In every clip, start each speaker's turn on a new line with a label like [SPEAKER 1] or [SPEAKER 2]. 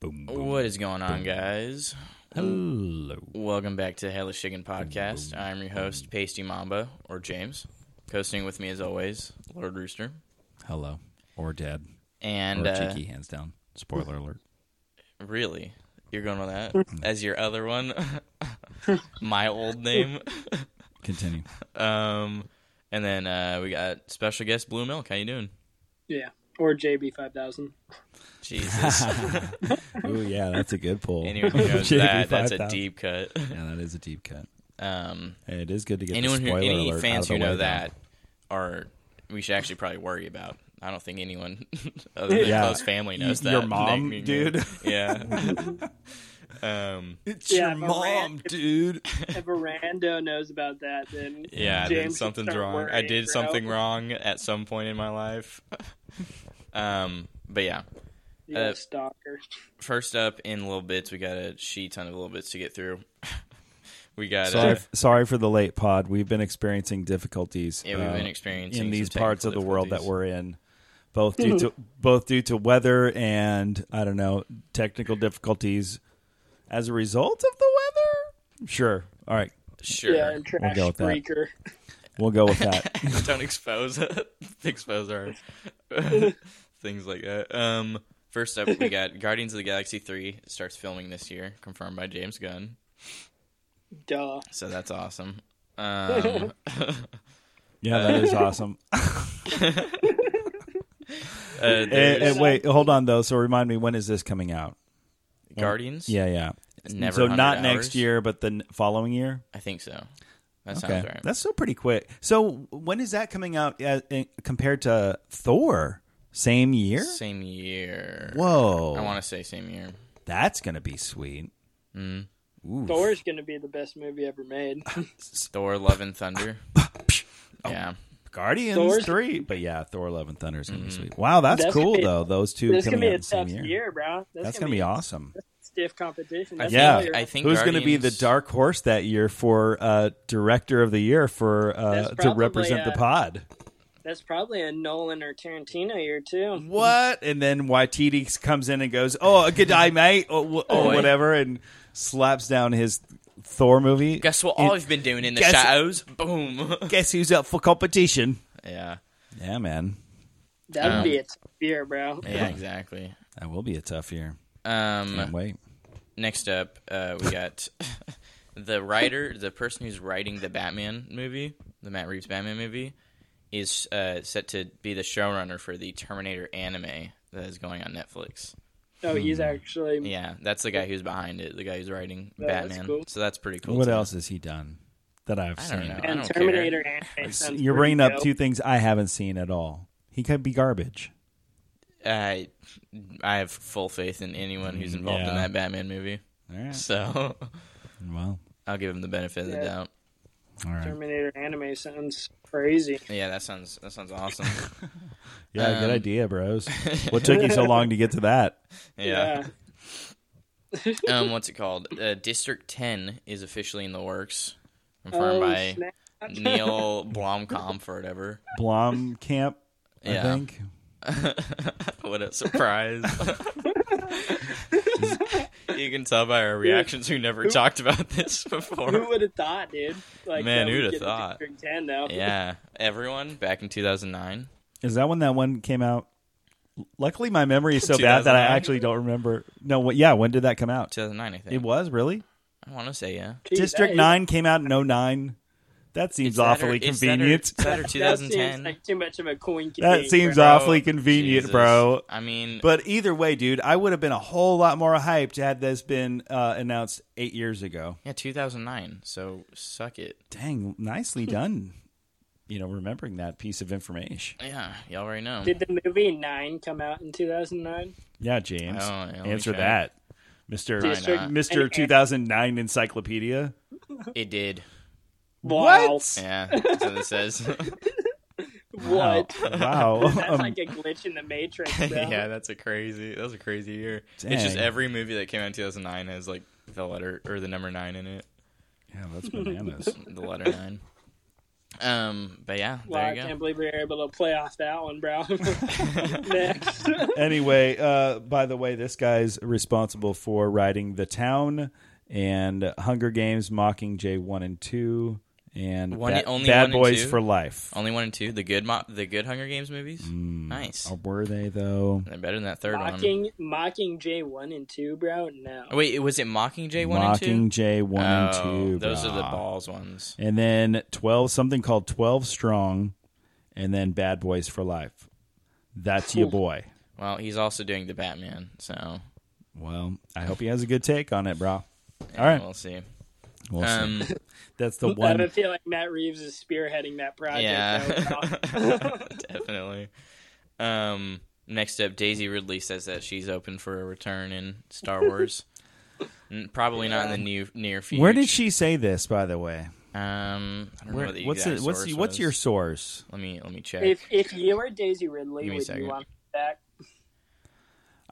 [SPEAKER 1] Boom, boom.
[SPEAKER 2] What is going on, guys?
[SPEAKER 1] Hello.
[SPEAKER 2] Welcome back to the Hellish Chicken Podcast. I'm your host, Pasty Mamba, or James. Coasting with me, as always, Lord Rooster.
[SPEAKER 1] Hello. Or dead.
[SPEAKER 2] And
[SPEAKER 1] or
[SPEAKER 2] uh,
[SPEAKER 1] cheeky, hands down. Spoiler alert.
[SPEAKER 2] really, you're going with that as your other one? My old name.
[SPEAKER 1] Continue.
[SPEAKER 2] Um, and then uh, we got special guest Blue Milk. How you doing?
[SPEAKER 3] Yeah, or JB five thousand.
[SPEAKER 2] Jesus.
[SPEAKER 1] Ooh, yeah, that's a good pull.
[SPEAKER 2] Anyone who knows
[SPEAKER 1] JB
[SPEAKER 2] that, that's a
[SPEAKER 1] 5000.
[SPEAKER 2] deep cut.
[SPEAKER 1] Yeah, that is a deep cut.
[SPEAKER 2] Um,
[SPEAKER 1] Hey, It is good to get
[SPEAKER 2] anyone
[SPEAKER 1] the
[SPEAKER 2] who
[SPEAKER 1] spoiler
[SPEAKER 2] any
[SPEAKER 1] alert
[SPEAKER 2] fans
[SPEAKER 1] out of the
[SPEAKER 2] who know
[SPEAKER 1] way, though.
[SPEAKER 2] that are we should actually probably worry about. I don't think anyone other than
[SPEAKER 1] Yeah.
[SPEAKER 2] close family knows
[SPEAKER 1] Y-
[SPEAKER 2] that.
[SPEAKER 1] your
[SPEAKER 2] They-
[SPEAKER 1] mom,
[SPEAKER 2] they-
[SPEAKER 1] dude.
[SPEAKER 2] Yeah. um.
[SPEAKER 1] It's
[SPEAKER 3] Yeah,
[SPEAKER 1] your
[SPEAKER 3] if I
[SPEAKER 1] mom,
[SPEAKER 3] ran-
[SPEAKER 1] dude.
[SPEAKER 3] If a rando knows about that, then
[SPEAKER 2] Yeah. I did
[SPEAKER 3] James
[SPEAKER 2] something's
[SPEAKER 3] should start
[SPEAKER 2] wrong. I
[SPEAKER 3] worrying,
[SPEAKER 2] did
[SPEAKER 3] bro.
[SPEAKER 2] something wrong at some point in my life. um. But yeah.
[SPEAKER 3] You got
[SPEAKER 2] Uh,
[SPEAKER 3] a stalker.
[SPEAKER 2] First up in little bits, we got a sheet ton of little bits to get through. we got.
[SPEAKER 1] Sorry,
[SPEAKER 2] Uh,
[SPEAKER 1] f- sorry for the late pod. We've been experiencing difficulties.
[SPEAKER 2] yeah, we've
[SPEAKER 1] uh,
[SPEAKER 2] been experiencing
[SPEAKER 1] in
[SPEAKER 2] some
[SPEAKER 1] these parts of the
[SPEAKER 2] technical
[SPEAKER 1] world that
[SPEAKER 2] difficulties.
[SPEAKER 1] we're in, both due to both due to weather and I don't know technical difficulties as a result of the weather. Sure. All right,
[SPEAKER 2] sure.
[SPEAKER 3] Yeah, and trash
[SPEAKER 1] go with that.
[SPEAKER 3] freaker.
[SPEAKER 1] we'll go with that.
[SPEAKER 2] don't expose expose our things like that. Um, first up, we got Guardians of the Galaxy three starts filming this year, confirmed by James Gunn.
[SPEAKER 3] Duh.
[SPEAKER 2] So that's awesome. Um, uh,
[SPEAKER 1] yeah, that is awesome. And,
[SPEAKER 2] there's
[SPEAKER 1] and Eh, wait, hold on though. So remind me, when is this coming out?
[SPEAKER 2] Guardians.
[SPEAKER 1] Yeah, yeah.
[SPEAKER 2] Never
[SPEAKER 1] so
[SPEAKER 2] 100
[SPEAKER 1] not
[SPEAKER 2] hours?
[SPEAKER 1] next year, but the n- following year.
[SPEAKER 2] I think so. That
[SPEAKER 1] Okay,
[SPEAKER 2] sounds right.
[SPEAKER 1] that's still pretty quick. So when is that coming out uh, in, compared to Thor? Same year?
[SPEAKER 2] Same year.
[SPEAKER 1] Whoa,
[SPEAKER 2] I want to say same year. Mm.
[SPEAKER 1] that's gonna be sweet. Ooh.
[SPEAKER 3] Thor's gonna be the best movie ever made.
[SPEAKER 2] Thor: Love and Thunder.
[SPEAKER 1] Oh.
[SPEAKER 2] Yeah.
[SPEAKER 1] Guardians
[SPEAKER 3] Thor's-
[SPEAKER 1] three, but yeah, Thor: Love and Thunder is gonna be
[SPEAKER 2] Mm-hmm.
[SPEAKER 1] sweet. Wow, that's,
[SPEAKER 3] That's
[SPEAKER 1] cool
[SPEAKER 3] gonna be-
[SPEAKER 1] though. Those two
[SPEAKER 3] This is gonna
[SPEAKER 1] coming
[SPEAKER 3] be
[SPEAKER 1] out
[SPEAKER 3] a
[SPEAKER 1] the same
[SPEAKER 3] tough
[SPEAKER 1] year.
[SPEAKER 3] year. bro. That's,
[SPEAKER 1] That's gonna be awesome.
[SPEAKER 3] stiff competition.
[SPEAKER 2] I
[SPEAKER 3] That's
[SPEAKER 1] Yeah.
[SPEAKER 3] all you're-
[SPEAKER 2] I think
[SPEAKER 1] Who's going to be the
[SPEAKER 2] Guardians-
[SPEAKER 1] dark horse that year for uh, director of the year for uh,
[SPEAKER 3] That's
[SPEAKER 1] to
[SPEAKER 3] probably,
[SPEAKER 1] represent the
[SPEAKER 3] uh,
[SPEAKER 1] pod?
[SPEAKER 3] that's probably a Nolan or Tarantino year too.
[SPEAKER 1] What? And then Waititi comes in and goes, "Oh, good day, mate," or, wh- or
[SPEAKER 2] Oi.
[SPEAKER 1] whatever, and slaps down his Thor movie.
[SPEAKER 2] Guess what
[SPEAKER 1] It-
[SPEAKER 2] I've been doing in the
[SPEAKER 1] guess-
[SPEAKER 2] shadows? Boom.
[SPEAKER 1] guess who's up for competition?
[SPEAKER 2] yeah.
[SPEAKER 1] Yeah, man,
[SPEAKER 3] That would
[SPEAKER 2] Um,
[SPEAKER 3] be a tough year, bro.
[SPEAKER 2] Yeah. Exactly.
[SPEAKER 1] that will be a tough year.
[SPEAKER 2] Um.
[SPEAKER 1] Can't wait.
[SPEAKER 2] Next up, uh, we got the writer, the person who's writing the Batman movie, the Matt Reeves Batman movie, is uh, set to be the showrunner for the Terminator anime that is going on Netflix.
[SPEAKER 3] Oh, he's actually
[SPEAKER 2] Yeah, that's the guy who's behind it, the guy who's writing
[SPEAKER 3] Yeah, that's
[SPEAKER 2] Batman.
[SPEAKER 3] cool.
[SPEAKER 2] So that's pretty cool.
[SPEAKER 1] what
[SPEAKER 2] too.
[SPEAKER 1] else has he done that I've
[SPEAKER 2] I
[SPEAKER 1] seen?
[SPEAKER 2] don't know. I
[SPEAKER 3] and
[SPEAKER 2] don't
[SPEAKER 3] Terminator.
[SPEAKER 2] care.
[SPEAKER 3] Anime sounds
[SPEAKER 1] You're
[SPEAKER 3] pretty
[SPEAKER 1] bringing up
[SPEAKER 3] dope.
[SPEAKER 1] two things I haven't seen at all. He could be garbage.
[SPEAKER 2] I I have full faith in anyone who's involved in
[SPEAKER 1] yeah.
[SPEAKER 2] that Batman movie.
[SPEAKER 1] All right.
[SPEAKER 2] So
[SPEAKER 1] Well,
[SPEAKER 2] I'll give him the benefit of the
[SPEAKER 3] Yeah.
[SPEAKER 2] doubt.
[SPEAKER 1] all right.
[SPEAKER 3] Terminator anime sounds crazy.
[SPEAKER 2] Yeah, that sounds that sounds awesome.
[SPEAKER 1] Yeah,
[SPEAKER 2] Um,
[SPEAKER 1] good idea, bros. What took you so long to get to that?
[SPEAKER 2] yeah. um, what's it called? Uh, District Ten is officially in the works, confirmed
[SPEAKER 3] Oh,
[SPEAKER 2] by
[SPEAKER 3] snap.
[SPEAKER 2] Neil Blomkamp or whatever.
[SPEAKER 1] Blom Camp, I
[SPEAKER 2] Yeah.
[SPEAKER 1] think.
[SPEAKER 2] what a surprise! you can tell by our reactions. We never talked about this
[SPEAKER 3] Who
[SPEAKER 2] before.
[SPEAKER 3] would have thought, dude? Like,
[SPEAKER 2] Man,
[SPEAKER 3] that
[SPEAKER 2] who'd
[SPEAKER 3] we'd
[SPEAKER 2] have
[SPEAKER 3] get a
[SPEAKER 2] thought?
[SPEAKER 3] District Ten though.
[SPEAKER 2] Yeah, everyone back in 2009.
[SPEAKER 1] Is that when that one came out? Luckily, my memory is so bad that I
[SPEAKER 2] 2009?
[SPEAKER 1] actually don't remember. No, what, yeah, when did that come out?
[SPEAKER 2] 2009, I think.
[SPEAKER 1] It was really
[SPEAKER 2] I want to say yeah.
[SPEAKER 3] Gee,
[SPEAKER 1] District
[SPEAKER 3] that is-
[SPEAKER 1] Nine came out in 09. That
[SPEAKER 2] It's
[SPEAKER 1] seems
[SPEAKER 2] that or-
[SPEAKER 1] awfully
[SPEAKER 2] it's that or-
[SPEAKER 1] convenient.
[SPEAKER 2] it's that or
[SPEAKER 3] That
[SPEAKER 2] 2010.
[SPEAKER 3] seems like too much of a coin.
[SPEAKER 1] That
[SPEAKER 3] gig,
[SPEAKER 1] seems
[SPEAKER 3] bro.
[SPEAKER 1] off. awfully convenient,
[SPEAKER 2] Jesus.
[SPEAKER 1] bro.
[SPEAKER 2] I mean,
[SPEAKER 1] But either way, dude, I would have been a whole lot more hyped had this been uh, announced eight years ago.
[SPEAKER 2] yeah, 2009. So suck it.
[SPEAKER 1] Dang, nicely
[SPEAKER 2] Hmm.
[SPEAKER 1] done. You know, remembering that piece of information.
[SPEAKER 2] Yeah, y'all already know.
[SPEAKER 3] Did the movie Nine come out in 2009?
[SPEAKER 1] Yeah, James,
[SPEAKER 2] Oh, yeah, let me
[SPEAKER 1] answer
[SPEAKER 2] check.
[SPEAKER 1] that, Mister
[SPEAKER 3] District-
[SPEAKER 1] Mister
[SPEAKER 3] and-
[SPEAKER 1] Two Thousand Nine Encyclopedia.
[SPEAKER 2] It did.
[SPEAKER 3] Wow.
[SPEAKER 1] What?
[SPEAKER 2] Yeah, that's what it says. Oh.
[SPEAKER 3] What?
[SPEAKER 1] Oh, Wow.
[SPEAKER 3] That's
[SPEAKER 1] Um,
[SPEAKER 3] like a glitch in the Matrix, bro.
[SPEAKER 2] yeah, that's a crazy. That was a crazy year. It's just
[SPEAKER 1] Dang.
[SPEAKER 2] every movie that came out in 2009 has like the letter or the number nine in it.
[SPEAKER 1] yeah, that's bananas.
[SPEAKER 2] The letter nine. Um, but yeah,
[SPEAKER 3] Wow,
[SPEAKER 2] there
[SPEAKER 3] I
[SPEAKER 2] you go.
[SPEAKER 3] can't believe we were able to play off that one, bro. Next.
[SPEAKER 1] anyway, uh, by the way, this guy's responsible for writing The Town and Hunger Games, Mockingjay 1 and 2, and
[SPEAKER 2] One-
[SPEAKER 1] Bad,
[SPEAKER 2] only
[SPEAKER 1] Bad
[SPEAKER 2] one and
[SPEAKER 1] Boys
[SPEAKER 2] two? Oh.
[SPEAKER 1] for Life.
[SPEAKER 2] Only one and two, the good, mo- the good Hunger Games movies. nice.
[SPEAKER 1] Or Uh, were they, though?
[SPEAKER 2] They're better than that third one.
[SPEAKER 3] Mocking Mocking J one and two, bro. No.
[SPEAKER 2] Oh, Wait, was it Mockingjay one and two?
[SPEAKER 1] Mockingjay 1
[SPEAKER 2] Oh,
[SPEAKER 1] and 2.
[SPEAKER 2] Those
[SPEAKER 1] brah.
[SPEAKER 2] are the balls ones.
[SPEAKER 1] And then 12, something called 12 Strong, and then Bad Boys for Life. That's your boy.
[SPEAKER 2] Well, he's also doing the Batman, so
[SPEAKER 1] Well, I hope he has a good take on it, bro.
[SPEAKER 2] yeah,
[SPEAKER 1] All right.
[SPEAKER 2] we'll see.
[SPEAKER 1] We'll see.
[SPEAKER 2] Um,
[SPEAKER 1] That's the
[SPEAKER 3] I have a
[SPEAKER 1] one.
[SPEAKER 3] feeling Matt Reeves is spearheading that project.
[SPEAKER 2] yeah,
[SPEAKER 3] though, bro.
[SPEAKER 2] definitely. Um, next up, Daisy Ridley says that she's open for a return in Star Wars. N- Probably not in the new, near future.
[SPEAKER 1] Where did she say this, by the way?
[SPEAKER 2] Um, I don't know
[SPEAKER 1] Where,
[SPEAKER 2] what the
[SPEAKER 1] what's
[SPEAKER 2] exact
[SPEAKER 1] it, what's
[SPEAKER 2] source
[SPEAKER 1] the- what's
[SPEAKER 2] was.
[SPEAKER 1] your source?
[SPEAKER 2] Let me let me check.
[SPEAKER 3] if if you were Daisy
[SPEAKER 2] Give
[SPEAKER 3] Ridley,
[SPEAKER 2] me a
[SPEAKER 3] would
[SPEAKER 2] second.
[SPEAKER 3] you want back?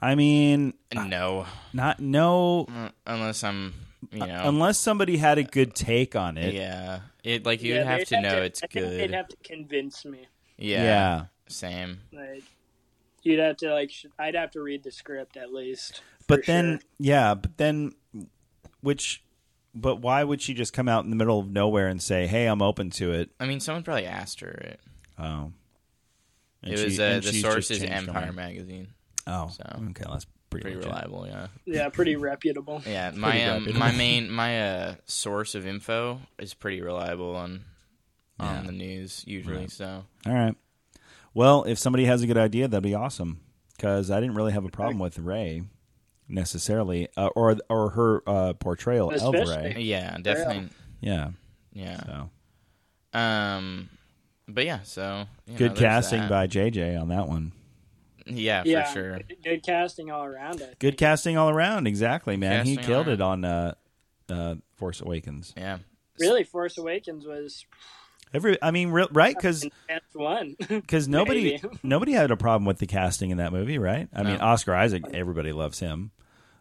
[SPEAKER 1] I mean,
[SPEAKER 2] Uh, no,
[SPEAKER 1] not no,
[SPEAKER 2] Mm, unless I'm, you know,
[SPEAKER 1] Uh, unless somebody had a good take on it.
[SPEAKER 2] yeah. It like you'd
[SPEAKER 3] Yeah,
[SPEAKER 2] have
[SPEAKER 3] they'd
[SPEAKER 2] to know it's
[SPEAKER 3] I think
[SPEAKER 2] good.
[SPEAKER 3] They'd have to convince me.
[SPEAKER 2] yeah,
[SPEAKER 1] yeah.
[SPEAKER 2] same.
[SPEAKER 3] Like, you'd have to like. Sh- I'd have to read the script at least. for
[SPEAKER 1] but then yeah but then which but why would she just come out in the middle of nowhere and say hey i'm open to it
[SPEAKER 2] I mean, someone probably asked her it.
[SPEAKER 1] oh And
[SPEAKER 2] It
[SPEAKER 1] she-
[SPEAKER 2] was uh,
[SPEAKER 1] and
[SPEAKER 2] the
[SPEAKER 1] she's
[SPEAKER 2] source
[SPEAKER 1] just
[SPEAKER 2] is
[SPEAKER 1] changed her
[SPEAKER 2] Empire
[SPEAKER 1] mind.
[SPEAKER 2] magazine.
[SPEAKER 1] oh
[SPEAKER 2] so.
[SPEAKER 1] okay that's pretty,
[SPEAKER 2] Pretty
[SPEAKER 1] legit.
[SPEAKER 2] reliable, yeah.
[SPEAKER 3] sure. yeah, pretty reputable.
[SPEAKER 2] Yeah, my um,
[SPEAKER 1] rapid.
[SPEAKER 2] my main my uh source of info is pretty reliable on
[SPEAKER 1] Yeah.
[SPEAKER 2] on the news usually.
[SPEAKER 1] Right.
[SPEAKER 2] So
[SPEAKER 1] all right well if somebody has a good idea that'd be awesome because i didn't really have a problem with ray necessarily uh, or or her uh, portrayal of
[SPEAKER 3] Especially.
[SPEAKER 1] ray
[SPEAKER 2] yeah, definitely,
[SPEAKER 1] yeah
[SPEAKER 2] yeah.
[SPEAKER 1] so
[SPEAKER 2] Um, but yeah, so you know,
[SPEAKER 1] good
[SPEAKER 2] there's
[SPEAKER 1] casting
[SPEAKER 2] that.
[SPEAKER 1] by jj on that one
[SPEAKER 2] yeah,
[SPEAKER 3] yeah,
[SPEAKER 2] for sure.
[SPEAKER 3] good- Good casting all around. I
[SPEAKER 1] good
[SPEAKER 3] think.
[SPEAKER 1] casting all around exactly man he
[SPEAKER 2] Casting all
[SPEAKER 1] killed it on
[SPEAKER 2] around.
[SPEAKER 1] uh, uh, force awakens
[SPEAKER 2] Yeah,
[SPEAKER 3] Really, Force Awakens was
[SPEAKER 1] Every, I mean, real, right? Because
[SPEAKER 3] intense one.
[SPEAKER 1] nobody
[SPEAKER 3] Maybe.
[SPEAKER 1] nobody had a problem with the casting in that movie, right? I mean,
[SPEAKER 2] No.
[SPEAKER 1] Oscar Isaac, everybody loves him.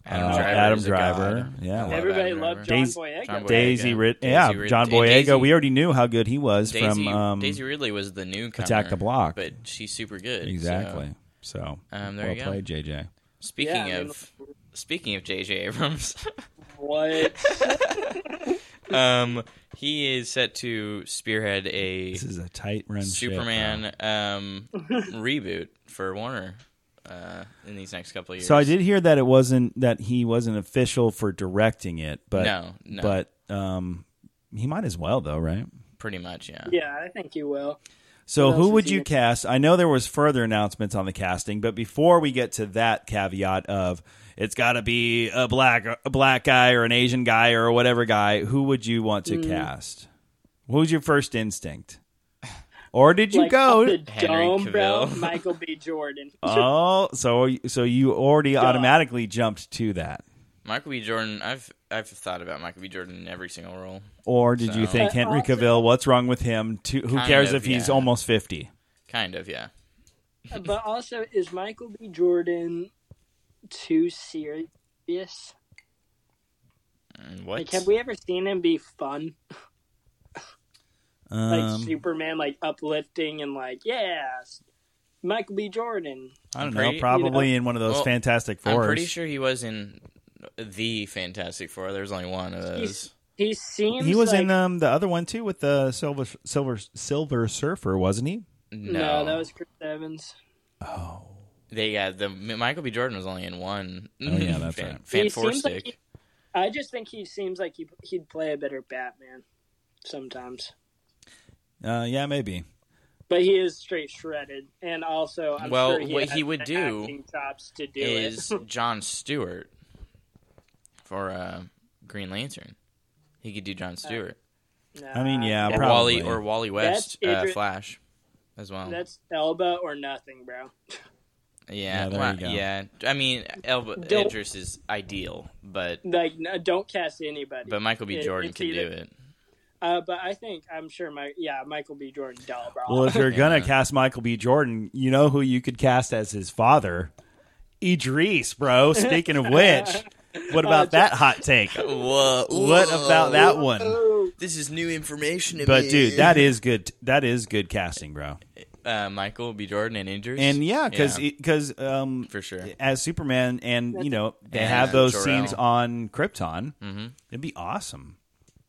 [SPEAKER 2] Adam
[SPEAKER 1] Uh,
[SPEAKER 2] Driver,
[SPEAKER 1] Adam
[SPEAKER 2] is a god.
[SPEAKER 1] Driver, yeah.
[SPEAKER 2] I love
[SPEAKER 3] Everybody
[SPEAKER 2] Adam
[SPEAKER 3] loved
[SPEAKER 2] Driver.
[SPEAKER 3] John
[SPEAKER 1] Daisy-
[SPEAKER 3] Boyega.
[SPEAKER 2] John Boyega.
[SPEAKER 1] Daisy, Rid-
[SPEAKER 2] Daisy
[SPEAKER 1] yeah,
[SPEAKER 2] Rid-
[SPEAKER 1] John
[SPEAKER 2] Hey,
[SPEAKER 1] Boyega.
[SPEAKER 2] Daisy-
[SPEAKER 1] We already knew how good he was
[SPEAKER 2] Daisy,
[SPEAKER 1] from um,
[SPEAKER 2] Daisy Ridley was the new
[SPEAKER 1] Attack the Block.
[SPEAKER 2] but she's super good. so-
[SPEAKER 1] Exactly. So,
[SPEAKER 2] Um, there
[SPEAKER 1] well
[SPEAKER 2] you go.
[SPEAKER 1] played, JJ.
[SPEAKER 2] Speaking
[SPEAKER 3] Yeah, I mean,
[SPEAKER 2] of speaking of J.J. Abrams,
[SPEAKER 3] what?
[SPEAKER 2] um, he is set to spearhead a
[SPEAKER 1] This is a tight run. ship,
[SPEAKER 2] Superman
[SPEAKER 1] bro.
[SPEAKER 2] um, reboot for Warner uh, in these next couple of years.
[SPEAKER 1] so I did hear that it wasn't that he wasn't official for directing it, but
[SPEAKER 2] no, no,
[SPEAKER 1] but um, he might as well though, right?
[SPEAKER 2] pretty much, yeah.
[SPEAKER 3] Yeah, I think you will.
[SPEAKER 1] So
[SPEAKER 3] What else
[SPEAKER 1] who
[SPEAKER 3] is
[SPEAKER 1] would
[SPEAKER 3] he
[SPEAKER 1] you
[SPEAKER 3] in?
[SPEAKER 1] cast? I know there was further announcements on the casting, but before we get to that caveat of it's got to be a black a black guy or an Asian guy or whatever guy, who would you want to cast? What was your first instinct? Or did you
[SPEAKER 3] Like,
[SPEAKER 1] go?
[SPEAKER 3] off the
[SPEAKER 2] Henry
[SPEAKER 3] dome, bro.
[SPEAKER 2] Cavill.
[SPEAKER 3] Michael B. Jordan.
[SPEAKER 1] Oh, so so you already automatically jumped to that.
[SPEAKER 2] Michael B. Jordan, I've I've thought about Michael B. Jordan in every single role.
[SPEAKER 1] Or did you
[SPEAKER 2] So-
[SPEAKER 1] think
[SPEAKER 3] But
[SPEAKER 1] Henry
[SPEAKER 3] also-
[SPEAKER 1] Cavill? What's wrong with him? To, who
[SPEAKER 2] Kind
[SPEAKER 1] cares
[SPEAKER 2] of,
[SPEAKER 1] if he's
[SPEAKER 2] yeah.
[SPEAKER 1] almost fifty?
[SPEAKER 2] Kind of, yeah.
[SPEAKER 3] but also, is Michael B. Jordan too serious?
[SPEAKER 2] Mm, What?
[SPEAKER 3] Like, have we ever seen him be fun? Like
[SPEAKER 1] Um,
[SPEAKER 3] Superman, like uplifting and like, yeah, s- Michael B. Jordan.
[SPEAKER 1] I don't
[SPEAKER 2] I'm
[SPEAKER 1] know.
[SPEAKER 2] pretty-
[SPEAKER 1] Probably
[SPEAKER 3] you
[SPEAKER 1] in one of those
[SPEAKER 2] Well,
[SPEAKER 1] Fantastic
[SPEAKER 2] I'm
[SPEAKER 1] Fours.
[SPEAKER 2] pretty sure he was in the Fantastic Four. There was only one of those.
[SPEAKER 3] He's- He seems
[SPEAKER 1] he was
[SPEAKER 3] like,
[SPEAKER 1] in um, the other one too with the silver silver silver surfer, wasn't he?
[SPEAKER 3] no.
[SPEAKER 2] No,
[SPEAKER 3] that was Chris Evans.
[SPEAKER 1] Oh,
[SPEAKER 2] they yeah. The Michael B. Jordan was only in one.
[SPEAKER 1] Oh, yeah, that's
[SPEAKER 2] fan,
[SPEAKER 1] right.
[SPEAKER 2] Fan
[SPEAKER 3] He
[SPEAKER 2] Four
[SPEAKER 3] seems like
[SPEAKER 2] stick.
[SPEAKER 3] he- I just think he seems like he, he'd play a better Batman sometimes.
[SPEAKER 1] uh, yeah, maybe.
[SPEAKER 3] But he is straight shredded, and also, I'm
[SPEAKER 2] Well,
[SPEAKER 3] sure he
[SPEAKER 2] what
[SPEAKER 3] has
[SPEAKER 2] he would
[SPEAKER 3] the
[SPEAKER 2] do
[SPEAKER 3] acting chops to do
[SPEAKER 2] is
[SPEAKER 3] it.
[SPEAKER 2] John Stewart for uh, Green Lantern. He could do
[SPEAKER 3] Uh,
[SPEAKER 2] John Stewart
[SPEAKER 1] I mean, yeah,
[SPEAKER 2] or
[SPEAKER 1] Uh, probably.
[SPEAKER 2] Wally or Wally West
[SPEAKER 3] That's
[SPEAKER 2] uh,
[SPEAKER 3] Adri-
[SPEAKER 2] Flash as well.
[SPEAKER 3] That's Elba or nothing, bro.
[SPEAKER 2] yeah,
[SPEAKER 1] Yeah, there
[SPEAKER 2] well,
[SPEAKER 1] you go.
[SPEAKER 2] yeah. I mean, Elba
[SPEAKER 3] Don't-
[SPEAKER 2] Idris is ideal, but
[SPEAKER 3] Like, no, don't cast anybody.
[SPEAKER 2] but Michael B.
[SPEAKER 3] It-
[SPEAKER 2] Jordan
[SPEAKER 3] it's
[SPEAKER 2] can do
[SPEAKER 3] either-
[SPEAKER 2] it.
[SPEAKER 3] uh, but I think I'm sure my yeah Michael B. Jordan, dull, bro.
[SPEAKER 1] Well, if you're gonna
[SPEAKER 2] Yeah.
[SPEAKER 1] cast Michael B. Jordan, you know who you could cast as his father, Idris, bro. Speaking of which, what about that hot take?
[SPEAKER 2] Whoa!
[SPEAKER 1] What about that one?
[SPEAKER 3] Oh,
[SPEAKER 2] this is new information to
[SPEAKER 1] But
[SPEAKER 2] me.
[SPEAKER 1] dude, that is good. That is good casting, bro.
[SPEAKER 2] uh, Michael B. Jordan and Idris,
[SPEAKER 1] And yeah, because
[SPEAKER 2] Yeah.
[SPEAKER 1] um,
[SPEAKER 2] for sure.
[SPEAKER 1] as Superman, and you know they
[SPEAKER 2] And
[SPEAKER 1] have those
[SPEAKER 2] Jor-El.
[SPEAKER 1] scenes on Krypton. Mm-hmm. It'd be awesome.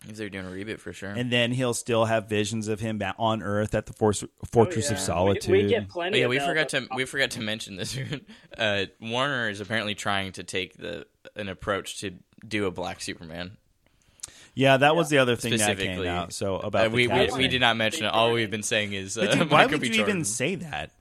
[SPEAKER 2] If they're doing a reboot, for sure.
[SPEAKER 1] And then he'll still have visions of him ba- on Earth at the Force, Fortress of
[SPEAKER 3] Oh, Yeah.
[SPEAKER 1] Solitude.
[SPEAKER 3] We, we get plenty.
[SPEAKER 2] But Oh, yeah,
[SPEAKER 3] of
[SPEAKER 2] we
[SPEAKER 3] that.
[SPEAKER 2] forgot to we forgot to mention this. uh, Warner is apparently trying to take the an approach to do a black Superman.
[SPEAKER 1] yeah, that was the other thing that came
[SPEAKER 2] Specifically.
[SPEAKER 1] out. So
[SPEAKER 2] Uh,
[SPEAKER 1] about
[SPEAKER 2] we,
[SPEAKER 1] the
[SPEAKER 2] we
[SPEAKER 1] casting.
[SPEAKER 2] we did not mention it. All we've been saying is uh,
[SPEAKER 1] But dude,
[SPEAKER 2] Michael
[SPEAKER 1] why would
[SPEAKER 2] B.
[SPEAKER 1] you
[SPEAKER 2] Jordan.
[SPEAKER 1] even say that,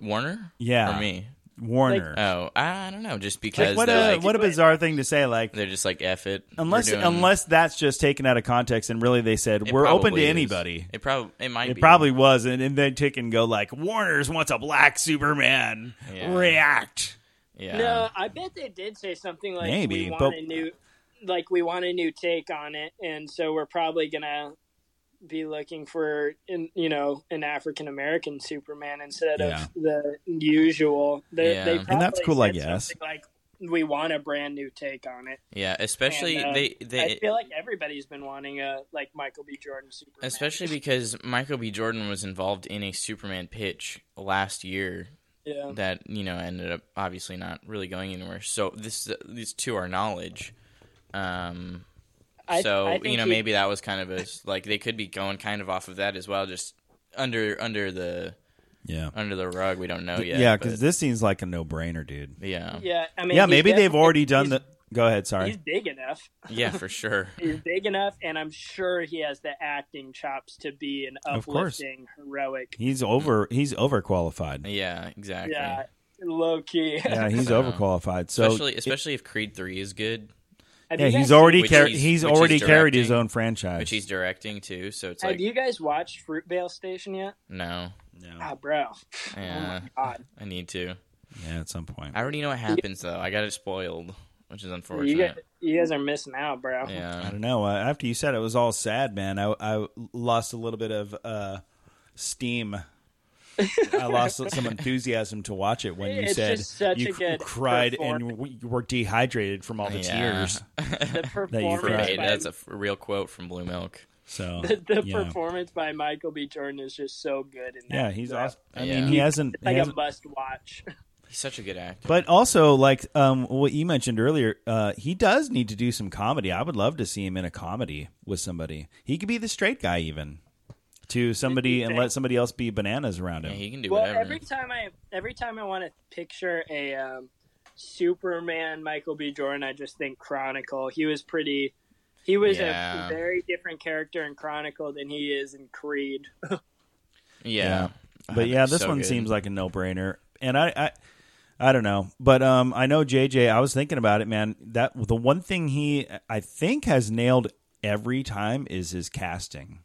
[SPEAKER 2] Warner?
[SPEAKER 1] Yeah.
[SPEAKER 2] or me?
[SPEAKER 1] Warner?
[SPEAKER 2] Oh, I don't know. Just because
[SPEAKER 1] like, what
[SPEAKER 2] they're,
[SPEAKER 1] a
[SPEAKER 2] like,
[SPEAKER 1] what a bizarre thing to say. Like
[SPEAKER 2] they're just like f it. We're
[SPEAKER 1] unless
[SPEAKER 2] doing-
[SPEAKER 1] unless that's just taken out of context and really they said
[SPEAKER 2] it
[SPEAKER 1] we're open to
[SPEAKER 2] probably is.
[SPEAKER 1] anybody.
[SPEAKER 2] It probably it might
[SPEAKER 1] It
[SPEAKER 2] be.
[SPEAKER 1] probably was, and, and then tick and go like Warner's wants a black Superman.
[SPEAKER 2] Yeah.
[SPEAKER 1] React.
[SPEAKER 2] yeah.
[SPEAKER 3] No, I bet they did say something like
[SPEAKER 1] Maybe,
[SPEAKER 3] we want
[SPEAKER 1] but-
[SPEAKER 3] a new, like we want a new take on it, and so we're probably gonna be looking for, in, you know, an African American Superman instead
[SPEAKER 1] Yeah.
[SPEAKER 3] of the usual. They,
[SPEAKER 2] Yeah.
[SPEAKER 3] they
[SPEAKER 2] And
[SPEAKER 1] that's
[SPEAKER 3] probably
[SPEAKER 1] cool, I
[SPEAKER 3] said
[SPEAKER 1] guess.
[SPEAKER 3] something Like we want a brand new take on it.
[SPEAKER 2] Yeah, especially
[SPEAKER 3] And, uh,
[SPEAKER 2] they
[SPEAKER 3] I
[SPEAKER 2] they
[SPEAKER 3] feel like everybody's been wanting a like Michael B. Jordan Superman,
[SPEAKER 2] especially because Michael B. Jordan was involved in a Superman pitch last year
[SPEAKER 3] yeah.
[SPEAKER 2] that you know ended up obviously not really going anywhere. So this these to our knowledge. Um,
[SPEAKER 3] I-
[SPEAKER 2] so
[SPEAKER 3] I
[SPEAKER 2] you
[SPEAKER 3] think
[SPEAKER 2] know
[SPEAKER 3] he-
[SPEAKER 2] maybe that was kind of a like they could be going kind of off of that as well, just under under the
[SPEAKER 1] Yeah.
[SPEAKER 2] under the rug. We don't know yet.
[SPEAKER 1] yeah,
[SPEAKER 2] but-
[SPEAKER 1] because this seems like a no brainer, dude.
[SPEAKER 2] yeah, yeah,
[SPEAKER 3] Yeah, I mean,
[SPEAKER 1] yeah,
[SPEAKER 3] he's
[SPEAKER 1] maybe they've
[SPEAKER 3] definitely-
[SPEAKER 1] already done
[SPEAKER 3] he's-
[SPEAKER 1] the. Go ahead.
[SPEAKER 3] He's
[SPEAKER 1] Sorry.
[SPEAKER 3] big enough.
[SPEAKER 2] for sure.
[SPEAKER 3] He's big enough, and I'm sure he has the acting chops to be an
[SPEAKER 1] Of course.
[SPEAKER 3] uplifting, heroic.
[SPEAKER 1] He's over. He's overqualified.
[SPEAKER 2] Yeah, exactly.
[SPEAKER 3] Yeah, low key.
[SPEAKER 1] Yeah, he's
[SPEAKER 2] So-
[SPEAKER 1] overqualified. So
[SPEAKER 2] especially especially if Creed Three is good,
[SPEAKER 3] Have
[SPEAKER 1] yeah,
[SPEAKER 3] you guys-
[SPEAKER 1] he's already
[SPEAKER 2] Which
[SPEAKER 1] car- he's,
[SPEAKER 2] he's- which he's
[SPEAKER 1] already carried his
[SPEAKER 2] directing.
[SPEAKER 1] own franchise.
[SPEAKER 2] which he's directing too. So it's
[SPEAKER 3] Have
[SPEAKER 2] like
[SPEAKER 3] you guys watched Fruitvale Station yet?
[SPEAKER 2] no,
[SPEAKER 1] no.
[SPEAKER 3] Ah, bro.
[SPEAKER 2] yeah,
[SPEAKER 3] Oh my god.
[SPEAKER 2] I need to.
[SPEAKER 1] Yeah, at some point.
[SPEAKER 2] I already know what happens though. I got it spoiled, which is
[SPEAKER 3] You guys,
[SPEAKER 2] unfortunate.
[SPEAKER 3] you guys are missing out, bro.
[SPEAKER 1] I
[SPEAKER 2] Yeah,
[SPEAKER 1] don't know. Uh, After you said it was all sad, man, I, I lost a little bit of uh, steam. I lost some enthusiasm to watch it when you
[SPEAKER 3] It's
[SPEAKER 1] said
[SPEAKER 3] just such
[SPEAKER 1] you
[SPEAKER 3] a good
[SPEAKER 1] cried and
[SPEAKER 3] performance.
[SPEAKER 1] w- you were dehydrated from all the
[SPEAKER 2] Yeah.
[SPEAKER 1] tears.
[SPEAKER 3] The performance,
[SPEAKER 1] Right.
[SPEAKER 2] Right,
[SPEAKER 3] by,
[SPEAKER 2] That's a f- real quote from Blue Milk.
[SPEAKER 1] So
[SPEAKER 3] the, the
[SPEAKER 1] yeah.
[SPEAKER 3] performance by Michael B. Jordan is just so good. In that,
[SPEAKER 1] yeah, he's
[SPEAKER 3] bro.
[SPEAKER 1] awesome. I
[SPEAKER 2] Yeah.
[SPEAKER 1] mean, he hasn't.
[SPEAKER 3] Like
[SPEAKER 1] he
[SPEAKER 3] a
[SPEAKER 1] hasn't
[SPEAKER 3] must watch.
[SPEAKER 2] He's such a good actor.
[SPEAKER 1] but also, like um, what you mentioned earlier, uh, he does need to do some comedy. I would love to see him in a comedy with somebody. He could be the straight guy, even to somebody, and let somebody else be bananas around
[SPEAKER 2] yeah,
[SPEAKER 1] him.
[SPEAKER 2] he can do
[SPEAKER 3] Well,
[SPEAKER 2] whatever.
[SPEAKER 3] every time I every time I want to picture a um, Superman Michael B. Jordan, I just think Chronicle. He was pretty. He was
[SPEAKER 2] Yeah.
[SPEAKER 3] a very different character in Chronicle than he is in Creed.
[SPEAKER 2] yeah.
[SPEAKER 1] But yeah, this
[SPEAKER 2] So
[SPEAKER 1] one
[SPEAKER 2] good.
[SPEAKER 1] seems like a no brainer, and I, I, I don't know, but um, I know JJ. I was thinking about it, man. That the one thing he I think has nailed every time is his casting.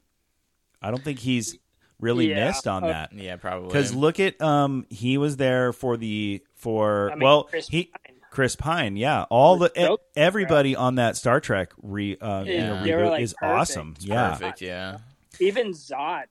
[SPEAKER 1] I don't think he's really
[SPEAKER 3] Yeah.
[SPEAKER 1] missed on
[SPEAKER 3] Uh,
[SPEAKER 1] that
[SPEAKER 2] yeah, probably.
[SPEAKER 1] because look at um, he was there for the for
[SPEAKER 3] I mean,
[SPEAKER 1] well
[SPEAKER 3] Chris
[SPEAKER 1] he
[SPEAKER 3] Pine.
[SPEAKER 1] Chris Pine, yeah, all the
[SPEAKER 3] Joker,
[SPEAKER 1] e- everybody on that Star Trek re uh, you know,
[SPEAKER 2] They
[SPEAKER 3] were,
[SPEAKER 1] reboot
[SPEAKER 3] like,
[SPEAKER 1] is
[SPEAKER 3] perfect.
[SPEAKER 1] awesome, yeah,
[SPEAKER 2] perfect. Yeah.
[SPEAKER 3] Even Zod,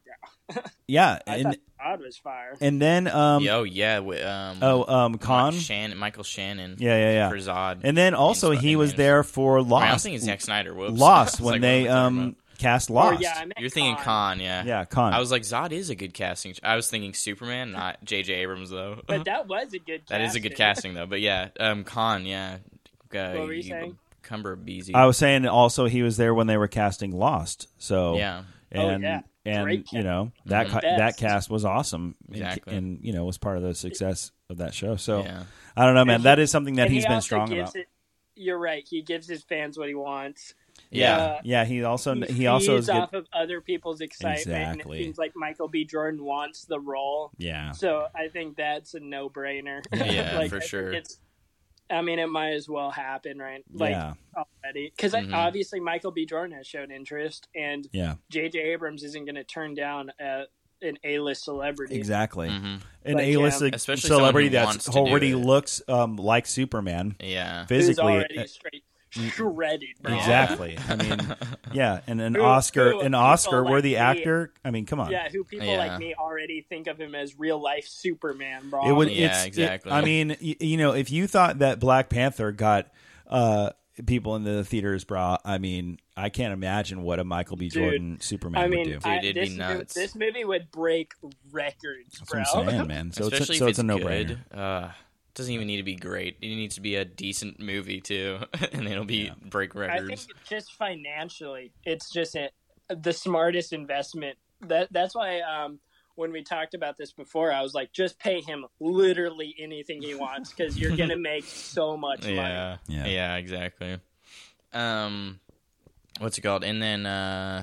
[SPEAKER 3] bro.
[SPEAKER 1] yeah,
[SPEAKER 3] I
[SPEAKER 1] and
[SPEAKER 3] thought Zod was fire.
[SPEAKER 1] and then um
[SPEAKER 2] Yo, yeah. wi- um,
[SPEAKER 1] oh um Khan.
[SPEAKER 2] Shannon, Michael Shannon.
[SPEAKER 1] Yeah, yeah, yeah.
[SPEAKER 2] For Zod.
[SPEAKER 1] And then also
[SPEAKER 2] Sp-
[SPEAKER 1] he
[SPEAKER 2] and
[SPEAKER 1] was
[SPEAKER 2] Anderson.
[SPEAKER 1] there for
[SPEAKER 2] I, mean, I don't
[SPEAKER 1] Lost.
[SPEAKER 2] think it's Zack Snyder. Whoops.
[SPEAKER 1] Lost
[SPEAKER 2] It's
[SPEAKER 1] when
[SPEAKER 2] like, what am
[SPEAKER 1] they
[SPEAKER 2] I
[SPEAKER 1] um
[SPEAKER 2] talking about?
[SPEAKER 1] cast
[SPEAKER 3] Or,
[SPEAKER 1] Lost.
[SPEAKER 3] yeah, I meant
[SPEAKER 2] You're thinking Khan, yeah.
[SPEAKER 1] yeah, Con.
[SPEAKER 2] I was like, Zod is a good casting. ch- I was thinking Superman, not J.J. Abrams though.
[SPEAKER 3] But that was a good.
[SPEAKER 2] that is a good casting though. But yeah, um, Khan, yeah. Uh,
[SPEAKER 3] What were you saying?
[SPEAKER 2] Cumberbeezy.
[SPEAKER 1] I was saying also he was there when they were casting Lost. So
[SPEAKER 2] yeah. Mm-hmm.
[SPEAKER 1] and
[SPEAKER 3] Oh, yeah.
[SPEAKER 1] and
[SPEAKER 3] Great
[SPEAKER 1] you know that ca-
[SPEAKER 3] Best.
[SPEAKER 1] that cast was awesome and,
[SPEAKER 2] Exactly.
[SPEAKER 1] and you know was part of the success of that show. So
[SPEAKER 2] Yeah.
[SPEAKER 1] I don't know, man.
[SPEAKER 3] And he-
[SPEAKER 1] that is something that
[SPEAKER 3] And
[SPEAKER 1] he's
[SPEAKER 3] he
[SPEAKER 1] been
[SPEAKER 3] also
[SPEAKER 1] strong
[SPEAKER 3] gives
[SPEAKER 1] about.
[SPEAKER 3] it- you're right. He gives his fans what he wants. uh,
[SPEAKER 1] yeah, yeah. He also he, also is
[SPEAKER 3] feeds
[SPEAKER 1] good.
[SPEAKER 3] off of other people's excitement. And
[SPEAKER 1] Exactly.
[SPEAKER 3] it seems like Michael B. Jordan wants the role.
[SPEAKER 1] Yeah,
[SPEAKER 3] So I think that's a no brainer.
[SPEAKER 2] Yeah,
[SPEAKER 3] like,
[SPEAKER 2] for
[SPEAKER 3] I think
[SPEAKER 2] sure.
[SPEAKER 3] It's, I mean, it might as well happen, right? Like
[SPEAKER 1] yeah, Mm-hmm.
[SPEAKER 3] already, because
[SPEAKER 2] Mhm.
[SPEAKER 3] obviously Michael B. Jordan has shown interest, and
[SPEAKER 1] yeah.
[SPEAKER 3] J.J. Abrams isn't going to turn down a, an A-list celebrity.
[SPEAKER 1] Exactly.
[SPEAKER 2] hmm
[SPEAKER 1] An
[SPEAKER 3] Like,
[SPEAKER 1] A-list
[SPEAKER 3] yeah.
[SPEAKER 2] Especially someone
[SPEAKER 1] celebrity
[SPEAKER 2] who wants
[SPEAKER 1] that's
[SPEAKER 2] to do
[SPEAKER 1] already
[SPEAKER 2] it.
[SPEAKER 1] looks um, like Superman
[SPEAKER 2] Yeah.
[SPEAKER 3] Who's
[SPEAKER 1] physically. uh,
[SPEAKER 3] already straight shredded, bro.
[SPEAKER 1] Exactly. I mean, yeah, and an
[SPEAKER 3] Who-
[SPEAKER 1] Oscar,
[SPEAKER 3] who
[SPEAKER 1] an
[SPEAKER 3] people
[SPEAKER 1] Oscar-worthy
[SPEAKER 3] like me-
[SPEAKER 1] actor. I mean, come on.
[SPEAKER 3] Yeah, who people
[SPEAKER 2] Yeah.
[SPEAKER 3] like me already think of him as real life Superman, bro.
[SPEAKER 1] It would.
[SPEAKER 2] Yeah,
[SPEAKER 1] it's, it-
[SPEAKER 2] exactly.
[SPEAKER 1] I mean, y- you know, if you thought that Black Panther got uh, people in the theaters brought. I mean, I can't imagine what a Michael B.
[SPEAKER 3] Dude,
[SPEAKER 1] Jordan Superman
[SPEAKER 3] I
[SPEAKER 1] would do.
[SPEAKER 3] mean, I,
[SPEAKER 2] Dude, it'd be
[SPEAKER 3] this, mo-
[SPEAKER 2] nuts.
[SPEAKER 3] this movie would break records,
[SPEAKER 1] That's
[SPEAKER 3] bro.
[SPEAKER 1] what I'm saying, man. So
[SPEAKER 2] Especially
[SPEAKER 1] it's, so
[SPEAKER 2] if
[SPEAKER 1] it's, a no brainer.
[SPEAKER 2] good. Uh, it doesn't even need to be great. It needs to be a decent movie too, and it'll be break
[SPEAKER 3] I think
[SPEAKER 2] records.
[SPEAKER 3] just financially, it's just a, the smartest investment. That that's why um, when we talked about this before, I was like, just pay him literally anything he wants because you're gonna make so much money.
[SPEAKER 2] yeah.
[SPEAKER 1] Yeah.
[SPEAKER 2] yeah, exactly. Um, what's it called? And then uh,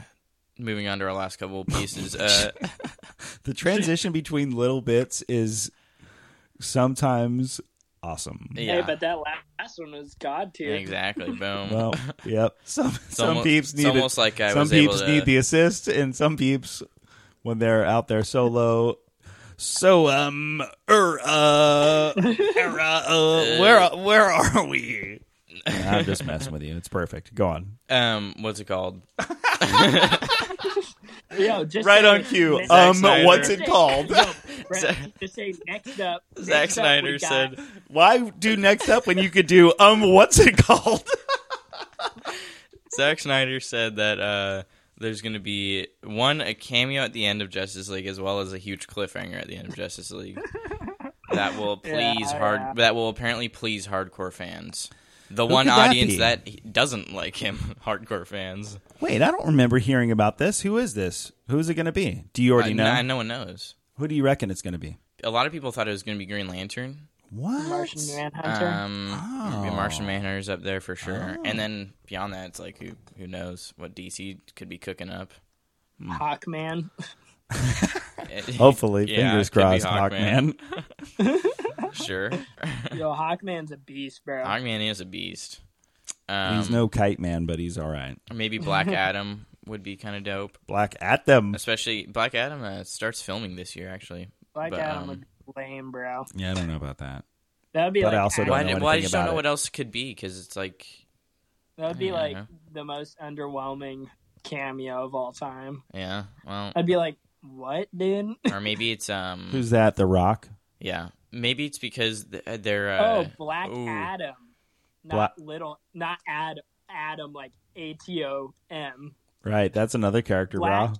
[SPEAKER 2] moving on to our last couple pieces. Uh,
[SPEAKER 1] The transition between little bits is sometimes awesome.
[SPEAKER 2] yeah,
[SPEAKER 3] Hey, but that la- last one was god tier.
[SPEAKER 2] exactly. Boom.
[SPEAKER 1] Well, yep. Some
[SPEAKER 2] It's
[SPEAKER 1] some
[SPEAKER 2] almo-
[SPEAKER 1] peeps
[SPEAKER 2] it's
[SPEAKER 1] need it.
[SPEAKER 2] almost like I
[SPEAKER 1] some
[SPEAKER 2] was able
[SPEAKER 1] peeps
[SPEAKER 2] to-
[SPEAKER 1] need the assist, and some peeps when they're out there solo. So um, er, uh, er, uh, uh, where where are we? Yeah, I'm just messing with you. It's perfect. Go on.
[SPEAKER 2] Um, what's it called?
[SPEAKER 3] Yo, just
[SPEAKER 1] Right
[SPEAKER 3] say-
[SPEAKER 1] on cue.
[SPEAKER 3] Next
[SPEAKER 1] Um,
[SPEAKER 2] Snyder.
[SPEAKER 1] what's it called?
[SPEAKER 3] Brett,
[SPEAKER 2] Zack-
[SPEAKER 3] just say next up. next
[SPEAKER 2] Zack
[SPEAKER 3] up
[SPEAKER 2] Snyder
[SPEAKER 3] we got-
[SPEAKER 2] said,
[SPEAKER 1] Why do next up when you could do um? What's it called?
[SPEAKER 2] Zack Snyder said that uh, there's going to be one a cameo at the end of Justice League, as well as a huge cliffhanger at the end of Justice League. that will
[SPEAKER 3] Yeah,
[SPEAKER 2] please hard.
[SPEAKER 3] yeah.
[SPEAKER 2] That will apparently please hardcore fans. The
[SPEAKER 1] Who
[SPEAKER 2] one
[SPEAKER 1] could that
[SPEAKER 2] audience
[SPEAKER 1] be?
[SPEAKER 2] that he- doesn't like him, hardcore fans.
[SPEAKER 1] Wait, I don't remember hearing about this. Who is this? Who is it going to be? Do you already
[SPEAKER 2] Uh,
[SPEAKER 1] know?
[SPEAKER 2] nah, no one knows.
[SPEAKER 1] Who do you reckon it's going to be?
[SPEAKER 2] A lot of people thought it was going to be Green Lantern.
[SPEAKER 1] What?
[SPEAKER 3] Martian Manhunter.
[SPEAKER 2] Um,
[SPEAKER 1] Oh.
[SPEAKER 2] Martian Manhunter's up there for sure. And then beyond that, it's like who who knows what DC could be cooking up. Um,
[SPEAKER 3] Hawkman.
[SPEAKER 1] Hopefully,
[SPEAKER 2] Eh, Yeah,
[SPEAKER 1] fingers
[SPEAKER 2] it could be
[SPEAKER 1] crossed,
[SPEAKER 2] Hawkman.
[SPEAKER 1] Hawkman.
[SPEAKER 2] sure.
[SPEAKER 3] Yo, Hawkman's a beast, bro.
[SPEAKER 2] Hawkman is a beast. Um,
[SPEAKER 1] he's no kite man, but he's all right.
[SPEAKER 2] maybe Black Adam would be kind of dope.
[SPEAKER 1] Black at them.
[SPEAKER 2] Especially Black Adam uh, starts filming this year, actually.
[SPEAKER 3] Black
[SPEAKER 2] but,
[SPEAKER 3] Adam
[SPEAKER 2] um,
[SPEAKER 3] would be lame, bro.
[SPEAKER 1] Yeah, I don't know about that.
[SPEAKER 3] That would be
[SPEAKER 1] But
[SPEAKER 3] like
[SPEAKER 1] I also don't
[SPEAKER 2] Why,
[SPEAKER 1] know
[SPEAKER 2] did, well, I
[SPEAKER 1] anything
[SPEAKER 2] just don't
[SPEAKER 1] about
[SPEAKER 2] know
[SPEAKER 1] it.
[SPEAKER 2] what else it could be because it's like,
[SPEAKER 3] That would be
[SPEAKER 2] Yeah.
[SPEAKER 3] like the most underwhelming cameo of all time.
[SPEAKER 2] yeah, well,
[SPEAKER 3] I'd be like, what, dude?
[SPEAKER 2] or maybe it's um,
[SPEAKER 1] Who's that? The Rock.
[SPEAKER 2] yeah, maybe it's because th- uh, they're uh,
[SPEAKER 3] oh, Black
[SPEAKER 2] ooh.
[SPEAKER 3] Adam.
[SPEAKER 1] Black-
[SPEAKER 3] Not little, not Ad, Adam, like A T O M.
[SPEAKER 1] Right, that's another character.
[SPEAKER 3] Black
[SPEAKER 1] Raw.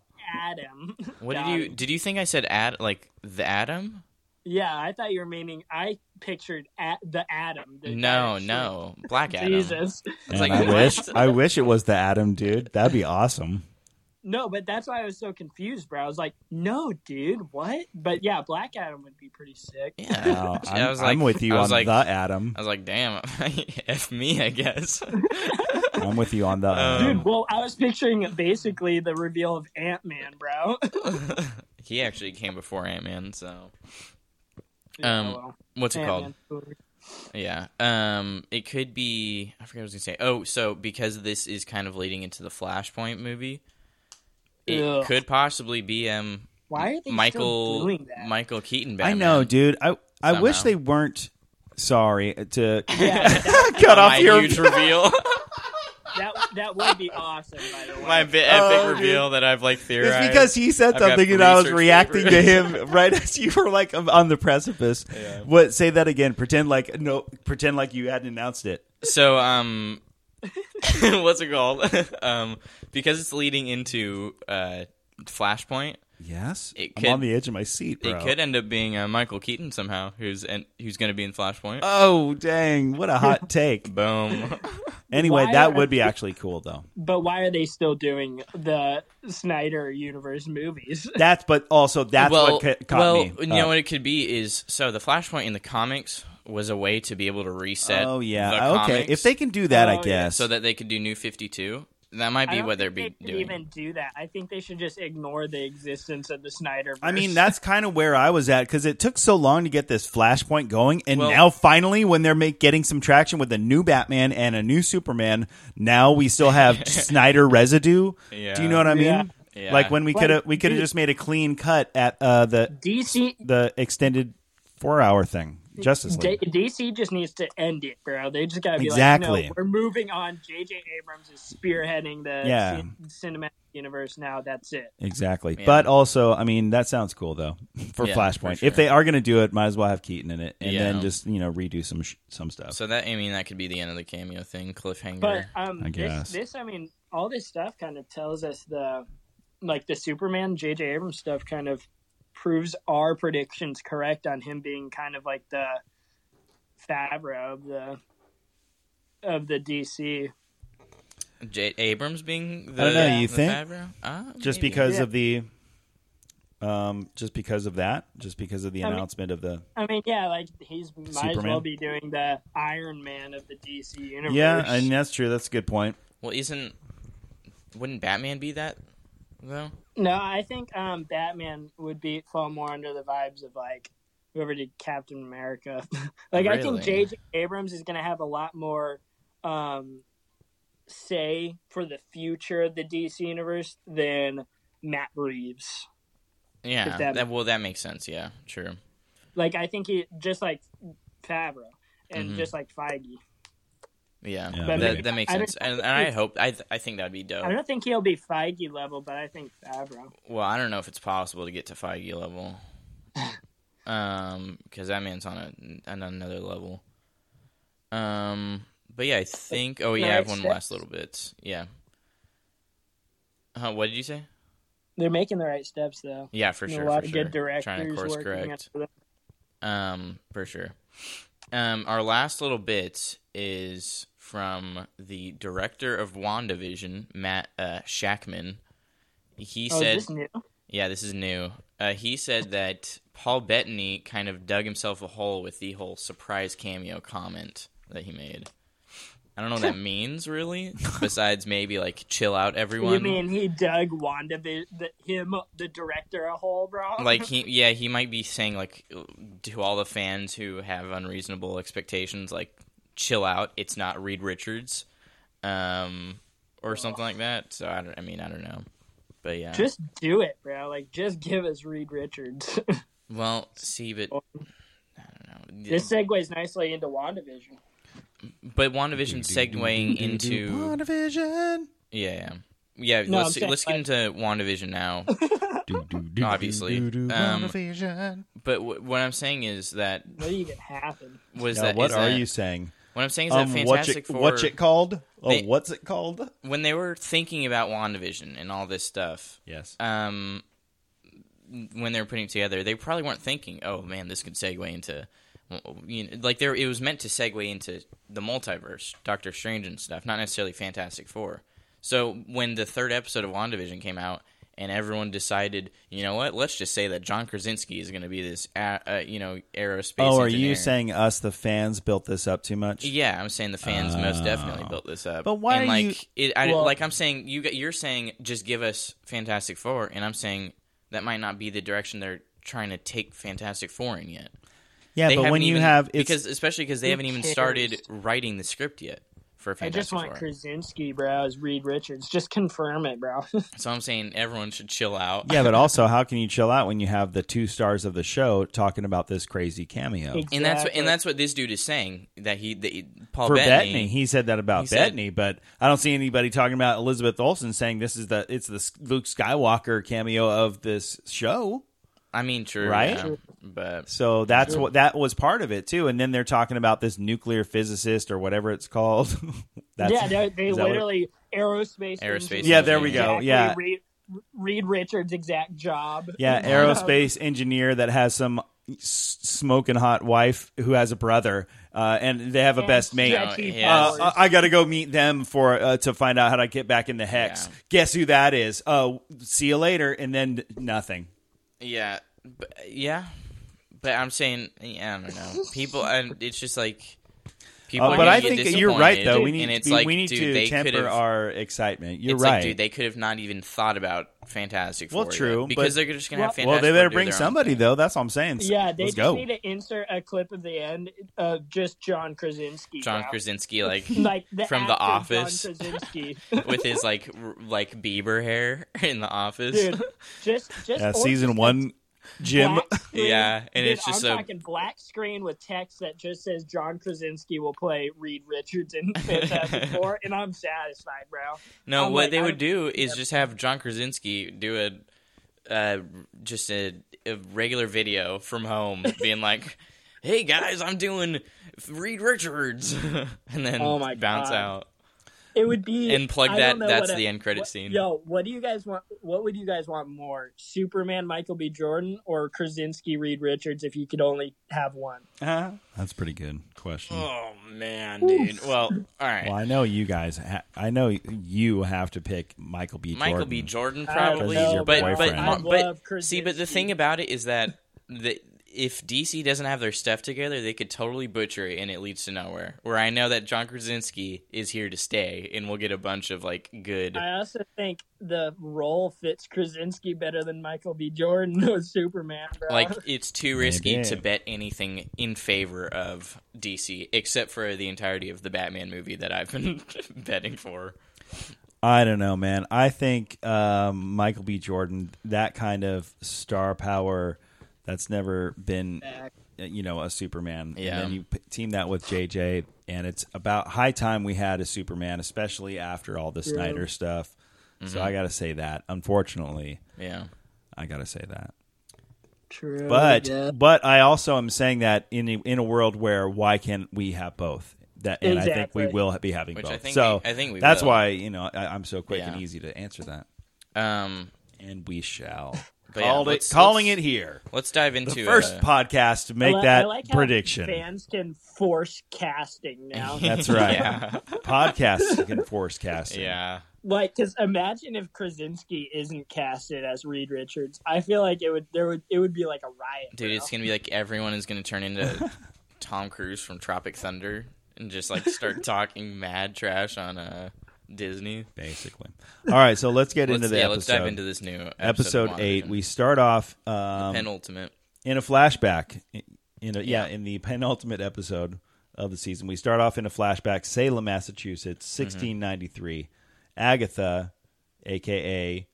[SPEAKER 3] Adam.
[SPEAKER 2] What did
[SPEAKER 3] Got
[SPEAKER 2] you
[SPEAKER 3] him.
[SPEAKER 2] did you think I said ad like the Adam?
[SPEAKER 3] Yeah, I thought you were meaning, I pictured at, the Adam. dude.
[SPEAKER 2] No,
[SPEAKER 3] Actually,
[SPEAKER 2] no, Black Adam.
[SPEAKER 3] Jesus.
[SPEAKER 1] Man,
[SPEAKER 2] It's like,
[SPEAKER 1] I
[SPEAKER 2] what?
[SPEAKER 1] wish. I wish it was the Adam dude. That'd be awesome.
[SPEAKER 3] No, but that's why I was so confused, bro. I was like, no, dude, what? But yeah, Black Adam would be pretty sick.
[SPEAKER 2] Yeah,
[SPEAKER 1] Wow,
[SPEAKER 2] See,
[SPEAKER 1] I'm,
[SPEAKER 2] I was like,
[SPEAKER 1] I'm with you
[SPEAKER 2] I
[SPEAKER 1] on
[SPEAKER 2] was like,
[SPEAKER 1] the Adam.
[SPEAKER 2] I was like, damn, f me, I guess.
[SPEAKER 1] I'm with you on the.
[SPEAKER 2] Um,
[SPEAKER 1] Um,
[SPEAKER 3] Dude, well, I was picturing basically the reveal of Ant Man,
[SPEAKER 2] um,
[SPEAKER 3] bro.
[SPEAKER 2] he actually came before Ant Man, so
[SPEAKER 3] Yeah,
[SPEAKER 2] Um,
[SPEAKER 3] well,
[SPEAKER 2] what's it called?
[SPEAKER 3] Ant-Man's cooler.
[SPEAKER 2] Yeah, um, it could be. I forget what I was gonna say. Oh, so because this is kind of leading into the Flashpoint movie, it
[SPEAKER 3] Ugh.
[SPEAKER 2] could possibly be um
[SPEAKER 3] Why are they
[SPEAKER 2] Michael
[SPEAKER 3] still doing that?
[SPEAKER 2] Michael Keaton.
[SPEAKER 1] I
[SPEAKER 2] Batman.
[SPEAKER 1] know, dude. I I wish
[SPEAKER 2] Somehow.
[SPEAKER 1] they weren't. Sorry to
[SPEAKER 3] Yeah,
[SPEAKER 1] cut off
[SPEAKER 2] my
[SPEAKER 1] your
[SPEAKER 2] huge reveal.
[SPEAKER 3] that, that would be awesome, by the way.
[SPEAKER 2] my bi- epic
[SPEAKER 1] Oh, dude.
[SPEAKER 2] reveal that I've like theorized.
[SPEAKER 1] It's because he said
[SPEAKER 2] I've got
[SPEAKER 1] something and I was
[SPEAKER 2] research
[SPEAKER 1] reacting to
[SPEAKER 2] papers.
[SPEAKER 1] him right as you were like on the precipice.
[SPEAKER 2] Yeah.
[SPEAKER 1] What? Say that again. Pretend like no. Pretend like you hadn't announced it.
[SPEAKER 2] so um, what's it called? um, because it's leading into uh Flashpoint.
[SPEAKER 1] Yes,
[SPEAKER 2] It
[SPEAKER 1] I'm
[SPEAKER 2] could-
[SPEAKER 1] on the edge of my seat. Bro.
[SPEAKER 2] It could end up being uh, Michael Keaton somehow, who's and who's going to be in Flashpoint.
[SPEAKER 1] Oh dang! What a hot take.
[SPEAKER 2] Boom.
[SPEAKER 1] Anyway,
[SPEAKER 3] Why
[SPEAKER 1] that
[SPEAKER 3] are-
[SPEAKER 1] would be actually cool though.
[SPEAKER 3] But why are they still doing the Snyder Universe movies?
[SPEAKER 1] That's but also that's
[SPEAKER 2] well,
[SPEAKER 1] what ca- caught
[SPEAKER 2] well,
[SPEAKER 1] me. Uh,
[SPEAKER 2] you know what it could be is so the Flashpoint in the comics was a way to be able to reset.
[SPEAKER 1] Oh
[SPEAKER 2] the
[SPEAKER 1] yeah. Okay.
[SPEAKER 2] comics
[SPEAKER 1] If they can do that,
[SPEAKER 3] Oh,
[SPEAKER 1] I
[SPEAKER 3] yeah.
[SPEAKER 1] guess.
[SPEAKER 2] so that they could do New Fifty Two. That might
[SPEAKER 3] I
[SPEAKER 2] be
[SPEAKER 3] don't
[SPEAKER 2] what they're
[SPEAKER 3] think
[SPEAKER 2] be
[SPEAKER 3] they should
[SPEAKER 2] doing.
[SPEAKER 3] even do that. I think they should just ignore the existence of the Snyder.
[SPEAKER 1] I mean, that's kind of where I was at because it took so long to get this flashpoint going, and
[SPEAKER 2] Well-
[SPEAKER 1] now finally, when they're make, getting some traction with a new Batman and a new Superman, now we still have Snyder residue. Do you
[SPEAKER 2] Yeah.
[SPEAKER 1] know what I mean?
[SPEAKER 3] Yeah.
[SPEAKER 2] Yeah.
[SPEAKER 1] Like when we
[SPEAKER 3] Like,
[SPEAKER 1] could have we could have
[SPEAKER 3] dude-
[SPEAKER 1] just made a clean cut at uh, the
[SPEAKER 3] DC
[SPEAKER 1] the extended four hour thing. Justice
[SPEAKER 3] D-
[SPEAKER 1] League.
[SPEAKER 3] DC just needs to end it, bro. They just gotta be like,
[SPEAKER 1] Exactly.
[SPEAKER 3] no, we're moving on. J.J. Abrams is spearheading the
[SPEAKER 1] Yeah.
[SPEAKER 3] cin- cinematic universe now. That's it.
[SPEAKER 1] Exactly.
[SPEAKER 2] Yeah.
[SPEAKER 1] But also, I mean, that sounds cool though for
[SPEAKER 2] Yeah,
[SPEAKER 1] Flashpoint.
[SPEAKER 2] for
[SPEAKER 1] If they are going to do it, might as well have Keaton in it and
[SPEAKER 2] Yeah.
[SPEAKER 1] then just, you know, redo some sh- some stuff.
[SPEAKER 2] So that I mean that could be the end of the cameo thing, cliffhanger.
[SPEAKER 3] But um,
[SPEAKER 1] I guess.
[SPEAKER 3] this, this, I mean, all this stuff kind of tells us the like the Superman J.J. Abrams stuff kind of proves our predictions correct on him being kind of like the Fabra of the of the DC.
[SPEAKER 2] J- Abrams being the
[SPEAKER 1] I don't know, you
[SPEAKER 2] the
[SPEAKER 1] think?
[SPEAKER 2] Favreau? Ah,
[SPEAKER 1] just
[SPEAKER 2] maybe.
[SPEAKER 1] because
[SPEAKER 3] Yeah.
[SPEAKER 1] of the um just because of that, just because of the
[SPEAKER 3] I mean-
[SPEAKER 1] announcement of the
[SPEAKER 3] I mean, yeah, like he's might as
[SPEAKER 1] Superman.
[SPEAKER 3] well be doing the Iron Man of the DC universe.
[SPEAKER 1] Yeah, and that's true. That's a good point.
[SPEAKER 2] Well, isn't wouldn't Batman be that though?
[SPEAKER 3] no, I think um, Batman would be fall more under the vibes of like whoever did Captain America. like I
[SPEAKER 2] Really?
[SPEAKER 3] think J.J. Abrams is going to have a lot more um, say for the future of the DC universe than Matt Reeves.
[SPEAKER 2] Yeah.
[SPEAKER 3] If that-
[SPEAKER 2] that- well, that makes sense. Yeah, true.
[SPEAKER 3] Like I think he just like Favreau and
[SPEAKER 2] Mhm.
[SPEAKER 3] just like Feige.
[SPEAKER 2] Yeah,
[SPEAKER 1] Yeah.
[SPEAKER 3] But
[SPEAKER 2] that
[SPEAKER 3] maybe-
[SPEAKER 2] that makes
[SPEAKER 3] I don't-
[SPEAKER 2] sense. And, and I hope I th- I think that'd be
[SPEAKER 3] I
[SPEAKER 2] dope.
[SPEAKER 3] don't think he'll be Feige level, but I think Favreau.
[SPEAKER 2] Well, I don't know if it's possible to get to Feige level, um, because that man's on a on another level. Um, but yeah, I think. Oh yeah, I have one
[SPEAKER 3] Nice.
[SPEAKER 2] last little bit. Yeah. Huh, what did you say?
[SPEAKER 3] They're making the right steps though.
[SPEAKER 2] Yeah, for
[SPEAKER 3] And
[SPEAKER 2] sure.
[SPEAKER 3] a lot
[SPEAKER 2] for
[SPEAKER 3] of
[SPEAKER 2] sure.
[SPEAKER 3] good directors
[SPEAKER 2] Trying to course
[SPEAKER 3] working
[SPEAKER 2] correct.
[SPEAKER 3] under them.
[SPEAKER 2] Um, for sure. Um, our last little bit is from the director of WandaVision, Matt uh, Shackman. He
[SPEAKER 3] Oh,
[SPEAKER 2] said,
[SPEAKER 3] is this new?
[SPEAKER 2] "Yeah, this is new." Uh, he said that Paul Bettany kind of dug himself a hole with the whole surprise cameo comment that he made. I don't know what that means, really. Besides, maybe like chill out, everyone.
[SPEAKER 3] You mean he dug Wanda the, him the director a hole, bro?
[SPEAKER 2] like he yeah he might be saying like to all the fans who have unreasonable expectations like chill out it's not reed richards um or something like that so i don't i mean i don't know but yeah
[SPEAKER 3] just do it, bro. Like just give us Reed Richards.
[SPEAKER 2] well see but i don't know
[SPEAKER 3] Oh. this segues nicely into WandaVision.
[SPEAKER 2] but wandavision segueing into
[SPEAKER 1] WandaVision.
[SPEAKER 2] yeah yeah, yeah
[SPEAKER 3] No, I'm
[SPEAKER 2] let's
[SPEAKER 3] saying,
[SPEAKER 2] let's get into wandavision now Obviously. Um,
[SPEAKER 1] WandaVision.
[SPEAKER 2] but w- what i'm saying is that
[SPEAKER 3] What even happened?
[SPEAKER 2] was
[SPEAKER 1] Now,
[SPEAKER 2] that
[SPEAKER 1] what
[SPEAKER 2] is
[SPEAKER 1] are
[SPEAKER 2] that-
[SPEAKER 1] you saying?
[SPEAKER 2] what i'm saying is
[SPEAKER 1] Um,
[SPEAKER 2] that
[SPEAKER 1] what's
[SPEAKER 2] fantastic
[SPEAKER 1] it,
[SPEAKER 2] four
[SPEAKER 1] what's it called? Oh,
[SPEAKER 2] They-
[SPEAKER 1] what's it called?
[SPEAKER 2] when they were thinking about wandavision and all this stuff
[SPEAKER 1] Yes.
[SPEAKER 2] um, when they were putting it together, they probably weren't thinking, "Oh man, this could segue into," you know, like there. It was meant to segue into the multiverse, Doctor Strange and stuff, not necessarily Fantastic Four. So when the third episode of WandaVision came out, and everyone decided, you know what, let's just say that John Krasinski is going to be this, uh, uh, you know, aerospace.
[SPEAKER 1] Oh, are
[SPEAKER 2] engineer.
[SPEAKER 1] you saying us the fans built this up too much?
[SPEAKER 2] Yeah, I'm saying the fans most definitely built this up.
[SPEAKER 1] But why
[SPEAKER 2] And
[SPEAKER 1] are
[SPEAKER 2] like,
[SPEAKER 1] you-
[SPEAKER 2] It, I,
[SPEAKER 3] Well-
[SPEAKER 2] like I'm saying, you got- you're saying just give us Fantastic Four, and I'm saying that might not be the direction they're trying to take Fantastic Four in yet.
[SPEAKER 1] Yeah,
[SPEAKER 2] They
[SPEAKER 1] but
[SPEAKER 2] haven't
[SPEAKER 1] when you
[SPEAKER 2] even-
[SPEAKER 1] have it's,
[SPEAKER 2] because especially because they
[SPEAKER 3] Who
[SPEAKER 2] haven't even
[SPEAKER 3] cares?
[SPEAKER 2] started writing the script yet for
[SPEAKER 3] I
[SPEAKER 2] Fantastic
[SPEAKER 3] just want
[SPEAKER 2] Four.
[SPEAKER 3] Krasinski, bro, as Reed Richards. Just confirm it, bro.
[SPEAKER 2] So I'm saying everyone should chill out.
[SPEAKER 1] yeah, but also how can you chill out when you have the two stars of the show talking about this crazy cameo?
[SPEAKER 3] Exactly.
[SPEAKER 2] And that's what, and that's what this dude is saying that he that he- Paul
[SPEAKER 1] For
[SPEAKER 2] Oh, Bettany,
[SPEAKER 1] Bettany, he said that about
[SPEAKER 2] he said-
[SPEAKER 1] Bettany, but I don't see anybody talking about Elizabeth Olsen saying this is the it's the S- Luke Skywalker cameo of this show.
[SPEAKER 2] I mean, true,
[SPEAKER 1] Right?
[SPEAKER 2] yeah, but
[SPEAKER 1] So that's what that was part of it too. And then they're talking about this nuclear physicist or whatever it's called. that's,
[SPEAKER 3] yeah, they, they
[SPEAKER 1] is that what-
[SPEAKER 3] literally aerospace.
[SPEAKER 2] Aerospace
[SPEAKER 3] engineer.
[SPEAKER 2] Yeah, there we
[SPEAKER 1] go,
[SPEAKER 3] Exactly
[SPEAKER 1] yeah.
[SPEAKER 3] Reed, Reed Richards' exact job.
[SPEAKER 1] yeah, aerospace engineer that has some s- smoking hot wife who has a brother, uh, and they have a
[SPEAKER 3] And
[SPEAKER 1] best mate.
[SPEAKER 3] stretchy
[SPEAKER 2] No, yeah.
[SPEAKER 1] Uh,
[SPEAKER 3] powers.
[SPEAKER 1] I I gotta go meet them for uh, to find out how to get back in the hex.
[SPEAKER 2] Yeah.
[SPEAKER 1] Guess who that is? Uh, see you later, and then nothing.
[SPEAKER 2] Yeah, but, yeah, but I'm saying yeah, I don't know. People, and it's just like people.
[SPEAKER 1] Uh,
[SPEAKER 2] are
[SPEAKER 1] but
[SPEAKER 2] gonna
[SPEAKER 1] I
[SPEAKER 2] get
[SPEAKER 1] think that you're right,
[SPEAKER 2] disappointed,
[SPEAKER 1] though. We need
[SPEAKER 2] and
[SPEAKER 1] to
[SPEAKER 2] it's
[SPEAKER 1] be,
[SPEAKER 2] like,
[SPEAKER 1] we need
[SPEAKER 2] dude,
[SPEAKER 1] to
[SPEAKER 2] they
[SPEAKER 1] temper
[SPEAKER 2] could've-
[SPEAKER 1] our excitement. You're
[SPEAKER 2] it's
[SPEAKER 1] right.
[SPEAKER 2] like, dude, they could have not even thought about Fantastic Four.
[SPEAKER 1] Well,
[SPEAKER 2] yet,
[SPEAKER 1] true,
[SPEAKER 2] because
[SPEAKER 1] but-
[SPEAKER 2] they're just gonna have Fantastic
[SPEAKER 1] well, they
[SPEAKER 2] Four
[SPEAKER 1] better
[SPEAKER 2] do
[SPEAKER 1] bring
[SPEAKER 2] their own
[SPEAKER 1] somebody
[SPEAKER 2] thing.
[SPEAKER 1] though. That's what I'm saying. So
[SPEAKER 3] Yeah, they
[SPEAKER 1] let's
[SPEAKER 3] just
[SPEAKER 1] go.
[SPEAKER 3] need to insert a clip of the end of just John Krasinski.
[SPEAKER 2] John
[SPEAKER 3] bro.
[SPEAKER 2] Krasinski, like
[SPEAKER 3] like the
[SPEAKER 2] From The
[SPEAKER 3] actor
[SPEAKER 2] Office.
[SPEAKER 3] John Krasinski.
[SPEAKER 2] with his like r- like Bieber hair in the office.
[SPEAKER 3] dude. Just just
[SPEAKER 1] yeah,
[SPEAKER 3] or
[SPEAKER 1] season
[SPEAKER 3] just
[SPEAKER 1] one Jim.
[SPEAKER 3] black screen.
[SPEAKER 2] Yeah, and
[SPEAKER 3] Dude,
[SPEAKER 2] it's just
[SPEAKER 3] I'm
[SPEAKER 2] a-
[SPEAKER 3] talking black screen with text that just says John Krasinski will play Reed Richards in Fantastic Four, and I'm satisfied, bro.
[SPEAKER 2] No,
[SPEAKER 3] I'm
[SPEAKER 2] what
[SPEAKER 3] like,
[SPEAKER 2] they
[SPEAKER 3] I
[SPEAKER 2] would do is
[SPEAKER 3] Yep.
[SPEAKER 2] just have John Krasinski do a uh, just a, a regular video from home, being like, "Hey guys, I'm doing Reed Richards," and then
[SPEAKER 3] Oh my
[SPEAKER 2] bounce
[SPEAKER 3] God.
[SPEAKER 2] out
[SPEAKER 3] It would be
[SPEAKER 2] and plug
[SPEAKER 3] I
[SPEAKER 2] that.
[SPEAKER 3] don't know
[SPEAKER 2] That's
[SPEAKER 3] what
[SPEAKER 2] the
[SPEAKER 3] I-
[SPEAKER 2] end credit
[SPEAKER 3] what-
[SPEAKER 2] scene.
[SPEAKER 3] Yo, what do you guys want? What would you guys want more, Superman Michael B. Jordan or Krasinski Reed Richards? If you could only have one,
[SPEAKER 1] Huh? That's pretty good question.
[SPEAKER 2] Oh man, dude. Well, all right.
[SPEAKER 1] Well, I know you guys. Ha- I know you have to pick Michael B.
[SPEAKER 2] Michael
[SPEAKER 1] Jordan.
[SPEAKER 2] B. Jordan
[SPEAKER 3] I don't
[SPEAKER 2] probably,
[SPEAKER 3] know,
[SPEAKER 1] your
[SPEAKER 2] but
[SPEAKER 3] bro.
[SPEAKER 2] but
[SPEAKER 1] boyfriend.
[SPEAKER 3] I
[SPEAKER 2] but,
[SPEAKER 3] love
[SPEAKER 2] see, but the
[SPEAKER 3] Krasinski.
[SPEAKER 2] thing about it is that the, if DC doesn't have their stuff together, they could totally butcher it, and it leads to nowhere. Where I know that John Krasinski is here to stay, and we'll get a bunch of like good.
[SPEAKER 3] I also think the role fits Krasinski better than Michael B. Jordan with Superman, bro.
[SPEAKER 2] Like it's too risky
[SPEAKER 1] Maybe.
[SPEAKER 2] to bet anything in favor of DC, except for the entirety of the Batman movie that I've been betting for.
[SPEAKER 1] I don't know, man. I think um, Michael B. Jordan, that kind of star power, that's never been, uh, you know, a Superman.
[SPEAKER 2] Yeah.
[SPEAKER 1] And then you p- team that with JJ, and it's about high time we had a Superman, especially after all the Snyder stuff.
[SPEAKER 2] Mm-hmm.
[SPEAKER 1] So I got to say that. Unfortunately,
[SPEAKER 2] Yeah,
[SPEAKER 1] I got to say that.
[SPEAKER 3] True,
[SPEAKER 1] But
[SPEAKER 3] yeah.
[SPEAKER 1] but I also am saying that in a, in a world where why can't we have both? That and I think we
[SPEAKER 3] Exactly.
[SPEAKER 1] will be having
[SPEAKER 2] Which I
[SPEAKER 1] both.
[SPEAKER 2] think
[SPEAKER 1] so
[SPEAKER 2] we- I think we
[SPEAKER 1] that's
[SPEAKER 2] will.
[SPEAKER 1] why you know I, I'm so quick and
[SPEAKER 2] Yeah.
[SPEAKER 1] easy to answer that
[SPEAKER 2] um,
[SPEAKER 1] and we shall.
[SPEAKER 2] But yeah,
[SPEAKER 1] Called it-
[SPEAKER 2] let's-
[SPEAKER 1] calling
[SPEAKER 2] let's-
[SPEAKER 1] it here.
[SPEAKER 2] let's dive
[SPEAKER 1] The
[SPEAKER 2] into
[SPEAKER 1] first
[SPEAKER 2] uh,
[SPEAKER 1] podcast to
[SPEAKER 3] I
[SPEAKER 1] make
[SPEAKER 3] li- I
[SPEAKER 1] that
[SPEAKER 3] like how
[SPEAKER 1] prediction.
[SPEAKER 3] Fans can force casting now.
[SPEAKER 1] That's right.
[SPEAKER 2] Yeah.
[SPEAKER 1] Podcasts can force casting.
[SPEAKER 2] yeah.
[SPEAKER 3] like because imagine if krasinski isn't casted as reed richards i feel like it would there would it would be like a riot
[SPEAKER 2] Dude,
[SPEAKER 3] bro.
[SPEAKER 2] it's gonna be like everyone is gonna turn into Tom Cruise from Tropic Thunder and just like start talking mad trash on uh, Disney.
[SPEAKER 1] basically. All right, so let's get
[SPEAKER 2] Let's,
[SPEAKER 1] into the
[SPEAKER 2] yeah,
[SPEAKER 1] episode.
[SPEAKER 2] let's dive into this new episode,
[SPEAKER 1] episode
[SPEAKER 2] of
[SPEAKER 1] eight.
[SPEAKER 2] WandaVision.
[SPEAKER 1] We start off um,
[SPEAKER 2] penultimate.
[SPEAKER 1] in a flashback. In- In a, yeah. in the penultimate episode of the season, we start off in a flashback, Salem, Massachusetts,
[SPEAKER 2] Mm-hmm.
[SPEAKER 1] sixteen ninety three. Agatha, aka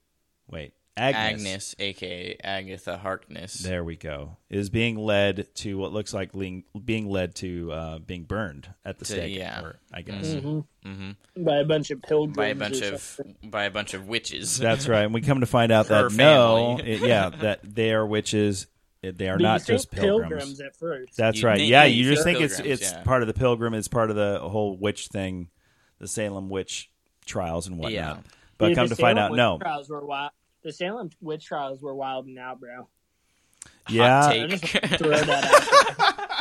[SPEAKER 1] wait,
[SPEAKER 2] Agnes. aka Agatha Harkness.
[SPEAKER 1] There we go. Is being led to what looks like ling- being led to uh, being burned at the
[SPEAKER 2] To-
[SPEAKER 1] stake.
[SPEAKER 2] yeah.
[SPEAKER 1] or- I guess
[SPEAKER 2] hmm
[SPEAKER 3] by a bunch of pilgrims
[SPEAKER 2] By a bunch
[SPEAKER 3] or
[SPEAKER 2] of
[SPEAKER 3] something.
[SPEAKER 2] by a bunch of witches.
[SPEAKER 1] that's right. And we come to find out
[SPEAKER 2] Her
[SPEAKER 1] that no,
[SPEAKER 2] family.
[SPEAKER 1] it- yeah, that they are witches. It- They are
[SPEAKER 3] But you
[SPEAKER 1] not
[SPEAKER 3] think
[SPEAKER 1] just pilgrims.
[SPEAKER 3] at first
[SPEAKER 1] That's
[SPEAKER 2] You
[SPEAKER 1] right.
[SPEAKER 2] think-
[SPEAKER 1] yeah,
[SPEAKER 2] yeah,
[SPEAKER 1] you
[SPEAKER 2] you
[SPEAKER 1] just
[SPEAKER 2] think
[SPEAKER 1] think it's
[SPEAKER 2] pilgrims,
[SPEAKER 1] it's
[SPEAKER 2] yeah.
[SPEAKER 1] part of the pilgrim. It's part of the whole witch thing, the Salem witch trials and whatnot.
[SPEAKER 2] Yeah.
[SPEAKER 1] But
[SPEAKER 3] Dude,
[SPEAKER 1] come
[SPEAKER 3] the
[SPEAKER 1] to find out,
[SPEAKER 3] Salem witch
[SPEAKER 1] no.
[SPEAKER 3] trials were wild the salem witch trials were wild now bro
[SPEAKER 1] yeah,
[SPEAKER 2] Hot take.
[SPEAKER 3] throw that out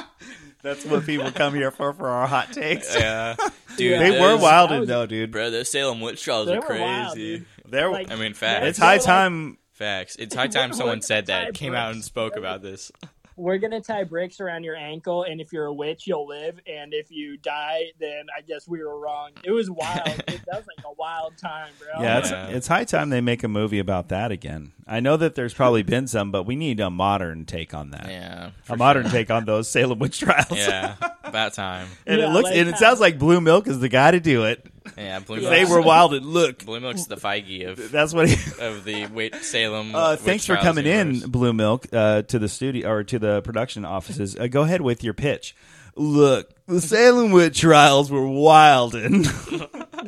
[SPEAKER 1] that's what people come here for for our hot takes.
[SPEAKER 2] yeah, dude,
[SPEAKER 1] They were
[SPEAKER 2] those-
[SPEAKER 1] wild,
[SPEAKER 3] that was-
[SPEAKER 1] though, dude.
[SPEAKER 2] Bro, those Salem witch trials
[SPEAKER 3] They
[SPEAKER 2] are
[SPEAKER 3] were
[SPEAKER 2] crazy.
[SPEAKER 3] wild, dude.
[SPEAKER 1] There,
[SPEAKER 3] Like,
[SPEAKER 2] I mean, facts.
[SPEAKER 1] it's high
[SPEAKER 3] They're like-
[SPEAKER 1] time.
[SPEAKER 2] Facts. It's high time
[SPEAKER 3] What-
[SPEAKER 2] someone
[SPEAKER 3] what
[SPEAKER 2] said
[SPEAKER 3] type
[SPEAKER 2] that, came out
[SPEAKER 3] of-
[SPEAKER 2] and spoke about this.
[SPEAKER 3] we're gonna tie bricks around your ankle and if you're a witch you'll live and if you die then i guess we were wrong it was wild It- that was like a wild time bro
[SPEAKER 1] Yeah, it's,
[SPEAKER 2] Yeah.
[SPEAKER 1] it's high time they make a movie about that again. I know that there's probably been some, but we need a modern take on that.
[SPEAKER 2] Yeah.
[SPEAKER 1] a modern take on those Salem witch trials.
[SPEAKER 2] Yeah. About time.
[SPEAKER 1] and
[SPEAKER 3] Yeah,
[SPEAKER 1] it looks
[SPEAKER 3] like-
[SPEAKER 1] and it sounds like Blue Milk is the guy to do it.
[SPEAKER 2] Yeah, Blue Milk's,
[SPEAKER 1] They were wild and look.
[SPEAKER 2] Blue Milk's the Feige of
[SPEAKER 1] That's what he
[SPEAKER 2] of the wait, Salem.
[SPEAKER 1] Uh,
[SPEAKER 2] Mm, witch
[SPEAKER 1] thanks for
[SPEAKER 2] trials
[SPEAKER 1] coming
[SPEAKER 2] universe.
[SPEAKER 1] in, Blue Milk, uh, to the studio or to the production offices. Uh, go ahead with your pitch. Look, the Salem witch trials were wild, and
[SPEAKER 3] Those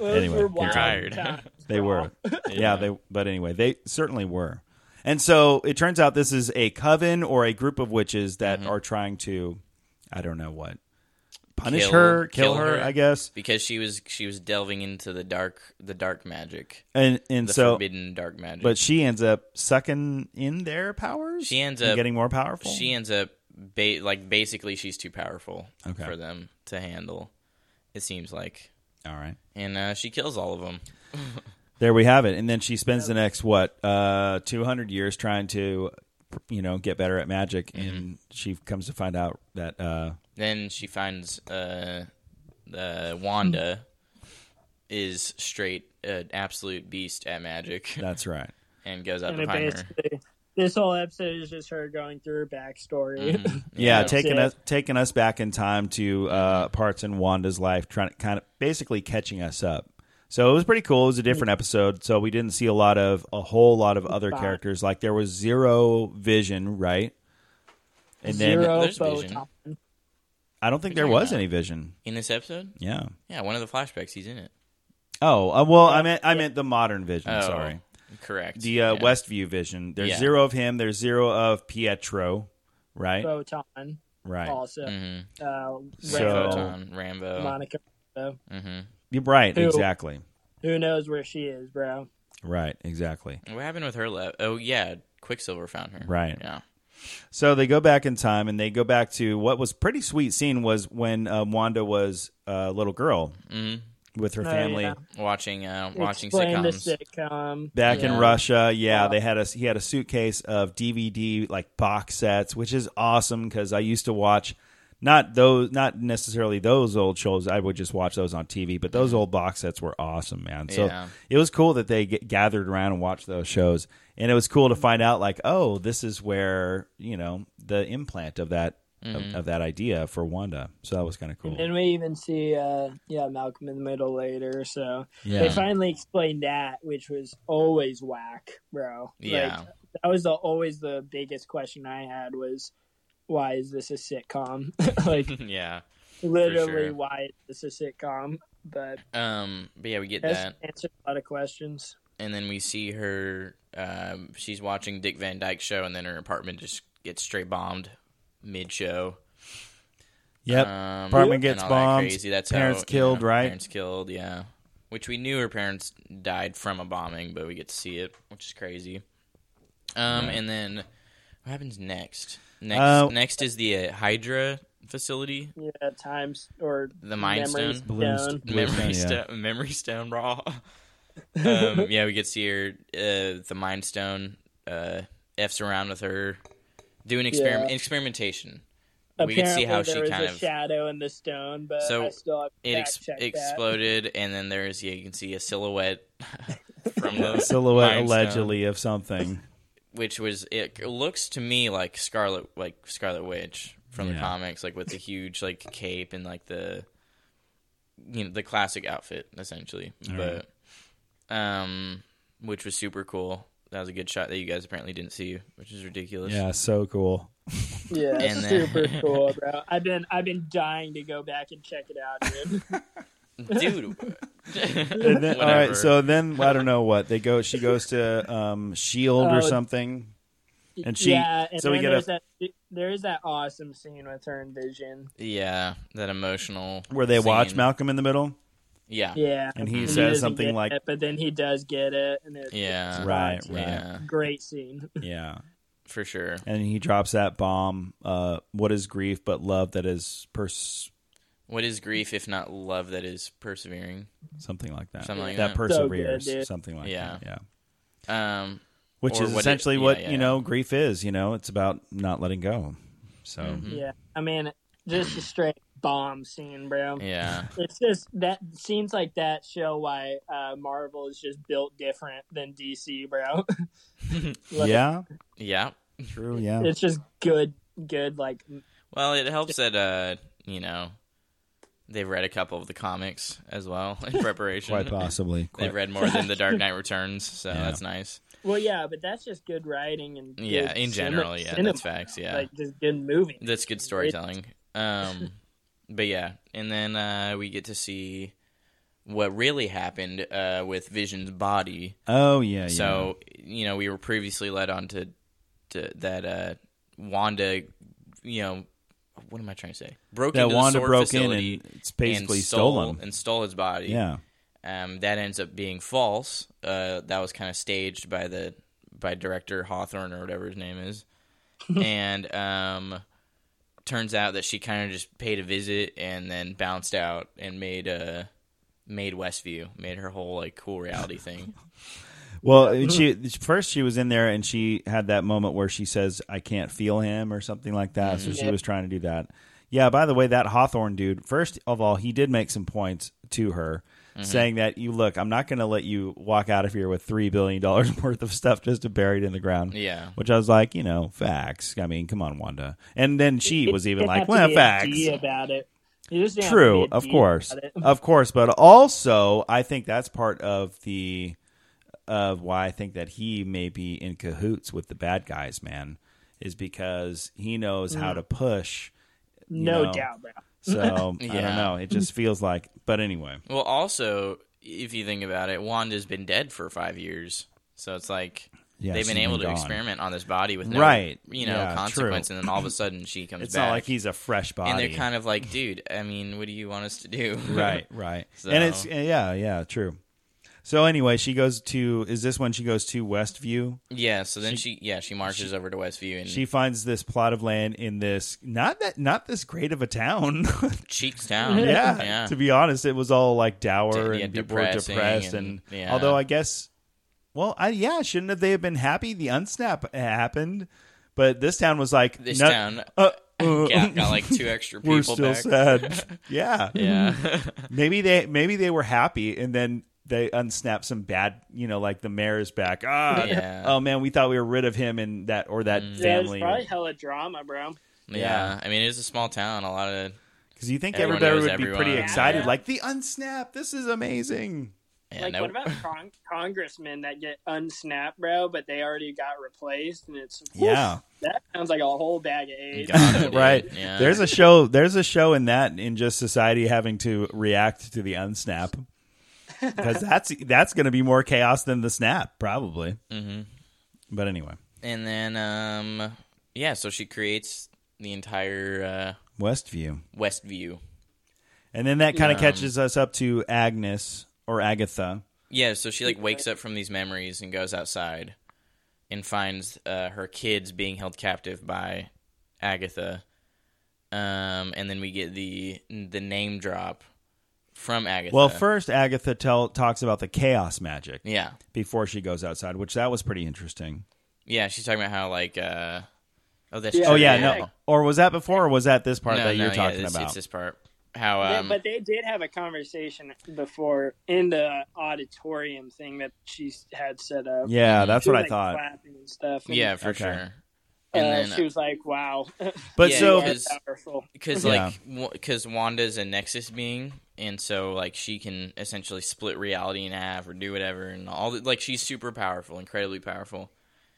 [SPEAKER 1] Anyway,
[SPEAKER 3] were
[SPEAKER 1] you're
[SPEAKER 3] wild
[SPEAKER 2] tired.
[SPEAKER 3] times,
[SPEAKER 1] they
[SPEAKER 3] bro.
[SPEAKER 1] were, yeah, they. But anyway, they certainly were. And so it turns out this is a coven or a group of witches that
[SPEAKER 2] Mm-hmm.
[SPEAKER 1] are trying to, I don't know what, punish
[SPEAKER 2] Kill-
[SPEAKER 1] her, kill,
[SPEAKER 2] kill
[SPEAKER 1] her,
[SPEAKER 2] her.
[SPEAKER 1] I guess.
[SPEAKER 2] because she was she was delving into the dark the dark magic,
[SPEAKER 1] And and
[SPEAKER 2] the
[SPEAKER 1] so,
[SPEAKER 2] forbidden dark magic.
[SPEAKER 1] but she ends up sucking in their powers.
[SPEAKER 2] She ends
[SPEAKER 1] and
[SPEAKER 2] up-
[SPEAKER 1] getting more powerful.
[SPEAKER 2] she ends up ba- like basically she's too powerful
[SPEAKER 1] Okay.
[SPEAKER 2] for them to handle. It seems like,
[SPEAKER 1] All right.
[SPEAKER 2] and uh, she kills all of them.
[SPEAKER 1] There we have it. And then she spends the next what uh, two hundred years trying to, you know, get better at magic,
[SPEAKER 2] Mm-hmm.
[SPEAKER 1] and she comes to find out that uh,
[SPEAKER 2] Then she finds uh, uh, Wanda
[SPEAKER 1] Hmm.
[SPEAKER 2] is straight an absolute beast at magic
[SPEAKER 1] that's right.
[SPEAKER 2] and goes out
[SPEAKER 3] and
[SPEAKER 2] to
[SPEAKER 3] it
[SPEAKER 2] find her.
[SPEAKER 3] basically this whole episode is just her going through her backstory.
[SPEAKER 2] Mhm.
[SPEAKER 1] Yeah,
[SPEAKER 3] That's
[SPEAKER 1] taking
[SPEAKER 3] it.
[SPEAKER 1] us taking us back in time to uh, parts in Wanda's life, trying to kind of basically catching us up So it was pretty cool. It was a different episode, so we didn't see a lot of a whole lot of other
[SPEAKER 4] Bye.
[SPEAKER 1] characters. Like there was zero Vision, right? And then
[SPEAKER 2] Zero.
[SPEAKER 3] Zero
[SPEAKER 2] there's vision.
[SPEAKER 3] photon.
[SPEAKER 1] I don't think there
[SPEAKER 2] You're talking
[SPEAKER 1] was
[SPEAKER 2] about-
[SPEAKER 1] any Vision.
[SPEAKER 2] in this episode.
[SPEAKER 1] Yeah.
[SPEAKER 2] Yeah, one of the flashbacks he's in it.
[SPEAKER 1] Oh uh, well, I meant I meant the modern Vision.
[SPEAKER 2] Oh,
[SPEAKER 1] Sorry,
[SPEAKER 2] correct.
[SPEAKER 1] the uh,
[SPEAKER 2] Yeah.
[SPEAKER 1] Westview Vision. There's
[SPEAKER 2] Yeah.
[SPEAKER 1] zero of him. There's zero of Pietro. Right.
[SPEAKER 3] Photon.
[SPEAKER 1] Right.
[SPEAKER 3] Also,
[SPEAKER 2] Mhm.
[SPEAKER 3] uh,
[SPEAKER 1] So-
[SPEAKER 2] Red
[SPEAKER 3] Rambo,
[SPEAKER 2] Photon, Rambo.
[SPEAKER 3] Monica.
[SPEAKER 2] Mm-hmm.
[SPEAKER 1] You're right.
[SPEAKER 3] Who-
[SPEAKER 1] Exactly.
[SPEAKER 3] Who knows where she is, bro?
[SPEAKER 1] Right. Exactly.
[SPEAKER 2] What happened with her? Le- oh yeah, Quicksilver found her.
[SPEAKER 1] Right.
[SPEAKER 2] Yeah.
[SPEAKER 1] So they go back in time and they go back to what was pretty sweet scene was when uh, Wanda was uh, a little girl
[SPEAKER 2] Mm-hmm.
[SPEAKER 1] with her
[SPEAKER 3] Oh,
[SPEAKER 1] family
[SPEAKER 3] yeah.
[SPEAKER 2] Watching uh, watching
[SPEAKER 3] Explain
[SPEAKER 2] sitcoms.
[SPEAKER 3] the sitcom.
[SPEAKER 1] back in
[SPEAKER 2] Yeah.
[SPEAKER 1] Russia. Yeah,
[SPEAKER 3] Wow.
[SPEAKER 1] they had a he had a suitcase of DVD like box sets, which is awesome because I used to watch not those not necessarily those old shows. I would just watch those on TV, but those old box sets were awesome, man. So um,
[SPEAKER 2] Yeah.
[SPEAKER 1] it was cool that they g gathered around and watched those shows, and it was cool to find out like, oh, this is where you know the implant of that.
[SPEAKER 2] Mm-hmm.
[SPEAKER 1] Of, of that idea for Wanda, so that was kind of cool.
[SPEAKER 3] And we even see, uh, yeah, Malcolm in the Middle later. So
[SPEAKER 1] Yeah,
[SPEAKER 3] they finally explained that, which was always whack, bro.
[SPEAKER 2] Yeah.
[SPEAKER 3] Like, that was the, always the biggest question I had was, why is this a sitcom? like,
[SPEAKER 2] yeah.
[SPEAKER 3] literally,
[SPEAKER 2] sure.
[SPEAKER 3] why is this a sitcom? But
[SPEAKER 2] Um. But yeah, we get
[SPEAKER 3] that's
[SPEAKER 2] that,
[SPEAKER 3] answered a lot of questions.
[SPEAKER 2] and then we see her. Um. She's watching Dick Van Dyke show, and then her apartment just gets straight bombed mid show.
[SPEAKER 1] yep.
[SPEAKER 2] Um,
[SPEAKER 1] Apartment
[SPEAKER 2] and
[SPEAKER 1] gets
[SPEAKER 2] all that
[SPEAKER 1] bombed,
[SPEAKER 2] Crazy. That's
[SPEAKER 1] parents
[SPEAKER 2] how,
[SPEAKER 1] killed,
[SPEAKER 2] you know,
[SPEAKER 1] right?
[SPEAKER 2] Parents killed. Yeah. Which we knew her parents died from a bombing, but we get to see it, which is crazy. Um, and then what happens next? Next,
[SPEAKER 1] Uh,
[SPEAKER 2] next is the uh, Hydra facility,
[SPEAKER 3] Yeah, times or
[SPEAKER 2] the Mind
[SPEAKER 3] memory
[SPEAKER 2] Stone,
[SPEAKER 1] Blue
[SPEAKER 3] stone.
[SPEAKER 1] st- blue
[SPEAKER 2] Memory
[SPEAKER 1] stone, yeah.
[SPEAKER 2] Stone, Memory Stone Raw. um, yeah, we get to see her, uh, the Mind Stone, uh, f's around with her, doing experiment
[SPEAKER 3] Yeah.
[SPEAKER 2] experimentation.
[SPEAKER 3] Apparently,
[SPEAKER 2] we could see how
[SPEAKER 3] there
[SPEAKER 2] she
[SPEAKER 3] was
[SPEAKER 2] kind
[SPEAKER 3] a
[SPEAKER 2] of
[SPEAKER 3] shadow in the stone, but
[SPEAKER 2] So,
[SPEAKER 3] I still have
[SPEAKER 2] it ex-
[SPEAKER 3] fact-checked
[SPEAKER 2] exploded, and then there's yeah, you can see a silhouette from the
[SPEAKER 1] silhouette
[SPEAKER 2] Mind Stone,
[SPEAKER 1] allegedly of something.
[SPEAKER 2] which was it looks to me like Scarlet like Scarlet Witch from
[SPEAKER 1] Yeah.
[SPEAKER 2] the comics, like with the huge like cape and like the you know the classic outfit essentially,
[SPEAKER 1] All
[SPEAKER 2] but um, which was super cool. That was a good shot that you guys apparently didn't see, which is ridiculous.
[SPEAKER 1] Yeah, so cool.
[SPEAKER 3] that. Yeah,
[SPEAKER 2] And then-
[SPEAKER 3] super cool, bro. I've been I've been dying to go back and check it out, dude.
[SPEAKER 2] dude.
[SPEAKER 1] And then- all right,
[SPEAKER 2] Whatever.
[SPEAKER 1] so then I don't know what they go. She goes to um, Shield or
[SPEAKER 3] Oh.
[SPEAKER 1] something. And she-
[SPEAKER 3] yeah, and
[SPEAKER 1] so we
[SPEAKER 3] then
[SPEAKER 1] get a-
[SPEAKER 3] there's that there is that awesome scene with her and Vision.
[SPEAKER 2] yeah, that emotional
[SPEAKER 1] Where they watch
[SPEAKER 2] scene.
[SPEAKER 1] Malcolm in the Middle,
[SPEAKER 2] Yeah,
[SPEAKER 3] Yeah,
[SPEAKER 1] and he
[SPEAKER 3] Mm-hmm. he
[SPEAKER 1] says
[SPEAKER 3] doesn't
[SPEAKER 1] something
[SPEAKER 3] get
[SPEAKER 1] like,
[SPEAKER 3] it, but then he does get it, and it's
[SPEAKER 2] yeah,
[SPEAKER 1] "Right, right, yeah.
[SPEAKER 2] yeah,
[SPEAKER 3] great scene.
[SPEAKER 2] for sure.
[SPEAKER 1] And he drops that bomb. Uh, what is grief but love that is pers-
[SPEAKER 2] What is grief if not love that is persevering?
[SPEAKER 1] something like that.
[SPEAKER 2] Something like
[SPEAKER 1] that
[SPEAKER 2] that.
[SPEAKER 3] So good,
[SPEAKER 1] perseveres,
[SPEAKER 3] dude.
[SPEAKER 1] something like
[SPEAKER 2] Yeah.
[SPEAKER 1] that. Yeah,
[SPEAKER 2] Um,
[SPEAKER 1] which
[SPEAKER 2] Or
[SPEAKER 1] is
[SPEAKER 2] what it-
[SPEAKER 1] essentially
[SPEAKER 2] yeah,
[SPEAKER 1] what
[SPEAKER 2] yeah,
[SPEAKER 1] you
[SPEAKER 2] yeah.
[SPEAKER 1] know grief is. You know, it's about not letting go. So
[SPEAKER 2] Mm-hmm.
[SPEAKER 3] Yeah, I mean, just a straight bomb scene, bro.
[SPEAKER 2] yeah,
[SPEAKER 3] It's just that seems like that show why uh, Marvel is just built different than DC, bro. Like,
[SPEAKER 1] yeah,
[SPEAKER 2] yeah.
[SPEAKER 1] true. Yeah,
[SPEAKER 3] it's just good, good. Like,
[SPEAKER 2] Well, it helps that uh, you know, they've read a couple of the comics as well in preparation.
[SPEAKER 1] quite possibly.
[SPEAKER 2] They've
[SPEAKER 1] Quite,
[SPEAKER 2] read more than the Dark Knight Returns, so
[SPEAKER 1] Yeah.
[SPEAKER 2] that's nice.
[SPEAKER 3] well, yeah, but that's just good writing and
[SPEAKER 2] Yeah,
[SPEAKER 3] good
[SPEAKER 2] in
[SPEAKER 3] cine-
[SPEAKER 2] general, yeah,
[SPEAKER 3] cinema,
[SPEAKER 2] that's facts. Yeah,
[SPEAKER 3] like just good movie.
[SPEAKER 2] that's good storytelling. Um, but yeah, and then uh, we get to see what really happened uh, with Vision's body.
[SPEAKER 1] oh yeah, yeah.
[SPEAKER 2] So you know, we were previously led on to, to that uh, Wanda, you know, what am I trying to say? Broke
[SPEAKER 1] that
[SPEAKER 2] into
[SPEAKER 1] Wanda
[SPEAKER 2] the sword
[SPEAKER 1] broke in
[SPEAKER 2] facility
[SPEAKER 1] and it's basically
[SPEAKER 2] and stole,
[SPEAKER 1] stolen.
[SPEAKER 2] and stole his body.
[SPEAKER 1] Yeah.
[SPEAKER 2] um, that ends up being false. Uh, that was kind of staged by the by director Hawthorne or whatever his name is, and um, turns out that she kind of just paid a visit and then bounced out and made uh made Westview made her whole like cool reality thing.
[SPEAKER 1] Well, she first she was in there and she had that moment where she says, "I can't feel him" or something like that.
[SPEAKER 2] Mm-hmm.
[SPEAKER 1] So she
[SPEAKER 3] Yeah.
[SPEAKER 1] was trying to do that. Yeah. By the way, that Hawthorne dude. First of all, he did make some points to her,
[SPEAKER 2] Mm-hmm.
[SPEAKER 1] saying that you look, I'm not going to let you walk out of here with three billion dollars worth of stuff just to buried in the ground.
[SPEAKER 2] Yeah.
[SPEAKER 1] Which I was like, you know, facts. I mean, come on, Wanda. And then she was even
[SPEAKER 3] Didn't
[SPEAKER 1] like,
[SPEAKER 3] have to
[SPEAKER 1] well,
[SPEAKER 3] be a
[SPEAKER 1] facts.
[SPEAKER 3] D about it.
[SPEAKER 5] You just didn't have to
[SPEAKER 1] True,
[SPEAKER 5] be a
[SPEAKER 1] of
[SPEAKER 5] diva
[SPEAKER 1] course, Uh,
[SPEAKER 5] about it.
[SPEAKER 1] of course, but also I think that's part of the of why I think that he may be in cahoots with the bad guys, man, is because he knows
[SPEAKER 3] Mm.
[SPEAKER 1] how to push. you
[SPEAKER 5] No
[SPEAKER 1] know.
[SPEAKER 5] doubt, bro.
[SPEAKER 1] So I
[SPEAKER 2] Yeah.
[SPEAKER 1] don't know. It just feels like. But anyway,
[SPEAKER 2] Well, also, if you think about it, Wanda's been dead for five years, so it's like
[SPEAKER 1] Yeah,
[SPEAKER 2] they've been
[SPEAKER 1] she's
[SPEAKER 2] able
[SPEAKER 1] been
[SPEAKER 2] to
[SPEAKER 1] gone.
[SPEAKER 2] experiment on this body with no,
[SPEAKER 1] Right.
[SPEAKER 2] you know,
[SPEAKER 1] Yeah,
[SPEAKER 2] consequence,
[SPEAKER 1] true.
[SPEAKER 2] and then all of a sudden she comes
[SPEAKER 1] it's
[SPEAKER 2] back.
[SPEAKER 1] not like he's a fresh body.
[SPEAKER 2] and they're kind of like, dude, I mean, what do you want us to do?
[SPEAKER 1] right, right.
[SPEAKER 2] So-
[SPEAKER 1] And it's yeah, yeah, true. So anyway, she goes to is this when she goes to Westview?
[SPEAKER 2] yeah. So then she, yeah, she marches over to Westview and
[SPEAKER 1] She finds this plot of land in this not that not this great of a town.
[SPEAKER 2] cheeks down.
[SPEAKER 1] yeah,
[SPEAKER 2] yeah.
[SPEAKER 1] To be honest, it was all like dour
[SPEAKER 2] De- yeah,
[SPEAKER 1] and people were
[SPEAKER 2] depressing
[SPEAKER 1] depressed
[SPEAKER 2] and-
[SPEAKER 1] and,
[SPEAKER 2] yeah.
[SPEAKER 1] although I guess well, I yeah, shouldn't have they have been happy the unsnap happened, but this town was like
[SPEAKER 2] This
[SPEAKER 1] no-
[SPEAKER 2] town
[SPEAKER 1] uh, uh,
[SPEAKER 2] got, got like two extra people
[SPEAKER 1] we're still
[SPEAKER 2] back.
[SPEAKER 1] sad. yeah.
[SPEAKER 2] Yeah.
[SPEAKER 1] Maybe they maybe they were happy and then they unsnap some bad, you know, like the mayor is back. Ah,
[SPEAKER 2] Yeah. Mm.
[SPEAKER 1] oh man, we thought we were rid of him and that or that
[SPEAKER 3] Yeah, it's
[SPEAKER 1] family.
[SPEAKER 3] probably hella drama, bro.
[SPEAKER 2] yeah. I mean, it is a small town. A lot of
[SPEAKER 1] Because you think
[SPEAKER 2] Everyone
[SPEAKER 1] everybody
[SPEAKER 2] knows
[SPEAKER 1] would
[SPEAKER 2] everyone.
[SPEAKER 1] be pretty
[SPEAKER 2] Yeah.
[SPEAKER 1] excited, like the unsnap. This is amazing.
[SPEAKER 2] yeah,
[SPEAKER 3] like,
[SPEAKER 2] no,
[SPEAKER 3] what about con- congressmen that get unsnapped, bro, but they already got replaced? And it's,
[SPEAKER 1] Yeah,
[SPEAKER 3] that sounds like a whole bag of AIDS.
[SPEAKER 2] Got it, dude.
[SPEAKER 1] right.
[SPEAKER 2] Yeah.
[SPEAKER 1] There's a show. There's a show in that in just society having to react to the unsnap because that's that's going to be more chaos than the snap probably.
[SPEAKER 2] Mhm.
[SPEAKER 1] But anyway,
[SPEAKER 2] And then, um, yeah, so she creates the entire
[SPEAKER 1] Westview.
[SPEAKER 2] uh, West View.
[SPEAKER 1] And then that kind of
[SPEAKER 2] Um,
[SPEAKER 1] catches us up to Agnes or Agatha.
[SPEAKER 2] Yeah, so she like wakes up from these memories and goes outside and finds uh, her kids being held captive by Agatha. Um, and then we get the the name drop from Agatha.
[SPEAKER 1] Well, first Agatha tell, talks about the chaos magic
[SPEAKER 2] yeah,
[SPEAKER 1] before she goes outside, which that was pretty interesting.
[SPEAKER 2] yeah, she's talking about how like, uh, oh, that's
[SPEAKER 3] Yeah.
[SPEAKER 1] Oh
[SPEAKER 2] true.
[SPEAKER 1] yeah,
[SPEAKER 3] Yeah.
[SPEAKER 1] no. Or was that before or was that this part
[SPEAKER 2] No,
[SPEAKER 1] that
[SPEAKER 2] no,
[SPEAKER 1] you're
[SPEAKER 2] yeah,
[SPEAKER 1] talking
[SPEAKER 2] it's-
[SPEAKER 1] about?
[SPEAKER 2] It's this part. How
[SPEAKER 3] They-
[SPEAKER 2] um,
[SPEAKER 3] but they did have a conversation before in the auditorium thing that she had set up.
[SPEAKER 1] yeah, that's
[SPEAKER 3] She
[SPEAKER 1] what
[SPEAKER 3] was,
[SPEAKER 1] I
[SPEAKER 3] like,
[SPEAKER 1] thought.
[SPEAKER 3] clapping and stuff. And,
[SPEAKER 2] yeah, for
[SPEAKER 1] Okay.
[SPEAKER 2] sure.
[SPEAKER 3] uh,
[SPEAKER 2] And then
[SPEAKER 3] she was like, "Wow."
[SPEAKER 1] But
[SPEAKER 2] Yeah,
[SPEAKER 1] so
[SPEAKER 2] yeah.
[SPEAKER 3] That's powerful.
[SPEAKER 2] because
[SPEAKER 1] Yeah.
[SPEAKER 2] like because Wanda's a Nexus being, and so like she can essentially split reality in half or do whatever, and all the, like she's super powerful, incredibly powerful.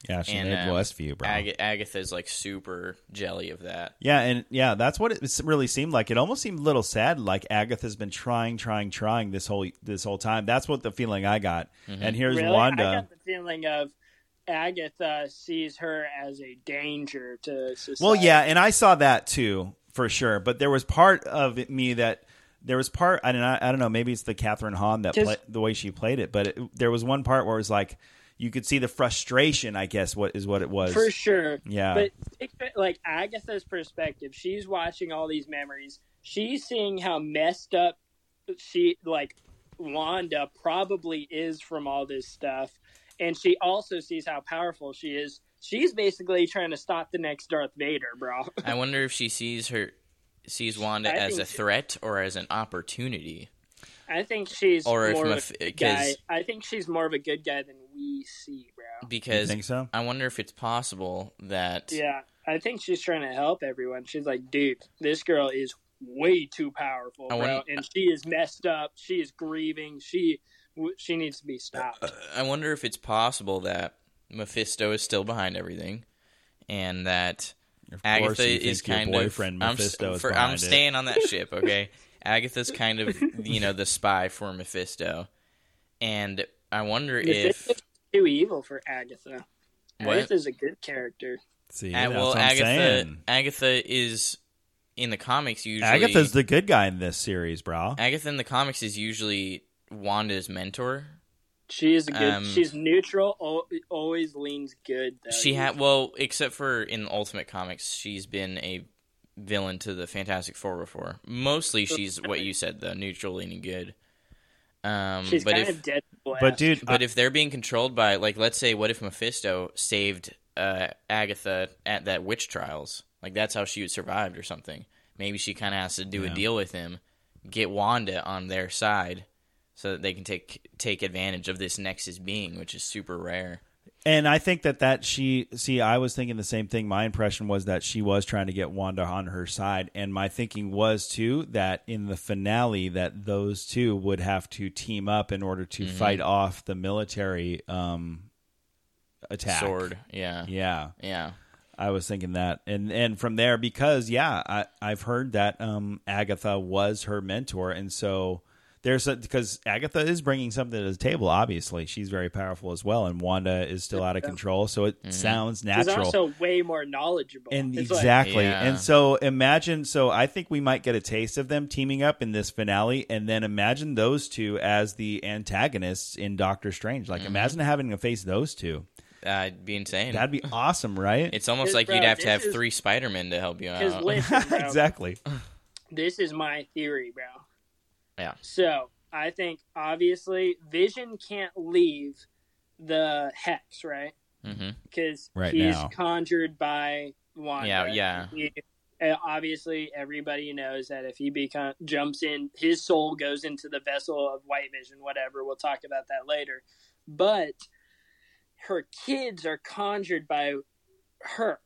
[SPEAKER 1] yeah, she
[SPEAKER 2] and,
[SPEAKER 1] made
[SPEAKER 2] um,
[SPEAKER 1] Westview, bro.
[SPEAKER 2] Ag- Agatha's like super jelly of that.
[SPEAKER 1] yeah, and yeah, that's what it s- really seemed like. It almost seemed a little sad like Agatha's been trying, trying, trying this whole this whole time. That's what the feeling I got.
[SPEAKER 2] Mm-hmm.
[SPEAKER 1] And here's
[SPEAKER 3] really,
[SPEAKER 1] Wanda.
[SPEAKER 3] I got the feeling of Agatha sees her as a danger to society.
[SPEAKER 1] Well, yeah, and I saw that too for sure. But there was part of it- me that there was part. I don't. know- I don't know. Maybe it's the Catherine Hahn that
[SPEAKER 3] Just-
[SPEAKER 1] play, the way she played it. But it, there was one part where it was like you could see the frustration. I guess what is what it was.
[SPEAKER 3] for sure.
[SPEAKER 1] Yeah.
[SPEAKER 3] But think of it like Agatha's perspective, she's watching all these memories. She's seeing how messed up she like Wanda probably is from all this stuff, and she also sees how powerful she is. She's basically trying to stop the next Darth Vader, bro.
[SPEAKER 2] I wonder if she sees her sees Wanda
[SPEAKER 3] I
[SPEAKER 2] as a
[SPEAKER 3] think-
[SPEAKER 2] threat or as an opportunity.
[SPEAKER 3] I think she's
[SPEAKER 2] Or if
[SPEAKER 3] more
[SPEAKER 2] my
[SPEAKER 3] of
[SPEAKER 2] f-
[SPEAKER 3] a good
[SPEAKER 2] 'cause-
[SPEAKER 3] guy. I think she's more of a good guy than we see, bro.
[SPEAKER 1] you
[SPEAKER 2] Because
[SPEAKER 1] think so?
[SPEAKER 2] I wonder if it's possible that
[SPEAKER 3] Yeah, I think she's trying to help everyone. She's like, dude, this girl is way too powerful,
[SPEAKER 2] I
[SPEAKER 3] bro,
[SPEAKER 2] wanna-
[SPEAKER 3] and she is messed up. She is grieving. She w- she needs to be stopped.
[SPEAKER 2] I wonder if it's possible that Mephisto is still behind everything, and that
[SPEAKER 1] Of course
[SPEAKER 2] Agatha
[SPEAKER 1] you
[SPEAKER 2] is
[SPEAKER 1] think your
[SPEAKER 2] kind
[SPEAKER 1] boyfriend
[SPEAKER 2] of.
[SPEAKER 1] Mephisto
[SPEAKER 2] I'm, s-
[SPEAKER 1] is
[SPEAKER 2] for,
[SPEAKER 1] behind
[SPEAKER 2] I'm
[SPEAKER 1] it.
[SPEAKER 2] staying on that ship, okay? Agatha's kind of you know the spy for Mephisto, and I wonder if
[SPEAKER 3] Mephisto's too evil for Agatha.
[SPEAKER 2] What?
[SPEAKER 3] Agatha's a good character.
[SPEAKER 1] See,
[SPEAKER 2] uh,
[SPEAKER 1] that's
[SPEAKER 2] well
[SPEAKER 1] what I'm
[SPEAKER 2] Agatha
[SPEAKER 1] saying.
[SPEAKER 2] Agatha is in the comics usually
[SPEAKER 1] Agatha's the good guy in this series, bro.
[SPEAKER 2] Agatha in the comics is usually Wanda's mentor.
[SPEAKER 3] She is a good.
[SPEAKER 2] Um,
[SPEAKER 3] she's neutral. al- Always leans good. Though.
[SPEAKER 2] She had well, except for in Ultimate Comics, she's been a villain to the Fantastic Four before. Mostly, she's what you said though, neutral and good. Um,
[SPEAKER 3] She's
[SPEAKER 2] but
[SPEAKER 3] kind
[SPEAKER 2] if
[SPEAKER 3] of dead.
[SPEAKER 1] But dude,
[SPEAKER 2] but if they're being controlled by like, let's say, what if Mephisto saved uh, Agatha at that witch trials? Like that's how she survived or something. Maybe she kind of has to do a
[SPEAKER 1] Yeah.
[SPEAKER 2] deal with him, get Wanda on their side, so that they can take take advantage of this Nexus being, which is super rare.
[SPEAKER 1] And I think that that she see I was thinking the same thing. My impression was that she was trying to get Wanda on her side and my thinking was too that in the finale that those two would have to team up in order to
[SPEAKER 2] Mhm.
[SPEAKER 1] fight off the military um attack.
[SPEAKER 2] sword. Yeah. yeah,
[SPEAKER 1] Yeah. I was thinking that, and and from there because yeah, I I've heard that um, Agatha was her mentor, and so there's a, because Agatha is bringing something to the table. Obviously, she's very powerful as well, and Wanda is still out of control, so it
[SPEAKER 2] Mhm.
[SPEAKER 1] sounds
[SPEAKER 3] She's
[SPEAKER 1] natural.
[SPEAKER 3] also way more knowledgeable.
[SPEAKER 1] and
[SPEAKER 3] It's like-
[SPEAKER 1] exactly,
[SPEAKER 2] Yeah.
[SPEAKER 1] and so imagine. So I think we might get a taste of them teaming up in this finale, and then imagine those two as the antagonists in Doctor Strange. Like,
[SPEAKER 2] Mhm.
[SPEAKER 1] imagine having to face those two.
[SPEAKER 2] That'd be insane.
[SPEAKER 1] That'd be awesome, right?
[SPEAKER 2] it's almost
[SPEAKER 3] Cause,
[SPEAKER 2] like you'd
[SPEAKER 3] bro,
[SPEAKER 2] have to
[SPEAKER 3] this
[SPEAKER 2] have
[SPEAKER 3] is-
[SPEAKER 2] three Spider Men to help you
[SPEAKER 3] Cause
[SPEAKER 2] out.
[SPEAKER 3] listen, bro,
[SPEAKER 1] exactly.
[SPEAKER 3] this is my theory, bro.
[SPEAKER 2] Yeah.
[SPEAKER 3] So I think obviously Vision can't leave the hex, right?
[SPEAKER 2] hmm
[SPEAKER 3] Because
[SPEAKER 1] Right
[SPEAKER 3] he's
[SPEAKER 1] now.
[SPEAKER 3] conjured by Wanda.
[SPEAKER 2] Yeah, yeah.
[SPEAKER 3] He- uh, obviously, everybody knows that if he become jumps in, his soul goes into the vessel of White Vision. Whatever, we'll talk about that later. But her kids are conjured by her,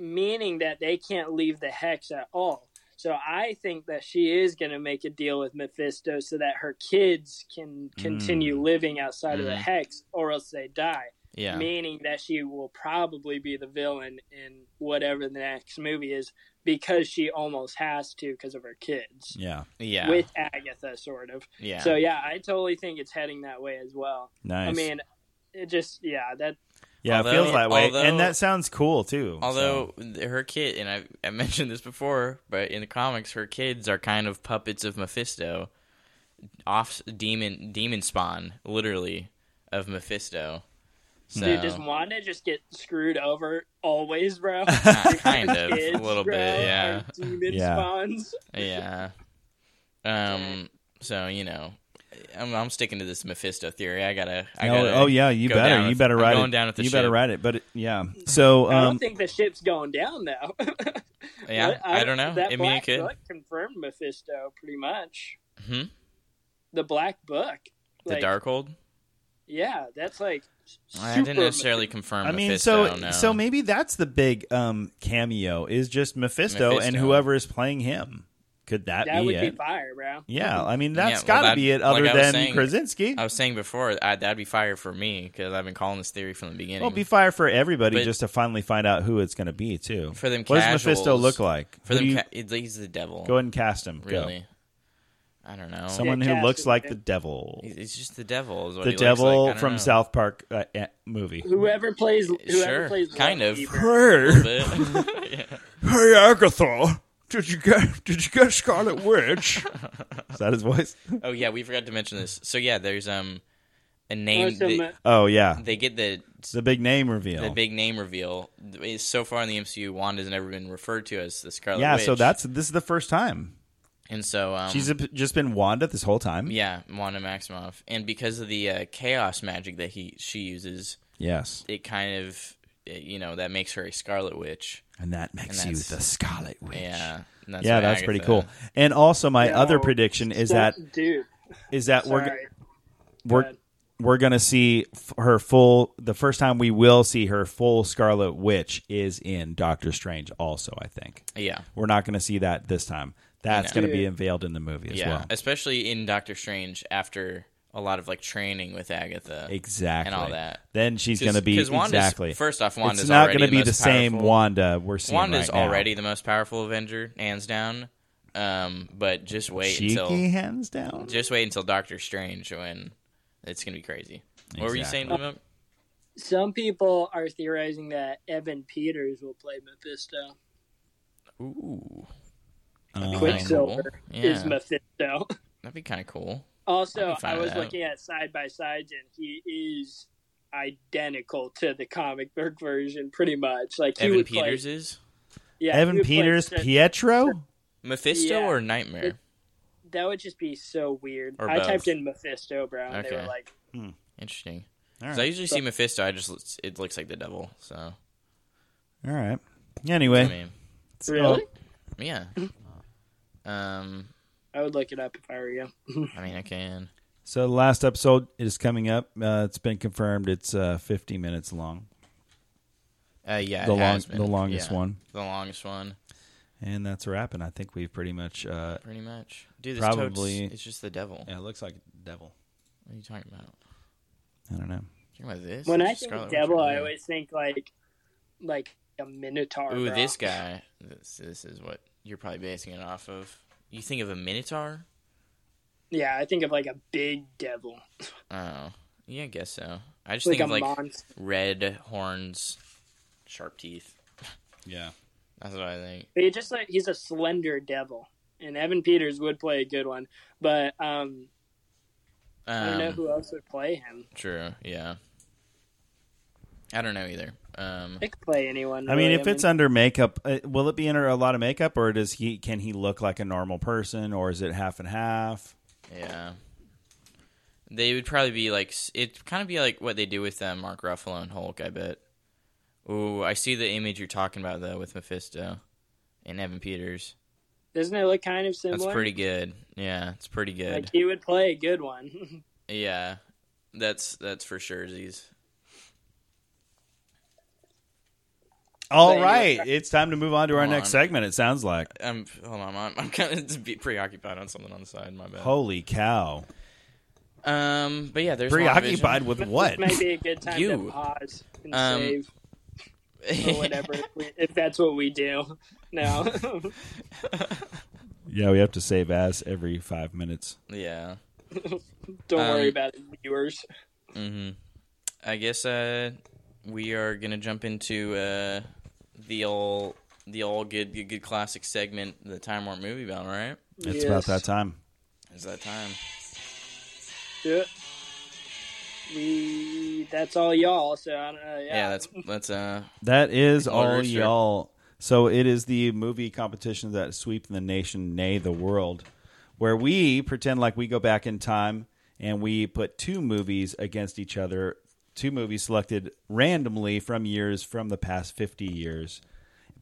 [SPEAKER 3] meaning that they can't leave the hex at all. So I think that she is going to make a deal with Mephisto so that her kids can continue living outside of the
[SPEAKER 2] Mhm.
[SPEAKER 3] hex, or else they die
[SPEAKER 2] Yeah.
[SPEAKER 3] meaning that she will probably be the villain in whatever the next movie is because she almost has to because of her kids
[SPEAKER 1] Yeah.
[SPEAKER 2] yeah.
[SPEAKER 3] with Agatha, sort of.
[SPEAKER 2] yeah.
[SPEAKER 3] So yeah, I totally think it's heading that way as well.
[SPEAKER 1] Nice.
[SPEAKER 3] I mean, it just yeah that
[SPEAKER 1] Yeah, it
[SPEAKER 2] Although-
[SPEAKER 1] feels that way,
[SPEAKER 2] although-
[SPEAKER 1] and that sounds cool too.
[SPEAKER 2] Although th- her kid, and I, I mentioned this before, but in the comics, her kids are kind of puppets of Mephisto, off demon demon spawn, literally of Mephisto. So
[SPEAKER 3] dude does Wanda just get screwed over always, bro.
[SPEAKER 2] ki- kind of
[SPEAKER 3] Kids,
[SPEAKER 2] a little
[SPEAKER 3] bro,
[SPEAKER 2] bit, yeah,
[SPEAKER 3] are Demon
[SPEAKER 1] Yeah.
[SPEAKER 3] spawns.
[SPEAKER 2] yeah. Um. So you know, I'm, I'm sticking to this Mephisto theory. I gotta. I
[SPEAKER 1] so.
[SPEAKER 2] gotta
[SPEAKER 1] oh, oh, yeah, you
[SPEAKER 2] go
[SPEAKER 1] better,
[SPEAKER 2] down
[SPEAKER 1] you
[SPEAKER 2] with-
[SPEAKER 1] better
[SPEAKER 2] I'm
[SPEAKER 1] write
[SPEAKER 2] going
[SPEAKER 1] it.
[SPEAKER 2] down with the
[SPEAKER 1] you better
[SPEAKER 2] ship.
[SPEAKER 1] write it, but it, yeah. So,
[SPEAKER 3] I don't
[SPEAKER 1] um,
[SPEAKER 3] think the ship's going down though.
[SPEAKER 2] Yeah, I, don't know.
[SPEAKER 3] That
[SPEAKER 2] I mean, you
[SPEAKER 3] black
[SPEAKER 2] could.
[SPEAKER 3] book confirmed Mephisto pretty much.
[SPEAKER 2] Hmm?
[SPEAKER 3] The black book.
[SPEAKER 2] The
[SPEAKER 3] Like,
[SPEAKER 2] Darkhold.
[SPEAKER 3] Yeah, that's like.
[SPEAKER 2] I didn't
[SPEAKER 3] super
[SPEAKER 2] necessarily confirm.
[SPEAKER 1] I mean,
[SPEAKER 2] Mephisto,
[SPEAKER 1] so
[SPEAKER 2] no.
[SPEAKER 1] so maybe that's the big um cameo is just Mephisto, and
[SPEAKER 2] Mephisto.
[SPEAKER 1] whoever is playing him. Could that,
[SPEAKER 3] That
[SPEAKER 1] be
[SPEAKER 3] would
[SPEAKER 1] it?
[SPEAKER 3] be fire, bro.
[SPEAKER 1] yeah, I mean,
[SPEAKER 2] Yeah,
[SPEAKER 1] that's got
[SPEAKER 2] well,
[SPEAKER 1] to
[SPEAKER 2] that-
[SPEAKER 1] be it.
[SPEAKER 2] like
[SPEAKER 1] Other
[SPEAKER 2] I was
[SPEAKER 1] than
[SPEAKER 2] saying,
[SPEAKER 1] Krasinski,
[SPEAKER 2] I was saying before I, that'd be fire for me because I've been calling this theory from the beginning.
[SPEAKER 1] well, it'd be fire for everybody
[SPEAKER 2] But-
[SPEAKER 1] just to finally find out who it's going to be too.
[SPEAKER 2] for them,
[SPEAKER 1] What does
[SPEAKER 2] casuals,
[SPEAKER 1] Mephisto look like?
[SPEAKER 2] For
[SPEAKER 1] Who
[SPEAKER 2] them,
[SPEAKER 1] do you-
[SPEAKER 2] ca- it- he's the devil.
[SPEAKER 1] go ahead and cast him. Go.
[SPEAKER 2] really? I don't know.
[SPEAKER 1] someone
[SPEAKER 3] Yeah,
[SPEAKER 1] who
[SPEAKER 3] cast
[SPEAKER 1] looks
[SPEAKER 3] him,
[SPEAKER 1] like
[SPEAKER 3] yeah.
[SPEAKER 1] the devil.
[SPEAKER 2] He's he's just the devil. Is what
[SPEAKER 1] the
[SPEAKER 2] he looks like. I
[SPEAKER 1] devil
[SPEAKER 2] don't
[SPEAKER 1] from
[SPEAKER 2] know.
[SPEAKER 1] South Park uh, eh, movie.
[SPEAKER 3] Whoever plays, whoever
[SPEAKER 2] Sure,
[SPEAKER 3] plays,
[SPEAKER 2] kind of.
[SPEAKER 3] Loki, bro.
[SPEAKER 1] Hey,
[SPEAKER 2] But-
[SPEAKER 1] hey, Agatha, did you get did you get Scarlet Witch? Is that his voice?
[SPEAKER 2] oh yeah, we forgot to mention this. So yeah, there's um a
[SPEAKER 3] Or
[SPEAKER 2] name.
[SPEAKER 3] some,
[SPEAKER 2] They,
[SPEAKER 3] uh,
[SPEAKER 1] Oh yeah,
[SPEAKER 2] they get the
[SPEAKER 1] it's a big name reveal.
[SPEAKER 2] the big name reveal. It's So far in the MCU, Wanda's never been referred to as the Scarlet
[SPEAKER 1] yeah,
[SPEAKER 2] Witch.
[SPEAKER 1] so that's this is the first time
[SPEAKER 2] and so um,
[SPEAKER 1] she's a, just been Wanda this whole time.
[SPEAKER 2] yeah Wanda Maximoff, and because of the uh, chaos magic that he she uses,
[SPEAKER 1] Yes,
[SPEAKER 2] it kind of it- you know that makes her a Scarlet Witch.
[SPEAKER 1] and that makes
[SPEAKER 2] And
[SPEAKER 1] you
[SPEAKER 2] that's-
[SPEAKER 1] the Scarlet Witch.
[SPEAKER 2] Yeah, and that's
[SPEAKER 1] Yeah,
[SPEAKER 2] what
[SPEAKER 1] that's pretty
[SPEAKER 2] Agatha-
[SPEAKER 1] cool. And also, my
[SPEAKER 3] No,
[SPEAKER 1] other prediction is
[SPEAKER 3] so-
[SPEAKER 1] that
[SPEAKER 3] dude?
[SPEAKER 1] is that we're
[SPEAKER 3] Sorry,
[SPEAKER 1] we're
[SPEAKER 3] ahead.
[SPEAKER 1] we're gonna see f- her full. The first time we will see her full Scarlet Witch is in Doctor Strange. Also, I think
[SPEAKER 2] Yeah,
[SPEAKER 1] we're not gonna see that this time. That's
[SPEAKER 2] No.
[SPEAKER 1] gonna be unveiled in the movie as
[SPEAKER 2] yeah,
[SPEAKER 1] well.
[SPEAKER 2] especially in Doctor Strange after a lot of like training with Agatha.
[SPEAKER 1] Exactly,
[SPEAKER 2] And all that.
[SPEAKER 1] Then she's gonna be
[SPEAKER 2] 'cause Wanda's-
[SPEAKER 1] exactly.
[SPEAKER 2] First off, Wanda's
[SPEAKER 1] it's not
[SPEAKER 2] already
[SPEAKER 1] gonna be
[SPEAKER 2] most
[SPEAKER 1] the same
[SPEAKER 2] powerful.
[SPEAKER 1] Wanda we're seeing
[SPEAKER 2] Wanda's
[SPEAKER 1] right now.
[SPEAKER 2] already the most powerful Avenger, hands down. Um, but just wait
[SPEAKER 1] Cheeky
[SPEAKER 2] until
[SPEAKER 1] hands down.
[SPEAKER 2] just wait until Doctor Strange when it's gonna be crazy. What were you saying,
[SPEAKER 1] Exactly.
[SPEAKER 2] Lumo?
[SPEAKER 3] some people are theorizing that Evan Peters will play Mephisto.
[SPEAKER 2] Ooh,
[SPEAKER 1] Um,
[SPEAKER 3] Quicksilver
[SPEAKER 2] cool.
[SPEAKER 3] is
[SPEAKER 2] Yeah.
[SPEAKER 3] Mephisto.
[SPEAKER 2] that'd be kind of cool.
[SPEAKER 3] Also,
[SPEAKER 2] I'm fine
[SPEAKER 3] I
[SPEAKER 2] with
[SPEAKER 3] was
[SPEAKER 2] that.
[SPEAKER 3] looking at side by sides, and he is identical to the comic book version, pretty much. Like he
[SPEAKER 2] Evan
[SPEAKER 3] would play-
[SPEAKER 2] Peters is
[SPEAKER 3] yeah, he
[SPEAKER 1] Evan
[SPEAKER 3] would play
[SPEAKER 1] Peters,
[SPEAKER 3] such-
[SPEAKER 1] Pietro.
[SPEAKER 2] Mephisto
[SPEAKER 3] Yeah.
[SPEAKER 2] or Nightmare?
[SPEAKER 3] That would just be so weird.
[SPEAKER 2] Or
[SPEAKER 3] I
[SPEAKER 2] both.
[SPEAKER 3] typed in Mephisto, bro. and They
[SPEAKER 2] Okay.
[SPEAKER 3] were like,
[SPEAKER 2] Interesting.
[SPEAKER 1] All
[SPEAKER 2] 'Cause
[SPEAKER 1] right.
[SPEAKER 2] I usually see Mephisto. I just it looks like the devil. So
[SPEAKER 1] All right.
[SPEAKER 2] I
[SPEAKER 1] Anyway,
[SPEAKER 2] mean,
[SPEAKER 1] so-
[SPEAKER 3] really?
[SPEAKER 2] yeah. Um,
[SPEAKER 3] I would look it up if I were you.
[SPEAKER 2] I mean, I can.
[SPEAKER 1] So the last episode is coming up. Uh, it's been confirmed. It's uh, 50 minutes long,
[SPEAKER 2] Uh, yeah,
[SPEAKER 1] The
[SPEAKER 2] it
[SPEAKER 1] long-
[SPEAKER 2] has been.
[SPEAKER 1] the longest
[SPEAKER 2] Yeah,
[SPEAKER 1] one.
[SPEAKER 2] The longest one,
[SPEAKER 1] and that's a wrap. And I think we've pretty much. Uh,
[SPEAKER 2] pretty much. Dude, this
[SPEAKER 1] Probably-
[SPEAKER 2] Probably. it's just the devil.
[SPEAKER 1] yeah, it looks like devil.
[SPEAKER 2] What are you talking about?
[SPEAKER 1] I don't know.
[SPEAKER 2] You talking about this?
[SPEAKER 5] When
[SPEAKER 2] It's
[SPEAKER 5] I
[SPEAKER 2] just
[SPEAKER 5] think
[SPEAKER 2] Scarlet Witch
[SPEAKER 5] devil,
[SPEAKER 2] right
[SPEAKER 5] I
[SPEAKER 2] there.
[SPEAKER 5] always think like like a minotaur.
[SPEAKER 2] Ooh,
[SPEAKER 5] bro.
[SPEAKER 2] this guy. This, this is what you're probably basing it off of. You think of a minotaur?
[SPEAKER 5] Yeah, I think of like a big devil,
[SPEAKER 2] Oh, yeah, I guess so. I just
[SPEAKER 5] like
[SPEAKER 2] think
[SPEAKER 5] a
[SPEAKER 2] of like
[SPEAKER 5] monster.
[SPEAKER 2] red horns, sharp teeth.
[SPEAKER 1] Yeah.
[SPEAKER 2] That's what I think.
[SPEAKER 5] But he just like he's a slender devil, and Evan Peters would play a good one. But um, I don't know
[SPEAKER 2] Um,
[SPEAKER 5] who else would play him.
[SPEAKER 2] true. Yeah. I don't know either. Um,
[SPEAKER 5] They could play anyone.
[SPEAKER 1] I mean,
[SPEAKER 5] really.
[SPEAKER 1] if it's under makeup, uh, will it be under a lot of makeup, or does he can he look like a normal person, or is it half and half?
[SPEAKER 2] yeah. They would probably be like s- it'd kind of be like what they do with uh, Mark Ruffalo and Hulk. I bet. Ooh, I see the image you're talking about though with Mephisto and Evan Peters.
[SPEAKER 5] doesn't it look kind of similar?
[SPEAKER 2] That's pretty good. Yeah, it's pretty good.
[SPEAKER 5] Like he would play a good one.
[SPEAKER 2] Yeah, that's that's for sure. Z's.
[SPEAKER 1] All
[SPEAKER 5] anyway-
[SPEAKER 1] right, it's time to move on to our
[SPEAKER 2] Hold
[SPEAKER 1] next
[SPEAKER 2] on.
[SPEAKER 1] segment. It sounds like
[SPEAKER 2] I'm hold on. I'm, I'm kind of be preoccupied on something on the side. My bad.
[SPEAKER 1] holy cow,
[SPEAKER 2] Um, but yeah, there's
[SPEAKER 1] preoccupied with what?
[SPEAKER 5] This might be a good time
[SPEAKER 2] You.
[SPEAKER 5] to pause and
[SPEAKER 2] Um,
[SPEAKER 5] save or
[SPEAKER 2] WandaVision.
[SPEAKER 5] whatever. if, we, if that's what we do. No,
[SPEAKER 1] Yeah, we have to save as every five minutes.
[SPEAKER 2] yeah.
[SPEAKER 5] don't
[SPEAKER 2] Um,
[SPEAKER 5] worry about it, viewers.
[SPEAKER 2] hmm I guess uh, we are gonna jump into uh, the old the old good good, good classic segment, the Time Warp movie battle. Right?
[SPEAKER 1] It's about that time.
[SPEAKER 2] Is that time?
[SPEAKER 5] Yeah. We that's all y'all. So I don't know. Yeah,
[SPEAKER 2] Yeah. that's that's uh.
[SPEAKER 1] That is
[SPEAKER 2] Order,
[SPEAKER 1] all
[SPEAKER 2] sir.
[SPEAKER 1] y'all. So it is the movie competition that sweep the nation, nay the world, where we pretend like we go back in time and we put two movies against each other, two movies selected randomly from years from the past 50 years.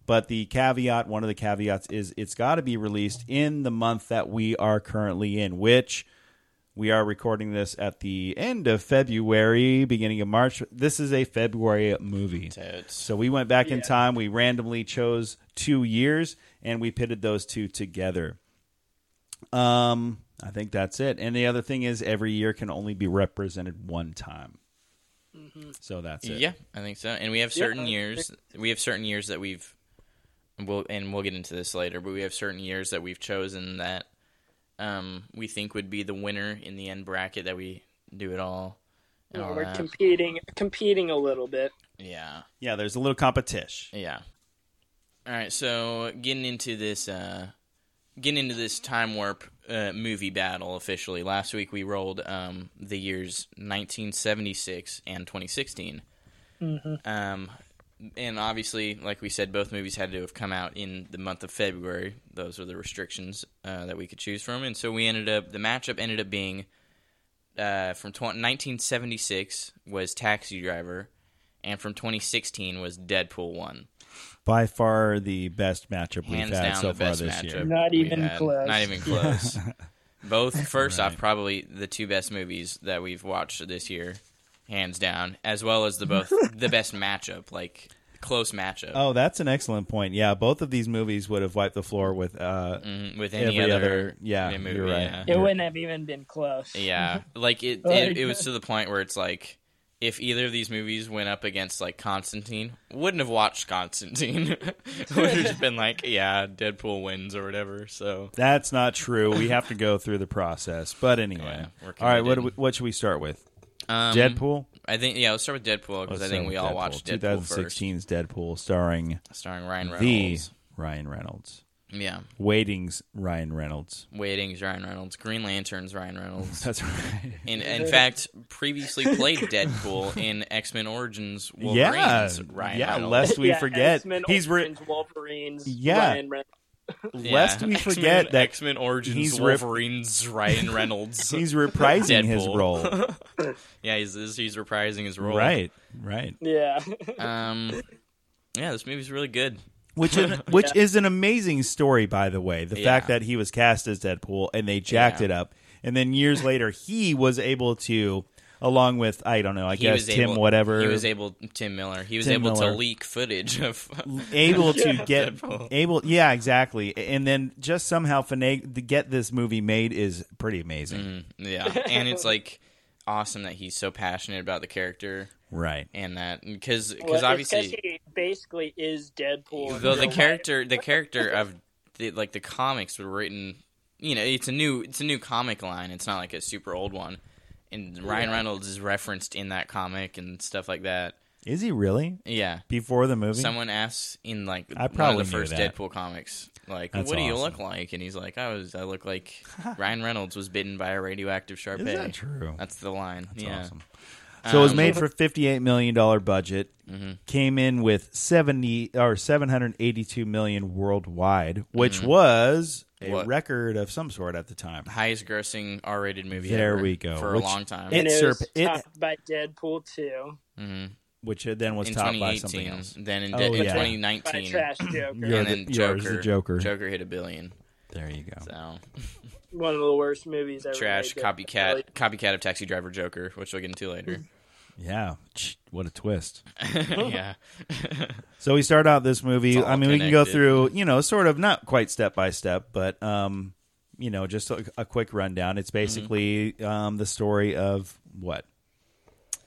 [SPEAKER 1] But the caveat, one of the caveats is it's got to be released in the month that we are currently in, which we are recording this at the end of February, beginning of March. This is a February movie.
[SPEAKER 2] Totes.
[SPEAKER 1] So we went back in time. We randomly chose two years and we pitted those two together. Um, I think that's it. And the other thing is, every year can only be represented one time. So that's it.
[SPEAKER 2] Mm-hmm. Yeah, I think so. And we have certain years. We have certain years that we've. We'll, and we'll get into this later, but we have certain years that we've chosen that um, we think would be the winner in the end bracket that we do it all. and all
[SPEAKER 5] we're
[SPEAKER 2] that.
[SPEAKER 5] competing competing a little bit.
[SPEAKER 2] yeah,
[SPEAKER 1] Yeah. There's a little competition.
[SPEAKER 2] yeah. All right, so getting into this, uh, getting into this time warp uh, movie battle officially. Last week we rolled um, the years 1976 and 2016. Um, and obviously, like we said, both movies had to have come out in the month of February. Those were the restrictions uh, that we could choose from, and so we ended up the matchup ended up being uh, from tw 1976 was Taxi Driver, and from 2016 was Deadpool One.
[SPEAKER 1] By far the best matchup
[SPEAKER 2] Hands
[SPEAKER 1] we've had
[SPEAKER 2] down,
[SPEAKER 1] so
[SPEAKER 2] the
[SPEAKER 1] far
[SPEAKER 2] best
[SPEAKER 1] this
[SPEAKER 2] matchup.
[SPEAKER 1] year.
[SPEAKER 5] Not
[SPEAKER 2] we've
[SPEAKER 5] even
[SPEAKER 2] had.
[SPEAKER 5] close.
[SPEAKER 2] Not even close. Both first off, probably the two best movies that we've watched this year, hands down, as well as the both the best matchup, like close matchup.
[SPEAKER 1] Oh, that's an excellent point. Yeah, both of these movies would have wiped the floor with uh,
[SPEAKER 2] Mhm, with any
[SPEAKER 1] Every
[SPEAKER 2] other,
[SPEAKER 1] other- yeah,
[SPEAKER 2] movie.
[SPEAKER 1] you're right.
[SPEAKER 2] Yeah,
[SPEAKER 1] It
[SPEAKER 5] It
[SPEAKER 1] Yeah.
[SPEAKER 5] wouldn't have even been close.
[SPEAKER 2] Yeah. like it,
[SPEAKER 5] Like-
[SPEAKER 2] it. It was to the point where it's like, if either of these movies went up against like Constantine, wouldn't have watched Constantine. Would have just been like, yeah, Deadpool wins or whatever. So
[SPEAKER 1] That's not true. We have to go through the process. But anyway,
[SPEAKER 2] Yeah, we're
[SPEAKER 1] all right. What,
[SPEAKER 2] committed.
[SPEAKER 1] do we- what should we start with?
[SPEAKER 2] um,
[SPEAKER 1] Deadpool.
[SPEAKER 2] I think yeah. Let's start with Deadpool because I think we all watched Deadpool first,
[SPEAKER 1] 2016's Deadpool, starring
[SPEAKER 2] starring Ryan
[SPEAKER 1] the
[SPEAKER 2] Reynolds.
[SPEAKER 1] Ryan Reynolds.
[SPEAKER 2] Yeah,
[SPEAKER 1] Waiting's Ryan Reynolds.
[SPEAKER 2] Waiting's Ryan Reynolds, Green Lantern's Ryan Reynolds.
[SPEAKER 1] That's right.
[SPEAKER 2] And in fact, previously played Deadpool in X Men Origins
[SPEAKER 1] yeah,
[SPEAKER 2] Wolverine's Ryan
[SPEAKER 1] yeah.
[SPEAKER 2] Reynolds.
[SPEAKER 1] Lest we
[SPEAKER 5] Yeah,
[SPEAKER 1] forget,
[SPEAKER 5] X-Men,
[SPEAKER 1] he's re-
[SPEAKER 5] Origins, Wolverines.
[SPEAKER 1] Yeah.
[SPEAKER 5] Ryan Reynolds.
[SPEAKER 1] lest we forget that
[SPEAKER 2] X Men Origins
[SPEAKER 1] he's rip-
[SPEAKER 2] Wolverine's Ryan Reynolds.
[SPEAKER 1] he's reprising his
[SPEAKER 2] Deadpool.
[SPEAKER 1] role.
[SPEAKER 2] yeah, he's he's reprising his role.
[SPEAKER 1] right, right.
[SPEAKER 5] Yeah,
[SPEAKER 2] Um. Yeah, this movie's really good.
[SPEAKER 1] Which is, which is an amazing story, by the way. The fact
[SPEAKER 2] Yeah.
[SPEAKER 1] that he was cast as Deadpool and they jacked
[SPEAKER 2] Yeah.
[SPEAKER 1] it up. and then years later he was able to, along with I don't know, I
[SPEAKER 2] He
[SPEAKER 1] guess
[SPEAKER 2] was
[SPEAKER 1] Tim
[SPEAKER 2] able-
[SPEAKER 1] whatever,
[SPEAKER 2] He was able, Tim Miller. He was
[SPEAKER 1] Tim
[SPEAKER 2] able
[SPEAKER 1] Miller.
[SPEAKER 2] to leak footage of
[SPEAKER 1] able to get
[SPEAKER 2] Deadpool.
[SPEAKER 1] able yeah exactly and then just somehow finag- to get this movie made is pretty amazing
[SPEAKER 2] Mm, yeah, and it's like awesome that he's so passionate about the character
[SPEAKER 1] right
[SPEAKER 2] and that because
[SPEAKER 5] Well, it's
[SPEAKER 2] obviously
[SPEAKER 5] he basically is Deadpool. in
[SPEAKER 2] though the
[SPEAKER 5] real life.
[SPEAKER 2] character the character of the, like the comics were written you know it's a new it's a new comic line it's not like a super old one and Ryan Reynolds is referenced in that comic and stuff like that
[SPEAKER 1] is he really
[SPEAKER 2] yeah
[SPEAKER 1] before the movie
[SPEAKER 2] someone asks in like
[SPEAKER 1] I
[SPEAKER 2] one
[SPEAKER 1] probably
[SPEAKER 2] of the
[SPEAKER 1] knew
[SPEAKER 2] first
[SPEAKER 1] that.
[SPEAKER 2] Deadpool comics like
[SPEAKER 1] That's
[SPEAKER 2] what do you
[SPEAKER 1] awesome.
[SPEAKER 2] look like and he's like I was I look like Ryan Reynolds was bitten by a radioactive sharp
[SPEAKER 1] is
[SPEAKER 2] egg
[SPEAKER 1] that true
[SPEAKER 2] that's the line
[SPEAKER 1] that's
[SPEAKER 2] Uh, yeah
[SPEAKER 1] awesome so it was
[SPEAKER 2] Um,
[SPEAKER 1] made for 58 million dollar budget
[SPEAKER 2] mhm.
[SPEAKER 1] came in with 70 or 782 million worldwide which
[SPEAKER 2] Mhm.
[SPEAKER 1] was a
[SPEAKER 2] What?
[SPEAKER 1] record of some sort at the time
[SPEAKER 2] highest grossing R rated movie.
[SPEAKER 1] There
[SPEAKER 2] ever
[SPEAKER 1] we go,
[SPEAKER 2] For
[SPEAKER 1] which-
[SPEAKER 2] a long time.
[SPEAKER 1] it
[SPEAKER 5] And it was
[SPEAKER 1] surp- it-
[SPEAKER 5] topped by Deadpool too.
[SPEAKER 2] hmm
[SPEAKER 1] which then was
[SPEAKER 2] in
[SPEAKER 1] topped by
[SPEAKER 2] 2018.
[SPEAKER 1] something else
[SPEAKER 2] Then in,
[SPEAKER 1] Oh,
[SPEAKER 2] de- in
[SPEAKER 1] yeah. Mm-hmm.
[SPEAKER 3] by
[SPEAKER 2] 2019.
[SPEAKER 3] Trash Joker.
[SPEAKER 1] You're
[SPEAKER 2] and
[SPEAKER 1] the-
[SPEAKER 2] then
[SPEAKER 1] yours,
[SPEAKER 2] Joker,
[SPEAKER 1] the Joker.
[SPEAKER 2] Joker hit a billion.
[SPEAKER 1] there you go
[SPEAKER 2] So
[SPEAKER 3] One of the worst movies ever.
[SPEAKER 2] trash
[SPEAKER 3] made.
[SPEAKER 2] copycat copycat of Taxi Driver Joker, which we'll get into later.
[SPEAKER 1] yeah Ch- what a twist
[SPEAKER 2] yeah.
[SPEAKER 1] So we start out this movie.
[SPEAKER 2] It's all
[SPEAKER 1] I mean, we can go
[SPEAKER 2] connected. Mm-hmm.
[SPEAKER 1] through, you know, sort of not quite step by step, but um, you know, just a, a quick rundown.
[SPEAKER 2] Mm-hmm.
[SPEAKER 1] It's basically um, the story of what?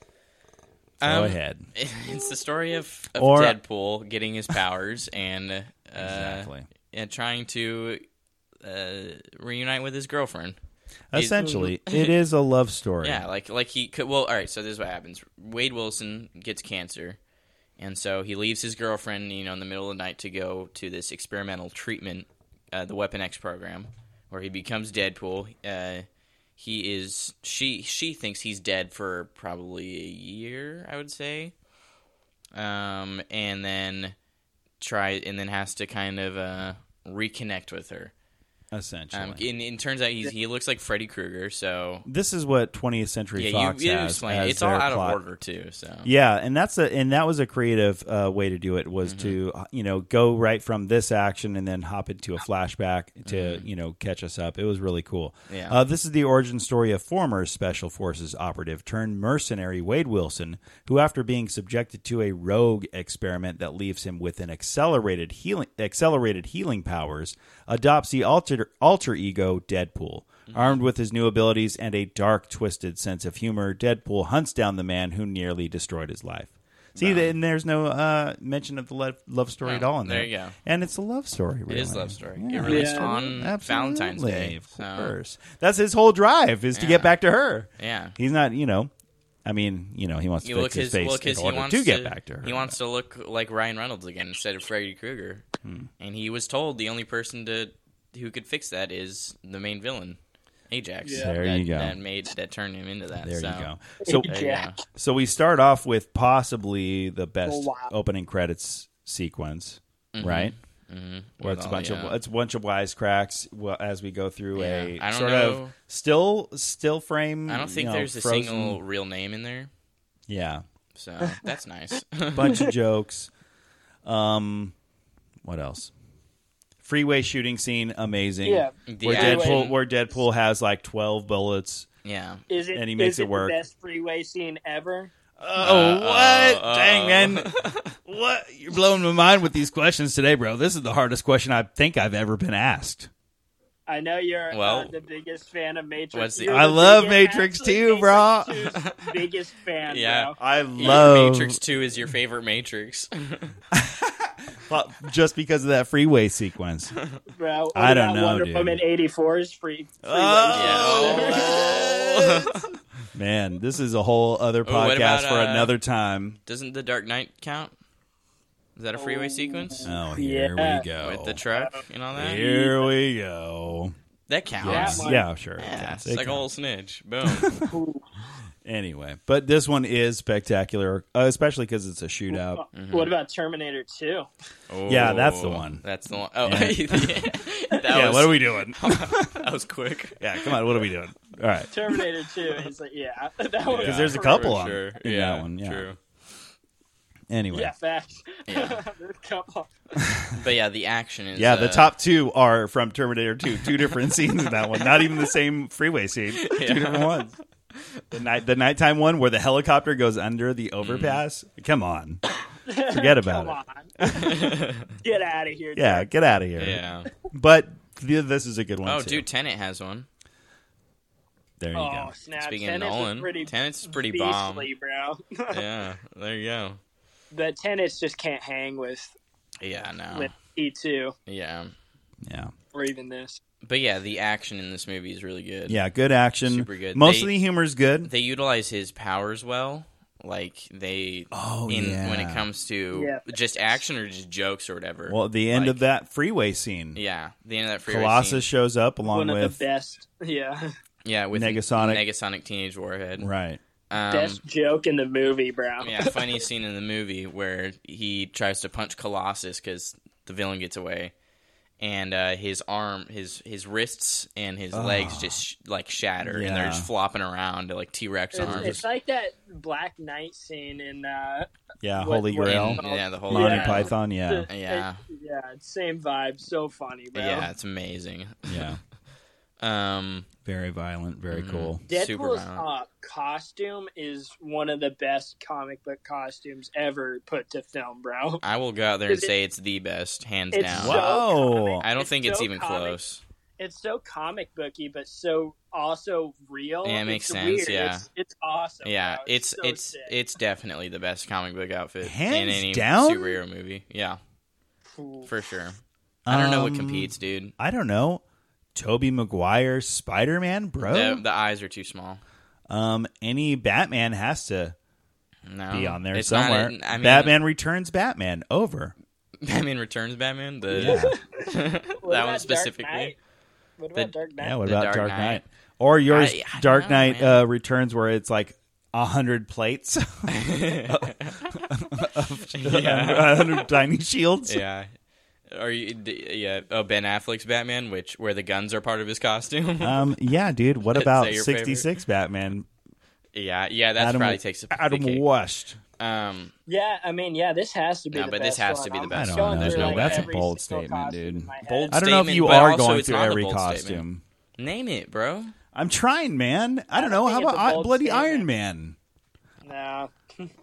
[SPEAKER 1] Go
[SPEAKER 2] Um,
[SPEAKER 1] ahead.
[SPEAKER 2] It's the story of, of
[SPEAKER 1] Or-
[SPEAKER 2] Deadpool getting his powers and uh,
[SPEAKER 1] Exactly.
[SPEAKER 2] and trying to uh, reunite with his girlfriend. it-
[SPEAKER 1] Essentially, it is a love story.
[SPEAKER 2] Yeah, like like he could. Well, all right. So this is what happens. Wade Wilson gets cancer, and so he leaves his girlfriend, you know, in the middle of the night to go to this experimental treatment, uh, the Weapon X program, where he becomes Deadpool. Uh, he is she she thinks he's dead for probably a year, I would say, um, and then try and then has to kind of uh, reconnect with her.
[SPEAKER 1] essentially.
[SPEAKER 2] Um, and it turns out he's, he looks like Freddy Krueger, so
[SPEAKER 1] this is what 20th Century
[SPEAKER 2] yeah,
[SPEAKER 1] Fox
[SPEAKER 2] you, you
[SPEAKER 1] has
[SPEAKER 2] explain
[SPEAKER 1] as
[SPEAKER 2] it. It's all
[SPEAKER 1] their
[SPEAKER 2] out
[SPEAKER 1] plot.
[SPEAKER 2] of order too. So
[SPEAKER 1] Yeah, and that's a and that was a creative uh, way to do it was
[SPEAKER 2] Mm-hmm.
[SPEAKER 1] to uh, you know go right from this action and then hop into a flashback to you know catch us up. It was really cool.
[SPEAKER 2] Mm-hmm. Yeah.
[SPEAKER 1] Uh, this is the origin story of former Special Forces operative turned mercenary Wade Wilson, who after being subjected to a rogue experiment that leaves him with an accelerated healing accelerated healing powers, adopts the alter alter ego Deadpool.
[SPEAKER 2] Mm-hmm.
[SPEAKER 1] Armed with his new abilities and a dark, twisted sense of humor, Deadpool hunts down the man who nearly destroyed his life. See, and there's no uh, mention of the love, love story
[SPEAKER 2] No,
[SPEAKER 1] at all in there.
[SPEAKER 2] there you go.
[SPEAKER 1] And it's a love story.
[SPEAKER 2] it
[SPEAKER 1] Really.
[SPEAKER 2] is love story.
[SPEAKER 1] Yeah.
[SPEAKER 2] It released
[SPEAKER 5] Yeah.
[SPEAKER 2] on Valentine's Day.
[SPEAKER 1] Of
[SPEAKER 2] so,
[SPEAKER 1] course. That's his whole drive is to
[SPEAKER 2] Yeah.
[SPEAKER 1] get back to her.
[SPEAKER 2] yeah.
[SPEAKER 1] He's not, you know, I mean, you know, he wants to
[SPEAKER 2] You
[SPEAKER 1] fix
[SPEAKER 2] look
[SPEAKER 1] his,
[SPEAKER 2] his
[SPEAKER 1] face
[SPEAKER 2] look
[SPEAKER 1] in
[SPEAKER 2] his he
[SPEAKER 1] order
[SPEAKER 2] wants
[SPEAKER 1] to get back to her.
[SPEAKER 2] He wants to look like Ryan Reynolds again instead of Freddy Krueger.
[SPEAKER 1] Hmm.
[SPEAKER 2] And he was told the only person to who could fix that is the main villain, Ajax.
[SPEAKER 1] Yeah. There
[SPEAKER 2] that,
[SPEAKER 1] you go.
[SPEAKER 2] That made that turned him into that.
[SPEAKER 1] There
[SPEAKER 2] so.
[SPEAKER 1] you go. So,
[SPEAKER 2] There you
[SPEAKER 5] Jack.
[SPEAKER 2] go.
[SPEAKER 1] so we start off with possibly the best
[SPEAKER 5] Oh, wow.
[SPEAKER 1] opening credits sequence,
[SPEAKER 2] Mm-hmm.
[SPEAKER 1] right?
[SPEAKER 2] Mhm.
[SPEAKER 1] Where it's a
[SPEAKER 2] Well,
[SPEAKER 1] bunch
[SPEAKER 2] yeah.
[SPEAKER 1] of it's a bunch of wisecracks well, as we go through a
[SPEAKER 2] Yeah. I don't
[SPEAKER 1] sort of
[SPEAKER 2] know.
[SPEAKER 1] still still frame.
[SPEAKER 2] I don't think
[SPEAKER 1] you know,
[SPEAKER 2] there's a
[SPEAKER 1] frozen-
[SPEAKER 2] single real name in there,
[SPEAKER 1] yeah
[SPEAKER 2] so that's nice.
[SPEAKER 1] bunch of jokes. Um, what else? Freeway shooting scene, amazing.
[SPEAKER 5] Yeah.
[SPEAKER 2] The
[SPEAKER 1] where
[SPEAKER 2] action-
[SPEAKER 1] Deadpool where Deadpool has like twelve bullets.
[SPEAKER 2] yeah.
[SPEAKER 5] Is it?
[SPEAKER 1] And he makes
[SPEAKER 5] is
[SPEAKER 1] it work.
[SPEAKER 5] The best freeway scene ever.
[SPEAKER 1] Oh
[SPEAKER 2] Uh, what?
[SPEAKER 1] uh,
[SPEAKER 2] Dang, man.
[SPEAKER 1] what? You're blowing my mind with these questions today, bro. This is the hardest question I think I've ever been asked.
[SPEAKER 5] I know you're
[SPEAKER 2] Well-
[SPEAKER 5] uh, the biggest fan of Matrix.
[SPEAKER 2] What's the-
[SPEAKER 5] You're
[SPEAKER 1] I love
[SPEAKER 5] biggest-
[SPEAKER 1] Matrix
[SPEAKER 5] actually,
[SPEAKER 1] too, bro.
[SPEAKER 5] Matrix 2's biggest fan.
[SPEAKER 2] Yeah.
[SPEAKER 5] bro.
[SPEAKER 1] I
[SPEAKER 2] Your
[SPEAKER 1] love
[SPEAKER 2] Matrix Two is your favorite Matrix.
[SPEAKER 1] well, just because of that freeway sequence.
[SPEAKER 5] bro. What
[SPEAKER 1] I don't
[SPEAKER 5] about
[SPEAKER 1] know,
[SPEAKER 5] Wonder
[SPEAKER 1] dude.
[SPEAKER 5] Woman '84 is free. freeway
[SPEAKER 1] Oh. Man, this is a whole other
[SPEAKER 2] Oh, what
[SPEAKER 1] podcast
[SPEAKER 2] about,
[SPEAKER 1] for
[SPEAKER 2] uh,
[SPEAKER 1] another time.
[SPEAKER 2] Doesn't the Dark Knight count? Is that a freeway sequence
[SPEAKER 1] Oh, here
[SPEAKER 5] yeah.
[SPEAKER 1] we go.
[SPEAKER 2] with the truck and all that?
[SPEAKER 1] Here we go.
[SPEAKER 2] That counts.
[SPEAKER 1] Yes.
[SPEAKER 5] one.
[SPEAKER 1] Yeah, sure. it
[SPEAKER 2] Yeah,
[SPEAKER 1] counts.
[SPEAKER 2] it's
[SPEAKER 1] It
[SPEAKER 2] like a
[SPEAKER 1] counts.
[SPEAKER 2] whole snitch. Boom.
[SPEAKER 1] Anyway, but this one is spectacular, uh, especially because it's a shootout.
[SPEAKER 5] sequence. What about Terminator 2?
[SPEAKER 1] Yeah, that's the
[SPEAKER 2] Oh,
[SPEAKER 1] one.
[SPEAKER 2] That's the one. Oh,
[SPEAKER 1] Yeah.
[SPEAKER 2] yeah. that was,
[SPEAKER 1] we doing?
[SPEAKER 2] that was quick.
[SPEAKER 1] yeah, come on, what are we doing? All right.
[SPEAKER 5] Terminator 2 is like, yeah, that one.
[SPEAKER 1] there's a
[SPEAKER 5] was
[SPEAKER 1] couple
[SPEAKER 2] for
[SPEAKER 1] on-
[SPEAKER 2] sure.
[SPEAKER 1] in that
[SPEAKER 2] yeah,
[SPEAKER 1] one, yeah.
[SPEAKER 2] True.
[SPEAKER 1] Anyway,
[SPEAKER 3] Yeah, facts.
[SPEAKER 2] Yeah.
[SPEAKER 3] Come on.
[SPEAKER 2] But yeah, the action is
[SPEAKER 1] Yeah, the
[SPEAKER 2] uh,
[SPEAKER 1] top two are from Terminator 2. Two different scenes in that one. Not even the same freeway scene.
[SPEAKER 2] Yeah.
[SPEAKER 1] Two different ones. The night, the nighttime one where the helicopter goes under
[SPEAKER 2] Mm.
[SPEAKER 1] the overpass. Come on, forget about
[SPEAKER 3] Come
[SPEAKER 1] it.
[SPEAKER 3] on. Get out of here.
[SPEAKER 1] Yeah, get out of here.
[SPEAKER 2] Yeah.
[SPEAKER 1] But th- this is a good one.
[SPEAKER 2] Oh,
[SPEAKER 1] too.
[SPEAKER 2] dude, Tenet has one.
[SPEAKER 1] there you
[SPEAKER 3] Oh,
[SPEAKER 1] go.
[SPEAKER 3] snap.
[SPEAKER 2] Speaking
[SPEAKER 3] Tennis
[SPEAKER 2] of Nolan,
[SPEAKER 3] is pretty
[SPEAKER 2] Tenet's pretty bomb.
[SPEAKER 3] beastly, bro.
[SPEAKER 2] yeah, there you go.
[SPEAKER 3] the tennis just can't hang with
[SPEAKER 2] Yeah, no.
[SPEAKER 3] with E2
[SPEAKER 2] Yeah.
[SPEAKER 1] Yeah,
[SPEAKER 3] or even this.
[SPEAKER 2] But yeah, the action in this movie is really good.
[SPEAKER 1] yeah, good action.
[SPEAKER 2] Super good.
[SPEAKER 1] Most
[SPEAKER 2] They-
[SPEAKER 1] of the humor is good.
[SPEAKER 2] They utilize his powers well. Like they
[SPEAKER 1] Oh
[SPEAKER 2] in
[SPEAKER 1] yeah.
[SPEAKER 2] when it comes to
[SPEAKER 3] Yeah.
[SPEAKER 2] just action or just jokes or whatever.
[SPEAKER 1] well, the end
[SPEAKER 2] like-
[SPEAKER 1] of that freeway scene.
[SPEAKER 2] yeah, the end of that freeway
[SPEAKER 1] Colossus
[SPEAKER 2] scene.
[SPEAKER 1] shows up along
[SPEAKER 3] One of
[SPEAKER 1] with
[SPEAKER 3] the best. Yeah.
[SPEAKER 2] Um, Yeah, with
[SPEAKER 1] Negasonic.
[SPEAKER 2] Negasonic Teenage Warhead.
[SPEAKER 1] right.
[SPEAKER 2] Um,
[SPEAKER 3] best joke in the movie, bro.
[SPEAKER 2] yeah, funny scene in the movie where he tries to punch Colossus because the villain gets away, and uh, his arm, his his wrists and his legs just sh- like shatter, and they're
[SPEAKER 1] Ah. Yeah.
[SPEAKER 2] just flopping around like T Rex
[SPEAKER 3] It's,
[SPEAKER 2] arms.
[SPEAKER 3] it's like that Black Knight scene in uh,
[SPEAKER 1] Yeah,
[SPEAKER 3] What-
[SPEAKER 1] Holy
[SPEAKER 3] what-
[SPEAKER 1] Grail,
[SPEAKER 2] And, Oh, yeah, the whole
[SPEAKER 1] Monty
[SPEAKER 3] Yeah.
[SPEAKER 1] Python. Yeah,
[SPEAKER 3] the-
[SPEAKER 2] Yeah.
[SPEAKER 3] yeah, same vibe. So funny, bro.
[SPEAKER 2] yeah, it's amazing.
[SPEAKER 1] yeah.
[SPEAKER 2] Um,
[SPEAKER 1] Very violent. Very
[SPEAKER 2] Mhm.
[SPEAKER 1] cool.
[SPEAKER 2] super
[SPEAKER 3] Deadpool's
[SPEAKER 2] violent.
[SPEAKER 3] uh, costume is one of the best comic book costumes ever put to film, bro.
[SPEAKER 2] I will go out there and
[SPEAKER 3] Is it-
[SPEAKER 2] say it's the best, hands
[SPEAKER 3] It's
[SPEAKER 2] down.
[SPEAKER 3] so
[SPEAKER 1] Whoa.
[SPEAKER 3] comic-
[SPEAKER 2] I don't think it's
[SPEAKER 3] so
[SPEAKER 2] even
[SPEAKER 3] comic-
[SPEAKER 2] close.
[SPEAKER 3] It's so comic booky, but so also real.
[SPEAKER 2] Yeah, it makes
[SPEAKER 3] It's
[SPEAKER 2] sense,
[SPEAKER 3] weird.
[SPEAKER 2] yeah.
[SPEAKER 3] it's, it's awesome.
[SPEAKER 2] Yeah,
[SPEAKER 3] bro.
[SPEAKER 2] it's
[SPEAKER 3] so
[SPEAKER 2] it's
[SPEAKER 3] sick.
[SPEAKER 2] it's definitely the best comic book outfit in
[SPEAKER 1] Hands
[SPEAKER 2] any
[SPEAKER 1] down?
[SPEAKER 2] superhero movie. Yeah,
[SPEAKER 3] Cool.
[SPEAKER 2] for sure. I don't know what
[SPEAKER 1] Um,
[SPEAKER 2] competes, dude.
[SPEAKER 1] I don't know. Toby Maguire, Spider Man, bro.
[SPEAKER 2] The, the eyes are too small.
[SPEAKER 1] Um, any Batman has to
[SPEAKER 2] No,
[SPEAKER 1] be on there
[SPEAKER 2] Uh-huh. it's not
[SPEAKER 1] somewhere.
[SPEAKER 2] in- I mean,
[SPEAKER 1] Batman Returns, Batman over.
[SPEAKER 2] Batman Returns, Batman. The
[SPEAKER 1] Yeah,
[SPEAKER 2] that
[SPEAKER 3] What about
[SPEAKER 2] one
[SPEAKER 3] Dark
[SPEAKER 2] specifically.
[SPEAKER 3] Knight? What about
[SPEAKER 2] The-
[SPEAKER 3] Dark Knight?
[SPEAKER 1] yeah. What
[SPEAKER 2] The
[SPEAKER 1] about
[SPEAKER 2] Dark
[SPEAKER 1] Dark,
[SPEAKER 2] Knight.
[SPEAKER 1] Knight. or yours?
[SPEAKER 2] I- I don't
[SPEAKER 1] Dark
[SPEAKER 2] know,
[SPEAKER 1] Knight
[SPEAKER 2] man.
[SPEAKER 1] uh, Returns, where it's like a hundred plates, Oh.
[SPEAKER 2] yeah,
[SPEAKER 1] a hundred tiny shields.
[SPEAKER 2] yeah. Are you? d- Yeah. Oh, Ben Affleck's Batman, which where the guns are part of his costume.
[SPEAKER 1] Um, yeah, dude. What
[SPEAKER 2] Is
[SPEAKER 1] about
[SPEAKER 2] that your
[SPEAKER 1] sixty six Batman?
[SPEAKER 2] yeah, yeah. That
[SPEAKER 1] Adam-
[SPEAKER 2] probably takes a
[SPEAKER 1] Adam
[SPEAKER 2] cake.
[SPEAKER 1] West.
[SPEAKER 2] Um,
[SPEAKER 3] Yeah, I mean, yeah, this has to be.
[SPEAKER 2] No,
[SPEAKER 3] the
[SPEAKER 2] but this
[SPEAKER 3] best
[SPEAKER 2] has
[SPEAKER 3] one.
[SPEAKER 2] to be the
[SPEAKER 3] I'm
[SPEAKER 2] best
[SPEAKER 3] just going
[SPEAKER 2] one. There's
[SPEAKER 3] through,
[SPEAKER 2] no-
[SPEAKER 3] like,
[SPEAKER 2] that's a
[SPEAKER 3] every
[SPEAKER 1] bold
[SPEAKER 3] single
[SPEAKER 1] statement,
[SPEAKER 3] costume in
[SPEAKER 1] dude.
[SPEAKER 3] my head.
[SPEAKER 2] Bold
[SPEAKER 1] I don't know if
[SPEAKER 2] statement,
[SPEAKER 1] you
[SPEAKER 2] but
[SPEAKER 1] are
[SPEAKER 2] also
[SPEAKER 1] going
[SPEAKER 2] it's
[SPEAKER 1] through
[SPEAKER 2] not a
[SPEAKER 1] every
[SPEAKER 2] bold
[SPEAKER 1] costume.
[SPEAKER 2] statement. name it, bro.
[SPEAKER 1] I'm trying, man. I don't
[SPEAKER 3] I don't
[SPEAKER 1] know. How
[SPEAKER 3] think it's
[SPEAKER 1] about
[SPEAKER 3] a
[SPEAKER 1] I-
[SPEAKER 3] bold
[SPEAKER 1] bloody
[SPEAKER 3] statement.
[SPEAKER 1] Iron Man?
[SPEAKER 3] No,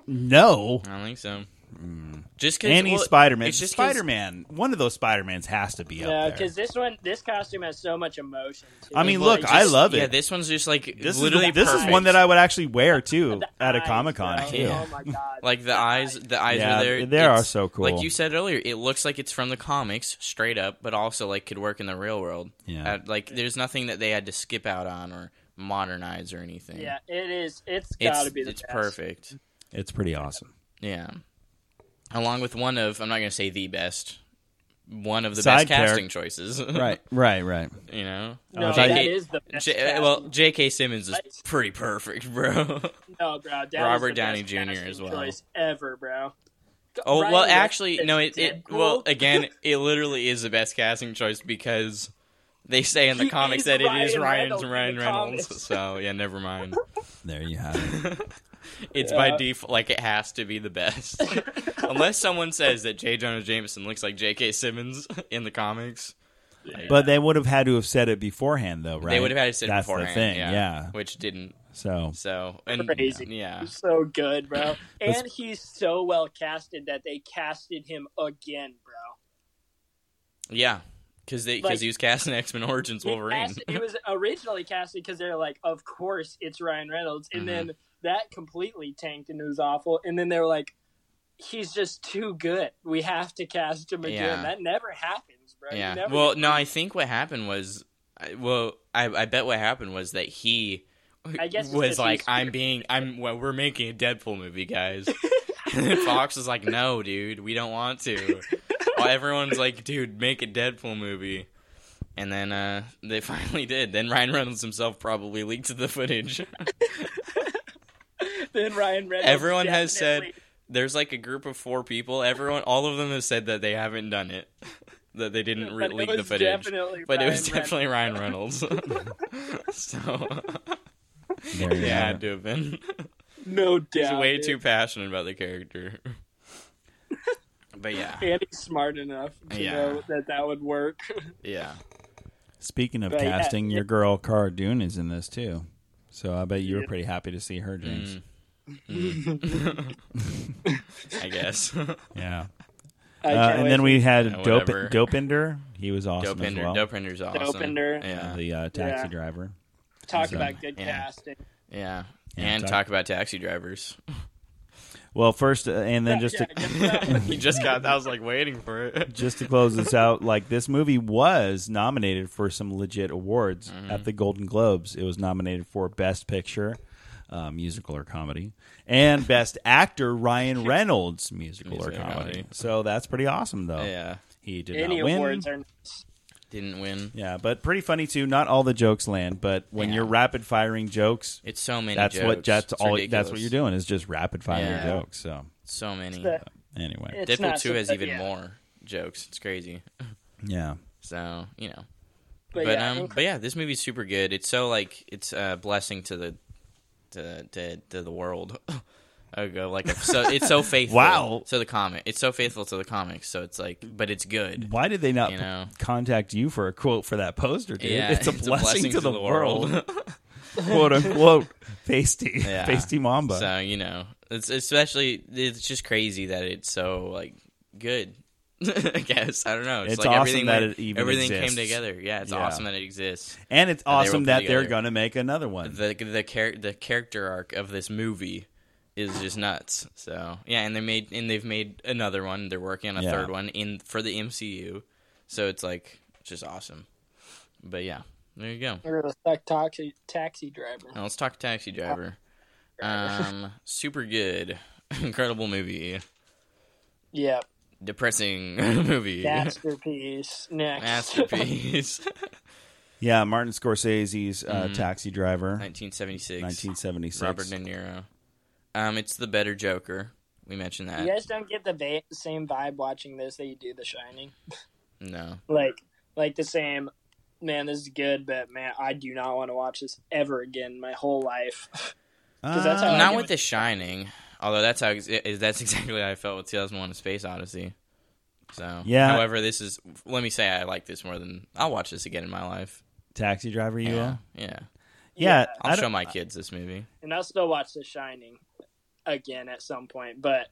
[SPEAKER 1] No.
[SPEAKER 2] I don't think so.
[SPEAKER 1] Hmm.
[SPEAKER 2] Just cause,
[SPEAKER 1] Any
[SPEAKER 2] well,
[SPEAKER 1] Spider Man.
[SPEAKER 2] it's just 'cause-
[SPEAKER 1] Spider Man. One of those Spider Mans has to be up
[SPEAKER 3] no,
[SPEAKER 1] there.
[SPEAKER 3] because this one, this costume has so much emotion. Too.
[SPEAKER 1] I mean,
[SPEAKER 2] Well,
[SPEAKER 1] look,
[SPEAKER 2] it
[SPEAKER 1] I
[SPEAKER 2] just-
[SPEAKER 1] love
[SPEAKER 2] Yeah,
[SPEAKER 1] it.
[SPEAKER 2] this one's just like
[SPEAKER 1] This is
[SPEAKER 2] literally
[SPEAKER 1] the- this is
[SPEAKER 2] perfect.
[SPEAKER 1] one that I would actually wear too
[SPEAKER 3] The
[SPEAKER 1] at a
[SPEAKER 3] eyes,
[SPEAKER 1] Comic Con
[SPEAKER 3] bro.
[SPEAKER 1] too.
[SPEAKER 2] Yeah.
[SPEAKER 3] Oh my god!
[SPEAKER 2] like the eyes. The eyes
[SPEAKER 1] Yeah,
[SPEAKER 2] are there.
[SPEAKER 1] they are
[SPEAKER 2] It's-
[SPEAKER 1] so cool.
[SPEAKER 2] Like you said earlier, it looks like it's from the comics straight up, but also like could work in the real world.
[SPEAKER 1] Yeah.
[SPEAKER 2] Uh, like there's nothing that they had to skip out on or modernize or anything.
[SPEAKER 3] Yeah, it is. It's
[SPEAKER 2] it's
[SPEAKER 3] got to be the
[SPEAKER 2] it's
[SPEAKER 3] best.
[SPEAKER 2] perfect.
[SPEAKER 1] It's pretty awesome.
[SPEAKER 2] Yeah, along with one of I'm not gonna say the best, one of the
[SPEAKER 1] Side
[SPEAKER 2] best casting
[SPEAKER 1] character.
[SPEAKER 2] choices.
[SPEAKER 1] Right, right, right.
[SPEAKER 2] you know.
[SPEAKER 3] No,
[SPEAKER 1] Oh,
[SPEAKER 3] that
[SPEAKER 2] J.K.
[SPEAKER 3] is the best.
[SPEAKER 2] J- uh,
[SPEAKER 3] casting.
[SPEAKER 2] well, J.K. Simmons is
[SPEAKER 3] Right.
[SPEAKER 2] pretty perfect, bro.
[SPEAKER 3] no, bro. that is
[SPEAKER 2] Robert
[SPEAKER 3] the
[SPEAKER 2] Downey
[SPEAKER 3] best
[SPEAKER 2] Jr.
[SPEAKER 3] casting
[SPEAKER 2] as well.
[SPEAKER 3] Choice ever, bro.
[SPEAKER 2] Oh
[SPEAKER 3] Ryan
[SPEAKER 2] well,
[SPEAKER 3] Reynolds
[SPEAKER 2] actually,
[SPEAKER 3] as
[SPEAKER 2] no. It, it
[SPEAKER 3] Deadpool?
[SPEAKER 2] well again, it literally is the best casting choice because they say in the
[SPEAKER 3] He
[SPEAKER 2] comics
[SPEAKER 3] is
[SPEAKER 2] that it is
[SPEAKER 3] Ryan
[SPEAKER 2] Ryan
[SPEAKER 3] Reynolds in
[SPEAKER 2] Ryan
[SPEAKER 3] the
[SPEAKER 2] Reynolds.
[SPEAKER 3] comics.
[SPEAKER 2] So yeah, never mind.
[SPEAKER 1] There you have it.
[SPEAKER 2] It's by
[SPEAKER 3] Yeah.
[SPEAKER 2] default, like it has to be the best, unless someone says that J. Jonah Jameson looks like J.K. Simmons in the comics. Like,
[SPEAKER 1] But they would have had to have said it beforehand, though, right?
[SPEAKER 2] they would have had to sit
[SPEAKER 1] That's
[SPEAKER 2] beforehand,
[SPEAKER 1] the thing. Yeah.
[SPEAKER 2] which didn't.
[SPEAKER 1] So
[SPEAKER 2] So and
[SPEAKER 3] Crazy.
[SPEAKER 2] yeah,
[SPEAKER 3] He's so good, bro. and he's so well casted that they casted him again, bro.
[SPEAKER 2] yeah, because they because
[SPEAKER 3] Like-
[SPEAKER 2] he was cast in X Men Origins
[SPEAKER 3] He
[SPEAKER 2] Wolverine.
[SPEAKER 3] cast- He was originally casted because they're like, of course it's Ryan Reynolds, and
[SPEAKER 2] Mhm.
[SPEAKER 3] then that completely tanked and it was awful. And then they were like, he's just too good. We have to cast him again.
[SPEAKER 2] Yeah.
[SPEAKER 3] That never happens, bro. You
[SPEAKER 2] Yeah.
[SPEAKER 3] never
[SPEAKER 2] Well, no, I think what happened was, I, well, I, I bet what happened was that he
[SPEAKER 3] I guess it's
[SPEAKER 2] was
[SPEAKER 3] just
[SPEAKER 2] like,
[SPEAKER 3] he's-
[SPEAKER 2] I'm being, I'm, well, we're making a Deadpool movie, guys. and then Fox was like, no, dude, we don't want to. Well, everyone's like, dude, make a Deadpool movie. And then uh, they finally did. Then Ryan Reynolds himself probably leaked the footage.
[SPEAKER 3] Then Ryan Reynolds.
[SPEAKER 2] Everyone has said
[SPEAKER 3] definitely-
[SPEAKER 2] there's like a group of four people. Everyone, all of them have said that they haven't done it, that they didn't re-
[SPEAKER 3] but it
[SPEAKER 2] leak the
[SPEAKER 3] was
[SPEAKER 2] footage.
[SPEAKER 3] definitely
[SPEAKER 2] but it
[SPEAKER 3] Ryan
[SPEAKER 2] was definitely Ryan Reynolds. so
[SPEAKER 1] there you
[SPEAKER 2] yeah, it
[SPEAKER 1] have
[SPEAKER 2] had to have been.
[SPEAKER 3] Reynolds. no
[SPEAKER 2] He's
[SPEAKER 3] doubt.
[SPEAKER 2] way
[SPEAKER 3] dude.
[SPEAKER 2] too passionate about the character. But yeah,
[SPEAKER 5] and he's smart enough to
[SPEAKER 2] Yeah. Uh,
[SPEAKER 5] know that that would work.
[SPEAKER 2] yeah.
[SPEAKER 1] Speaking of
[SPEAKER 5] But yeah,
[SPEAKER 1] casting,
[SPEAKER 5] it-
[SPEAKER 1] your girl Cara Dune is in this too. So I bet you were pretty happy to see her, James.
[SPEAKER 2] Mm. Mm. I guess.
[SPEAKER 1] Yeah.
[SPEAKER 5] I
[SPEAKER 1] Uh,
[SPEAKER 5] can't
[SPEAKER 1] and then
[SPEAKER 5] wait
[SPEAKER 1] we had
[SPEAKER 2] Yeah,
[SPEAKER 1] Dope
[SPEAKER 2] whatever.
[SPEAKER 1] Dopender. He was awesome
[SPEAKER 2] Dope Ender.
[SPEAKER 1] as well.
[SPEAKER 2] Dope Ender's
[SPEAKER 5] to
[SPEAKER 2] awesome.
[SPEAKER 5] Opener.
[SPEAKER 2] Yeah.
[SPEAKER 1] The uh, taxi
[SPEAKER 5] Yeah.
[SPEAKER 1] driver.
[SPEAKER 5] Talk
[SPEAKER 1] So,
[SPEAKER 5] about good
[SPEAKER 2] yeah.
[SPEAKER 5] casting.
[SPEAKER 2] Yeah.
[SPEAKER 1] Yeah,
[SPEAKER 2] and
[SPEAKER 1] talk-
[SPEAKER 2] talk, about taxi drivers.
[SPEAKER 1] Well, first, uh, and then just to,
[SPEAKER 5] Yeah, good stuff.
[SPEAKER 2] you just got. I was like waiting for it.
[SPEAKER 1] just to close this out, like this movie was nominated for some legit awards
[SPEAKER 2] Mm-hmm.
[SPEAKER 1] at the Golden Globes. It was nominated for Best Picture, uh, musical or comedy, and Best Actor Ryan Reynolds, musical or
[SPEAKER 2] Musical or
[SPEAKER 1] comedy.
[SPEAKER 2] comedy.
[SPEAKER 1] So that's pretty awesome, though.
[SPEAKER 2] Yeah.
[SPEAKER 1] He did
[SPEAKER 5] Any
[SPEAKER 1] not win.
[SPEAKER 5] awards are nice.
[SPEAKER 2] Didn't win.
[SPEAKER 1] yeah, but pretty funny too. Not all the jokes land, but when
[SPEAKER 2] Yeah.
[SPEAKER 1] you're rapid firing jokes,
[SPEAKER 2] It's so many.
[SPEAKER 1] that's
[SPEAKER 2] jokes.
[SPEAKER 1] what that's
[SPEAKER 2] It's
[SPEAKER 1] all that's
[SPEAKER 2] ridiculous.
[SPEAKER 1] what you're doing is just rapid fire
[SPEAKER 2] Yeah.
[SPEAKER 1] jokes. So
[SPEAKER 2] So many.
[SPEAKER 5] It's
[SPEAKER 1] anyway,
[SPEAKER 5] It's
[SPEAKER 2] Deadpool
[SPEAKER 5] not
[SPEAKER 2] Two has
[SPEAKER 5] so-
[SPEAKER 2] even
[SPEAKER 5] yeah.
[SPEAKER 2] more jokes. It's crazy.
[SPEAKER 1] yeah,
[SPEAKER 2] So you know.
[SPEAKER 5] But,
[SPEAKER 2] But,
[SPEAKER 5] yeah,
[SPEAKER 2] um, but yeah, this movie's super good. It's so like it's a blessing to the to to, to the world. I would go like so it's so faithful.
[SPEAKER 1] Wow.
[SPEAKER 2] So the comic, it's so faithful to the comics. So it's like, but it's good.
[SPEAKER 1] why did they not
[SPEAKER 2] You know.
[SPEAKER 1] contact you for a quote for that poster, dude?
[SPEAKER 2] Yeah,
[SPEAKER 1] it's, a blessing to, the, world,
[SPEAKER 2] world.
[SPEAKER 1] quote unquote. Pasty,
[SPEAKER 2] Yeah.
[SPEAKER 1] pasty Mamba.
[SPEAKER 2] so you know, it's especially it's just crazy that it's so like good. I guess I don't know. It's,
[SPEAKER 1] It's
[SPEAKER 2] like
[SPEAKER 1] awesome
[SPEAKER 2] everything
[SPEAKER 1] that
[SPEAKER 2] went-
[SPEAKER 1] it even
[SPEAKER 2] everything
[SPEAKER 1] exists.
[SPEAKER 2] came together. Yeah, it's
[SPEAKER 1] Yeah.
[SPEAKER 2] awesome that it exists.
[SPEAKER 1] and it's
[SPEAKER 2] they were
[SPEAKER 1] awesome
[SPEAKER 2] put
[SPEAKER 1] that they're
[SPEAKER 2] together.
[SPEAKER 1] gonna make another one.
[SPEAKER 2] the the char- the character arc of this movie is just nuts. So yeah, and they made and they've made another one. They're working on a
[SPEAKER 1] Yeah.
[SPEAKER 2] third one in for the MCU. So it's like it's just awesome. But yeah, there you go.
[SPEAKER 5] we're gonna suck taxi taxi driver.
[SPEAKER 2] Now let's talk Taxi Driver. Um, super good, incredible movie,
[SPEAKER 5] Yeah,
[SPEAKER 2] depressing movie,
[SPEAKER 5] masterpiece. Next,
[SPEAKER 2] masterpiece,
[SPEAKER 1] yeah, Martin Scorsese's uh, Taxi Driver,
[SPEAKER 2] Mm-hmm. nineteen seventy six,
[SPEAKER 1] 1976.
[SPEAKER 2] Robert De Niro. Um, it's the better Joker. We mentioned that.
[SPEAKER 5] you guys don't get the va- same vibe watching this that you do The Shining.
[SPEAKER 2] No.
[SPEAKER 5] Like, like the same. Man, this is good, but man, I do not want to watch this ever again. My whole life.
[SPEAKER 1] Uh,
[SPEAKER 5] that's how-
[SPEAKER 2] not with The Shining, although that's how ex- that's exactly how I felt with 2001: A Space Odyssey. So,
[SPEAKER 1] Yeah.
[SPEAKER 2] However, this is. Let me say, I like this more than I'll watch this again in my life.
[SPEAKER 1] Taxi Driver, you
[SPEAKER 2] yeah,
[SPEAKER 1] are?
[SPEAKER 2] yeah.
[SPEAKER 1] Yeah, I
[SPEAKER 2] I'll
[SPEAKER 1] don't-
[SPEAKER 2] show my kids this movie.
[SPEAKER 5] and I'll still watch The Shining again at some point. But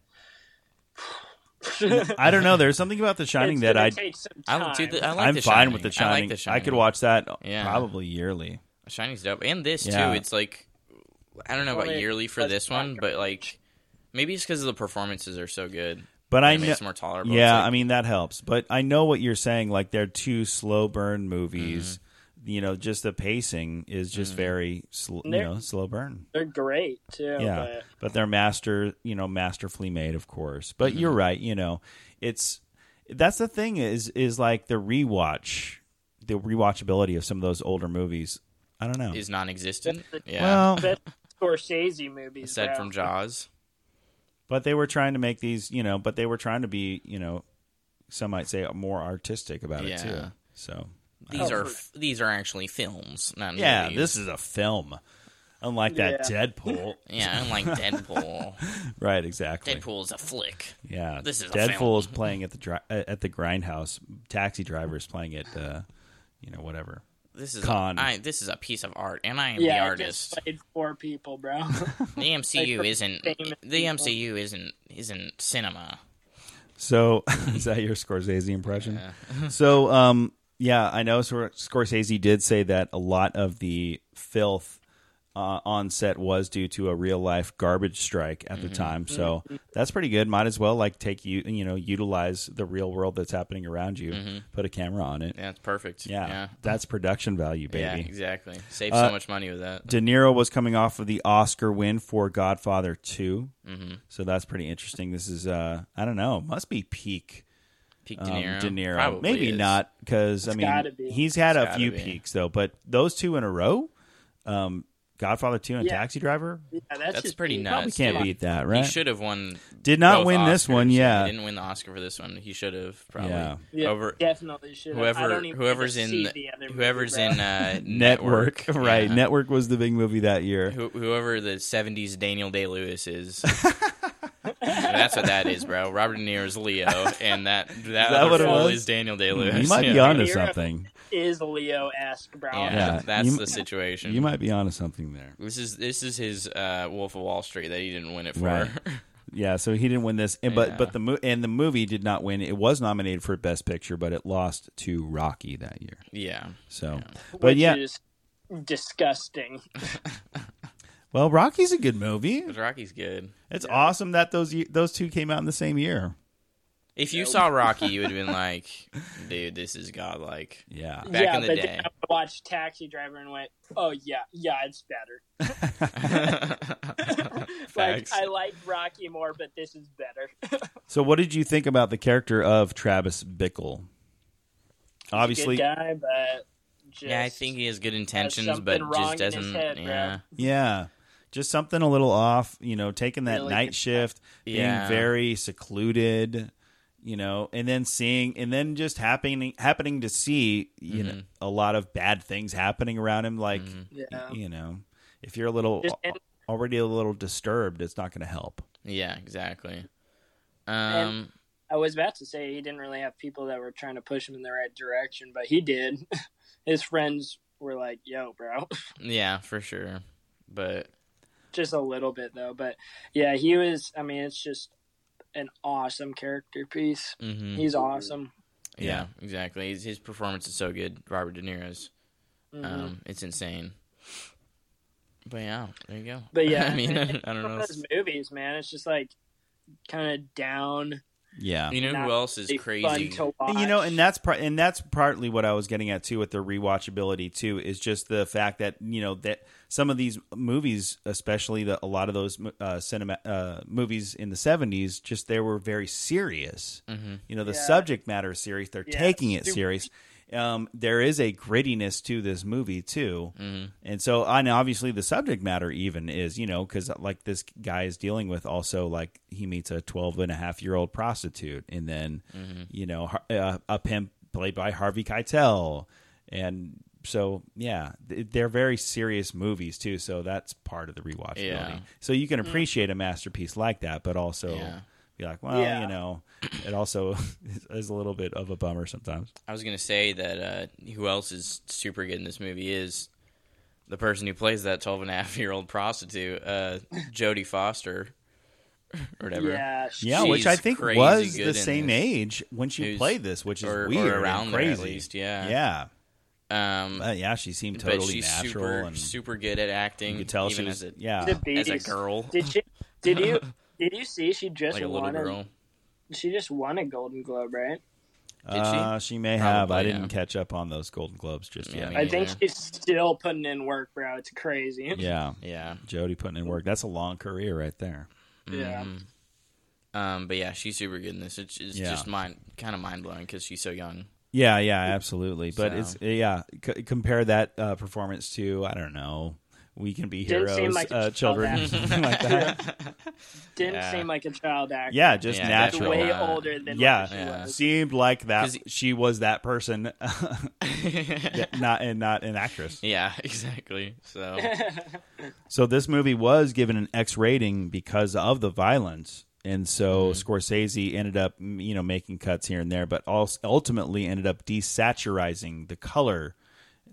[SPEAKER 1] I don't know. There's something about The
[SPEAKER 5] It's
[SPEAKER 1] Shining that
[SPEAKER 5] gonna
[SPEAKER 1] I
[SPEAKER 5] take some
[SPEAKER 2] I,
[SPEAKER 5] time.
[SPEAKER 2] dude, I like
[SPEAKER 1] I'm
[SPEAKER 2] the
[SPEAKER 1] fine
[SPEAKER 2] Shining.
[SPEAKER 1] with the
[SPEAKER 2] I
[SPEAKER 1] shining.
[SPEAKER 2] like the Shining.
[SPEAKER 1] could watch that
[SPEAKER 2] Yeah.
[SPEAKER 1] probably yearly.
[SPEAKER 2] Shining's dope, and this
[SPEAKER 1] Yeah.
[SPEAKER 2] too. It's like I don't know about
[SPEAKER 5] Only
[SPEAKER 2] yearly for
[SPEAKER 5] less
[SPEAKER 2] this one,
[SPEAKER 5] background.
[SPEAKER 2] but like maybe it's because the performances are so good.
[SPEAKER 1] But I
[SPEAKER 2] it
[SPEAKER 1] know,
[SPEAKER 2] makes it more tolerable. It's
[SPEAKER 1] yeah,
[SPEAKER 2] like-
[SPEAKER 1] I mean that helps. But I know what you're saying. Like they're two slow burn movies.
[SPEAKER 2] Mm-hmm.
[SPEAKER 1] You know, just the pacing is just very sl- you
[SPEAKER 5] They're-
[SPEAKER 1] know slow burn.
[SPEAKER 5] They're great too.
[SPEAKER 1] Yeah,
[SPEAKER 5] but-
[SPEAKER 1] but they're master you know masterfully made, of course. But you're
[SPEAKER 2] Mm-hmm.
[SPEAKER 1] right. You know, it's that's the thing is is like the rewatch, the rewatchability of some of those older movies. I don't know.
[SPEAKER 2] is non-existent. Yeah,
[SPEAKER 1] Well,
[SPEAKER 5] That's Scorsese movies.
[SPEAKER 2] said
[SPEAKER 5] bro.
[SPEAKER 2] from Jaws.
[SPEAKER 1] But they were trying to make these, you know, but they were trying to be, you know, some might say more artistic about it too.
[SPEAKER 2] Yeah.
[SPEAKER 1] So
[SPEAKER 2] These
[SPEAKER 5] Oh,
[SPEAKER 2] are
[SPEAKER 5] for-
[SPEAKER 2] f- these are actually films, not
[SPEAKER 1] yeah,
[SPEAKER 2] movies.
[SPEAKER 1] this is a film, unlike that Deadpool.
[SPEAKER 2] Yeah, unlike Deadpool.
[SPEAKER 1] right, exactly.
[SPEAKER 2] Deadpool is a flick.
[SPEAKER 1] Yeah,
[SPEAKER 2] This is a
[SPEAKER 1] Deadpool
[SPEAKER 2] film.
[SPEAKER 1] is playing at the dri- uh, at the grindhouse. Taxi driver is playing at, uh, you know, whatever.
[SPEAKER 2] This is
[SPEAKER 1] Con.
[SPEAKER 2] A, I, this is a piece of art, and I am
[SPEAKER 5] Yeah,
[SPEAKER 2] the
[SPEAKER 5] I
[SPEAKER 2] artist.
[SPEAKER 5] just played four people, bro.
[SPEAKER 2] the MCU isn't
[SPEAKER 5] famous
[SPEAKER 2] the MCU isn't isn't cinema.
[SPEAKER 1] So is that your Scorsese impression? so um, yeah, I know Scor- Scorsese did say that a lot of the filth uh, on set was due to a real life garbage strike at
[SPEAKER 2] Mm-hmm.
[SPEAKER 1] the time. So that's pretty good. Might as well like take you you know utilize the real world that's happening around you.
[SPEAKER 2] Mm-hmm.
[SPEAKER 1] Put a camera on it.
[SPEAKER 2] Yeah, it's perfect.
[SPEAKER 1] Yeah,
[SPEAKER 2] yeah,
[SPEAKER 1] that's production value,
[SPEAKER 2] Yeah,
[SPEAKER 1] baby.
[SPEAKER 2] exactly. Save
[SPEAKER 1] Uh,
[SPEAKER 2] so much money with that.
[SPEAKER 1] De Niro was coming off of the Oscar win for Godfather 2.
[SPEAKER 2] Mm-hmm.
[SPEAKER 1] So that's pretty interesting. This is, uh, I don't know, must be peak
[SPEAKER 2] Peak
[SPEAKER 1] um,
[SPEAKER 2] De Niro, Probably
[SPEAKER 1] Maybe
[SPEAKER 2] is.
[SPEAKER 1] not because I
[SPEAKER 5] gotta
[SPEAKER 1] mean
[SPEAKER 5] be.
[SPEAKER 1] he's had a
[SPEAKER 2] gotta
[SPEAKER 1] few
[SPEAKER 2] be.
[SPEAKER 1] peaks though, but those two in a row, um, Godfather Two and
[SPEAKER 5] Yeah.
[SPEAKER 1] Taxi Driver,
[SPEAKER 5] yeah, that's,
[SPEAKER 2] That's
[SPEAKER 5] just
[SPEAKER 2] pretty
[SPEAKER 5] peak.
[SPEAKER 2] nuts.
[SPEAKER 1] probably can't
[SPEAKER 2] dude.
[SPEAKER 1] beat that,
[SPEAKER 2] He
[SPEAKER 1] right?
[SPEAKER 2] should have won.
[SPEAKER 1] Did not
[SPEAKER 2] both
[SPEAKER 1] win this
[SPEAKER 2] Oscars.
[SPEAKER 1] one, yeah.
[SPEAKER 2] he didn't win the Oscar for this one. He should have probably.
[SPEAKER 1] Yeah.
[SPEAKER 5] Yeah,
[SPEAKER 2] Over
[SPEAKER 5] definitely should. I
[SPEAKER 2] whoever
[SPEAKER 5] don't even
[SPEAKER 2] whoever's
[SPEAKER 5] need to
[SPEAKER 2] in
[SPEAKER 5] see the other movie,
[SPEAKER 2] whoever's
[SPEAKER 5] bro.
[SPEAKER 2] in uh,
[SPEAKER 1] Network, right?
[SPEAKER 2] yeah.
[SPEAKER 1] Network was the big movie that year.
[SPEAKER 2] Who, whoever the '70s Daniel Day Lewis is, That's what that is, bro. Robert De Niro's Leo, and that that,
[SPEAKER 1] that what
[SPEAKER 2] other
[SPEAKER 1] it
[SPEAKER 2] fool
[SPEAKER 1] was?
[SPEAKER 2] is Daniel Day Lewis.
[SPEAKER 1] You might
[SPEAKER 2] yeah.
[SPEAKER 1] be onto
[SPEAKER 3] You're-
[SPEAKER 1] something.
[SPEAKER 5] is Leo esque, bro.
[SPEAKER 2] Yeah,
[SPEAKER 1] Yeah.
[SPEAKER 2] that's
[SPEAKER 1] You-
[SPEAKER 2] the situation.
[SPEAKER 1] You might be onto something there.
[SPEAKER 2] This is this is his uh, Wolf of Wall Street that he didn't win it for.
[SPEAKER 1] Right. Yeah, so he didn't win this, and, but
[SPEAKER 2] Yeah.
[SPEAKER 1] but the mo- and the movie did not win. It was nominated for Best Picture, but it lost to Rocky that year.
[SPEAKER 2] yeah.
[SPEAKER 1] So, but
[SPEAKER 5] Which
[SPEAKER 1] yeah,
[SPEAKER 5] is disgusting.
[SPEAKER 1] well, Rocky's a good movie.
[SPEAKER 2] But Rocky's good.
[SPEAKER 1] It's awesome that those ye- those two came out in the same year.
[SPEAKER 2] If you saw Rocky, you would have been like, "Dude, this is godlike."
[SPEAKER 1] Yeah,
[SPEAKER 2] Back
[SPEAKER 5] yeah,
[SPEAKER 2] in the
[SPEAKER 5] but
[SPEAKER 2] day.
[SPEAKER 5] then I watched Taxi Driver and went, "Oh yeah, yeah, it's better."
[SPEAKER 2] Facts.
[SPEAKER 5] Like I like Rocky more, but this is better.
[SPEAKER 1] So, what did you think about the character of Travis Bickle? Obviously,
[SPEAKER 5] Good guy, but just,
[SPEAKER 2] yeah, I think he has good intentions,
[SPEAKER 5] something
[SPEAKER 2] but
[SPEAKER 5] wrong
[SPEAKER 2] just
[SPEAKER 5] in his
[SPEAKER 2] doesn't.
[SPEAKER 5] head, bro.
[SPEAKER 2] yeah,
[SPEAKER 1] yeah, just something a little off. You know, taking that
[SPEAKER 5] Really
[SPEAKER 1] night shift, being
[SPEAKER 2] Yeah.
[SPEAKER 1] very secluded. You know, and then seeing, and then just happening happening to see, you
[SPEAKER 5] Mm-hmm.
[SPEAKER 2] Mm-hmm,
[SPEAKER 1] know, a lot of bad things happening around him. Like,
[SPEAKER 5] Yeah.
[SPEAKER 1] you know, if you're a little
[SPEAKER 5] Just- and-
[SPEAKER 1] already a little disturbed, it's not going to help.
[SPEAKER 2] yeah, exactly. Um,
[SPEAKER 5] I was about to say he didn't really have people that were trying to push him in the right direction, but he did. His friends were like, "Yo, bro,"
[SPEAKER 2] yeah, for sure. But
[SPEAKER 5] just a little bit though. But yeah, he was. I mean, it's just an awesome character piece.
[SPEAKER 2] mhm.
[SPEAKER 5] He's awesome.
[SPEAKER 2] yeah, exactly. His, his performance is so good, Robert De Niro's.
[SPEAKER 5] Mhm.
[SPEAKER 2] Um, it's insane. But yeah, there you go.
[SPEAKER 5] But yeah,
[SPEAKER 2] I mean,
[SPEAKER 5] it's
[SPEAKER 2] I don't
[SPEAKER 5] one
[SPEAKER 2] know.
[SPEAKER 5] of those movies, man. It's just like kind of down.
[SPEAKER 1] Yeah,
[SPEAKER 2] You know
[SPEAKER 5] not
[SPEAKER 2] who else is
[SPEAKER 5] really Fun
[SPEAKER 2] crazy?
[SPEAKER 5] to watch.
[SPEAKER 1] You know, and that's part, and that's partly what I was getting at too with the rewatchability too is just the fact that you know that some of these movies, especially the, a lot of those uh, cinema uh, movies in the seventies, just they were very serious.
[SPEAKER 2] Mhm.
[SPEAKER 1] You know, the
[SPEAKER 5] Yeah.
[SPEAKER 1] subject matter is serious. They're
[SPEAKER 5] Yeah,
[SPEAKER 1] taking it
[SPEAKER 5] super-
[SPEAKER 1] serious. Um, there is a grittiness to this movie too.
[SPEAKER 2] Mhm.
[SPEAKER 1] And so, and obviously, the subject matter even is, you know, because like this guy is dealing with also like he meets a 12 and a half year old prostitute, and then,
[SPEAKER 2] Mm-hmm.
[SPEAKER 1] you know, Har- uh, a pimp played by Harvey Keitel. And so, yeah, th- they're very serious movies too. So that's part of the rewatchability.
[SPEAKER 2] Yeah.
[SPEAKER 1] So you can appreciate a masterpiece like that, but also
[SPEAKER 2] Yeah.
[SPEAKER 1] be like, well,
[SPEAKER 5] Yeah.
[SPEAKER 1] you know, it also is a little bit of a bummer sometimes.
[SPEAKER 2] I was gonna say that uh, who else is super good in this movie is the person who plays that 12 and a half year old prostitute, uh, Jodie Foster, or whatever.
[SPEAKER 5] yeah,
[SPEAKER 1] Yeah,
[SPEAKER 2] She's
[SPEAKER 1] which I think
[SPEAKER 2] crazy
[SPEAKER 1] was
[SPEAKER 2] good
[SPEAKER 1] the
[SPEAKER 2] in
[SPEAKER 1] same
[SPEAKER 2] this.
[SPEAKER 1] age when she
[SPEAKER 2] Who's-
[SPEAKER 1] played this, which is
[SPEAKER 2] or- or
[SPEAKER 1] weird
[SPEAKER 2] around
[SPEAKER 1] and
[SPEAKER 2] there
[SPEAKER 1] crazy.
[SPEAKER 2] at least, yeah.
[SPEAKER 1] yeah.
[SPEAKER 2] Um,
[SPEAKER 1] Uh, yeah, she seemed
[SPEAKER 2] but
[SPEAKER 1] totally
[SPEAKER 2] she's
[SPEAKER 1] natural
[SPEAKER 2] super,
[SPEAKER 1] and
[SPEAKER 2] super good at acting.
[SPEAKER 1] you could tell
[SPEAKER 2] even
[SPEAKER 1] she was
[SPEAKER 2] as a,
[SPEAKER 1] yeah.
[SPEAKER 5] She's a
[SPEAKER 2] as a
[SPEAKER 5] beast.
[SPEAKER 2] girl,
[SPEAKER 5] Did you did you did you see she just
[SPEAKER 2] like a little
[SPEAKER 5] won a-
[SPEAKER 2] girl.
[SPEAKER 5] she just won a Golden Globe, right?
[SPEAKER 2] she?
[SPEAKER 1] Uh, she may have. I
[SPEAKER 2] Probably,
[SPEAKER 1] didn't
[SPEAKER 2] yeah.
[SPEAKER 1] catch up on those Golden Globes just
[SPEAKER 2] Yeah,
[SPEAKER 1] yet.
[SPEAKER 2] me
[SPEAKER 5] I think
[SPEAKER 2] neither.
[SPEAKER 5] she's still putting in work, bro. It's crazy.
[SPEAKER 1] Yeah.
[SPEAKER 2] Yeah.
[SPEAKER 1] Jody putting in work. That's a long career right there.
[SPEAKER 5] Yeah.
[SPEAKER 1] Mm-hmm.
[SPEAKER 2] Mhm. Um, but yeah, she's super good in this. It's, it's
[SPEAKER 1] Yeah.
[SPEAKER 2] just mind kind of mind blowing because she's so young.
[SPEAKER 1] Yeah, yeah, absolutely. But
[SPEAKER 2] So-
[SPEAKER 1] it's yeah, c- compare that uh, performance to I don't know, we can be
[SPEAKER 5] Didn't
[SPEAKER 1] heroes,
[SPEAKER 5] seem like a
[SPEAKER 1] uh, children
[SPEAKER 5] child
[SPEAKER 1] like that.
[SPEAKER 5] Didn't
[SPEAKER 2] Yeah.
[SPEAKER 5] seem like a child actor.
[SPEAKER 1] Yeah, just
[SPEAKER 2] Yeah,
[SPEAKER 5] She's
[SPEAKER 1] natural.
[SPEAKER 2] definitely.
[SPEAKER 5] way
[SPEAKER 2] Yeah.
[SPEAKER 5] older than
[SPEAKER 1] Yeah.
[SPEAKER 5] what she
[SPEAKER 2] Yeah.
[SPEAKER 5] was.
[SPEAKER 1] Seemed like that
[SPEAKER 2] 'Cause-
[SPEAKER 1] she was that person, Yeah, not and not an actress.
[SPEAKER 2] yeah, exactly. So
[SPEAKER 1] So this movie was given an X rating because of the violence, and so
[SPEAKER 2] Mm-hmm.
[SPEAKER 1] Scorsese ended up, m- you know, making cuts here and there, but also ultimately ended up desaturizing the color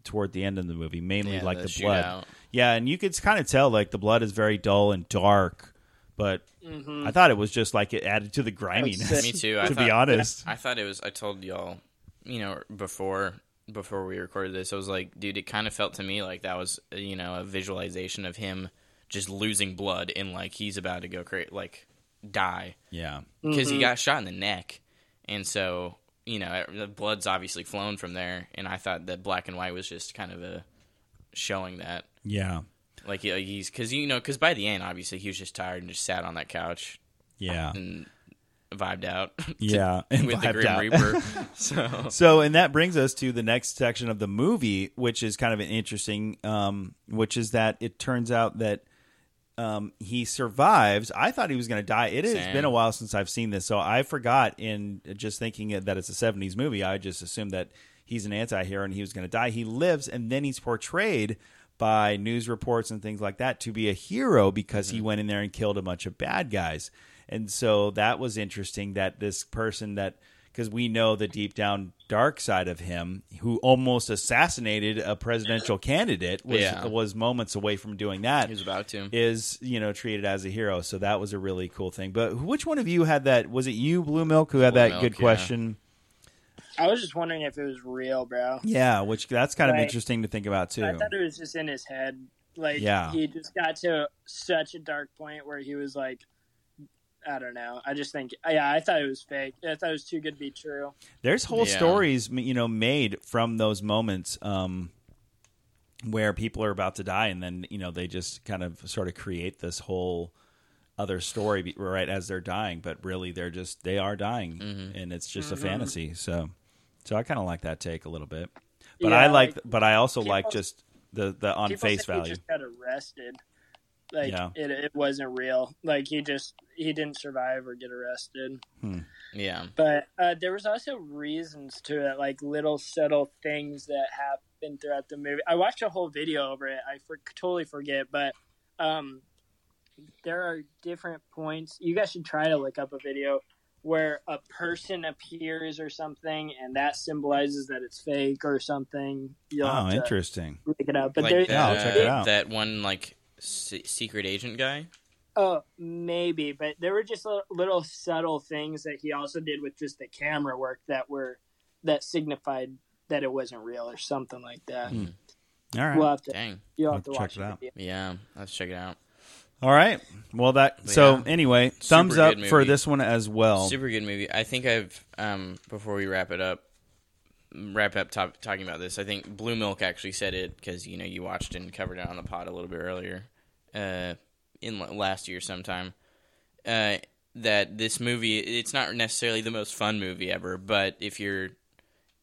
[SPEAKER 1] toward the end of the movie, mainly
[SPEAKER 2] Yeah,
[SPEAKER 1] like
[SPEAKER 2] the
[SPEAKER 1] the, blood.
[SPEAKER 2] shootout.
[SPEAKER 1] Yeah, and you could kind of tell like the blood is very dull and dark, but I thought it was just like it added to the griminess.
[SPEAKER 2] me too. I
[SPEAKER 1] to
[SPEAKER 2] thought,
[SPEAKER 1] be honest,
[SPEAKER 2] I thought it was. I told y'all, you know, before before we recorded this, I was like, dude, it kind of felt to me like that was you know a visualization of him just losing blood and like he's about to go crazy, like die.
[SPEAKER 1] yeah,
[SPEAKER 2] because
[SPEAKER 1] Mm-hmm.
[SPEAKER 2] he got shot in the neck, and so you know it- the blood's obviously flown from there. And I thought that black and white was just kind of a showing that,
[SPEAKER 1] yeah,
[SPEAKER 2] like he- he's because you know because by the end obviously he was just tired and just sat on that couch
[SPEAKER 1] yeah,
[SPEAKER 2] and vibed out, to-
[SPEAKER 1] yeah, and
[SPEAKER 2] with the
[SPEAKER 1] vibed
[SPEAKER 2] Grim
[SPEAKER 1] out.
[SPEAKER 2] Reaper. so
[SPEAKER 1] So, and that brings us to the next section of the movie, which is kind of an interesting, um, which is that it turns out that um, he survives. I thought he was going to die. It has
[SPEAKER 2] Same.
[SPEAKER 1] been a while since I've seen this, so I forgot. In just thinking it- that it's a '70s movie, I just assumed that he's an anti-hero and he was going to die. He lives, and then he's portrayed
[SPEAKER 2] Mm-hmm.
[SPEAKER 1] by news reports and things like that to be a hero because he went in there and killed a bunch of bad guys. And so that was interesting that this person that because we know the deep down dark side of him, who almost assassinated a presidential candidate, was
[SPEAKER 2] Yeah.
[SPEAKER 1] was moments away from doing that.
[SPEAKER 2] He was about to.
[SPEAKER 1] Is you know treated as a hero, so that was a really cool thing. But which one of you had that? Was it you, Blue Milk, who had
[SPEAKER 2] Blue
[SPEAKER 1] that
[SPEAKER 2] Milk,
[SPEAKER 1] good
[SPEAKER 2] yeah.
[SPEAKER 1] question?
[SPEAKER 3] I was just wondering if it was real, bro.
[SPEAKER 1] Yeah, which that's kind of
[SPEAKER 3] Right.
[SPEAKER 1] interesting to think about too.
[SPEAKER 3] I thought it was just in his head. Like
[SPEAKER 1] Yeah.
[SPEAKER 3] he just got to such a dark point where he was like, I don't know. I just think, yeah, I thought it was fake. I thought it was too good to be true.
[SPEAKER 1] There's whole
[SPEAKER 2] Yeah.
[SPEAKER 1] stories, m- you know, made from those moments um, where people are about to die, and then you know they just kind of sort of create this whole other story be- right as they're dying, but really they're just they are dying,
[SPEAKER 2] Mm-hmm.
[SPEAKER 1] and it's just a fantasy. So, so I kind of like that take a little bit, but I
[SPEAKER 3] Yeah,
[SPEAKER 1] like, but I also
[SPEAKER 3] people-
[SPEAKER 1] like just the the on
[SPEAKER 3] People
[SPEAKER 1] face
[SPEAKER 3] think
[SPEAKER 1] value.
[SPEAKER 3] He just got arrested. Like
[SPEAKER 1] Yeah.
[SPEAKER 3] it, it wasn't real. Like he just he didn't survive or get arrested.
[SPEAKER 2] Yeah.
[SPEAKER 3] But uh, there was also reasons to it, like little subtle things that happened throughout the movie. I watched a whole video over it. I for- totally forget, but um, there are different points. You guys should try to look up a video where a person appears or something, and that symbolizes that it's fake or something. You'll
[SPEAKER 1] oh,
[SPEAKER 3] have to
[SPEAKER 1] interesting.
[SPEAKER 3] look it up. But
[SPEAKER 2] like
[SPEAKER 3] there,
[SPEAKER 2] that,
[SPEAKER 1] Yeah, I'll check it out.
[SPEAKER 2] that one like se- secret agent guy.
[SPEAKER 3] Oh, maybe, but there were just little, little subtle things that he also did with just the camera work that were that signified that it wasn't real or something like that.
[SPEAKER 1] All right.
[SPEAKER 3] We'll have to
[SPEAKER 2] Dang.
[SPEAKER 3] you'll
[SPEAKER 1] I'll
[SPEAKER 3] have to
[SPEAKER 1] check
[SPEAKER 3] watch
[SPEAKER 1] it out.
[SPEAKER 3] the video.
[SPEAKER 2] Yeah. Let's check it out.
[SPEAKER 1] All right. Well, that. so
[SPEAKER 2] yeah.
[SPEAKER 1] anyway, thumbs
[SPEAKER 2] good
[SPEAKER 1] up for
[SPEAKER 2] movie.
[SPEAKER 1] this one as well.
[SPEAKER 2] Super good movie. I think I've um before we wrap it up, wrap up top, talking about this. I think Blue Milk actually said it because you know you watched and covered it on the pod a little bit earlier, uh, in la- last year sometime. Uh, that this movie it's not necessarily the most fun movie ever, but if you're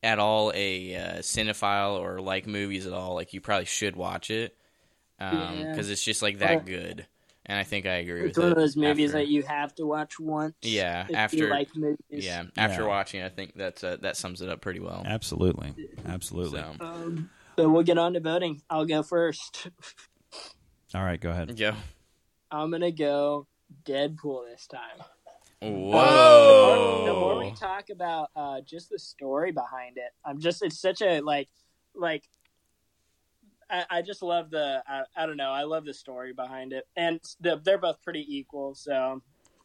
[SPEAKER 2] at all a uh, cinephile or like movies at all, like you probably should watch it because
[SPEAKER 3] Yeah.
[SPEAKER 2] it's just like that
[SPEAKER 3] Oh.
[SPEAKER 2] good. And I think I agree with
[SPEAKER 3] It's one
[SPEAKER 2] it
[SPEAKER 3] of those movies
[SPEAKER 2] after-
[SPEAKER 3] that you have to watch once.
[SPEAKER 2] Yeah,
[SPEAKER 3] if you
[SPEAKER 2] after-
[SPEAKER 3] like movies.
[SPEAKER 2] yeah, after
[SPEAKER 1] Yeah.
[SPEAKER 2] watching, I think that's uh, that sums it up pretty well.
[SPEAKER 1] Absolutely. Absolutely.
[SPEAKER 2] So,
[SPEAKER 3] Um, but we'll get on to voting. I'll go first.
[SPEAKER 1] All right, go ahead.
[SPEAKER 2] yeah.
[SPEAKER 3] I'm gonna go Deadpool this time. Oh,
[SPEAKER 2] Whoa.
[SPEAKER 3] The more we talk about uh, just the story behind it, I'm just it's such a like like I, I just love the I, I don't know I love the story behind it, and the, they're both pretty equal. So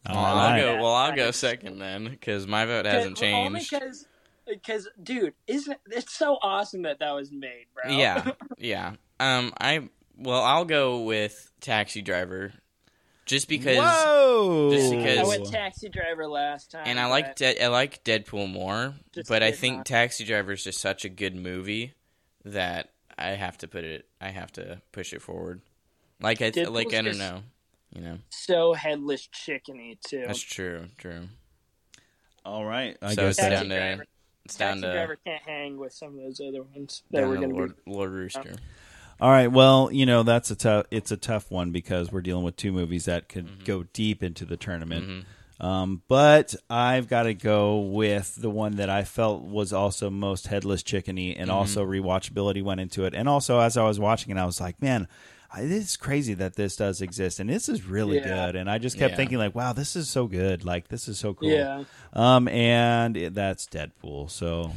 [SPEAKER 1] All
[SPEAKER 2] Well,
[SPEAKER 1] right.
[SPEAKER 2] I'll go. Well, I'll go
[SPEAKER 3] Alright.
[SPEAKER 2] second then, because my vote hasn't changed.
[SPEAKER 3] because because dude, isn't it's so awesome that that was made, bro?
[SPEAKER 2] Yeah, yeah. Um, I well, I'll go with Taxi Driver, just because,
[SPEAKER 1] Whoa.
[SPEAKER 2] just
[SPEAKER 3] I
[SPEAKER 2] because-
[SPEAKER 3] went Taxi Driver last time,
[SPEAKER 2] and I
[SPEAKER 3] but
[SPEAKER 2] like De- I like Deadpool more,
[SPEAKER 3] Just
[SPEAKER 2] but I
[SPEAKER 3] did
[SPEAKER 2] think
[SPEAKER 3] not.
[SPEAKER 2] Taxi Driver is just such a good movie that I have to put it. I have to push it forward. Like I th- like I don't
[SPEAKER 3] Deadpool's just-
[SPEAKER 2] know, you know.
[SPEAKER 3] so headless chickeny too.
[SPEAKER 2] That's true. True.
[SPEAKER 1] All right. I
[SPEAKER 2] so
[SPEAKER 1] guess
[SPEAKER 2] it's
[SPEAKER 1] that,
[SPEAKER 2] down
[SPEAKER 3] Taxi
[SPEAKER 2] to
[SPEAKER 3] Driver.
[SPEAKER 2] it's down
[SPEAKER 3] Taxi
[SPEAKER 2] to
[SPEAKER 3] Driver can't hang with some of those other ones that
[SPEAKER 2] down
[SPEAKER 3] we're
[SPEAKER 2] to
[SPEAKER 3] gonna
[SPEAKER 2] Lord,
[SPEAKER 3] be.
[SPEAKER 2] Lord Rooster.
[SPEAKER 1] Oh. All right. Well, you know that's a tough. It's a tough one because we're dealing with two movies that could
[SPEAKER 2] Mm-hmm.
[SPEAKER 1] go deep into the tournament. Um, but I've got to go with the one that I felt was also most headless chickeny,
[SPEAKER 2] Mm-hmm.
[SPEAKER 1] and also rewatchability went into it. And also, as I was watching it, I was like, man. I, this is crazy that this does exist, and this is really
[SPEAKER 3] Yeah.
[SPEAKER 1] good. And I just kept
[SPEAKER 2] Yeah.
[SPEAKER 1] thinking, like, wow, this is so good. Like, this is so cool.
[SPEAKER 3] Yeah.
[SPEAKER 1] Um, and it, that's Deadpool. So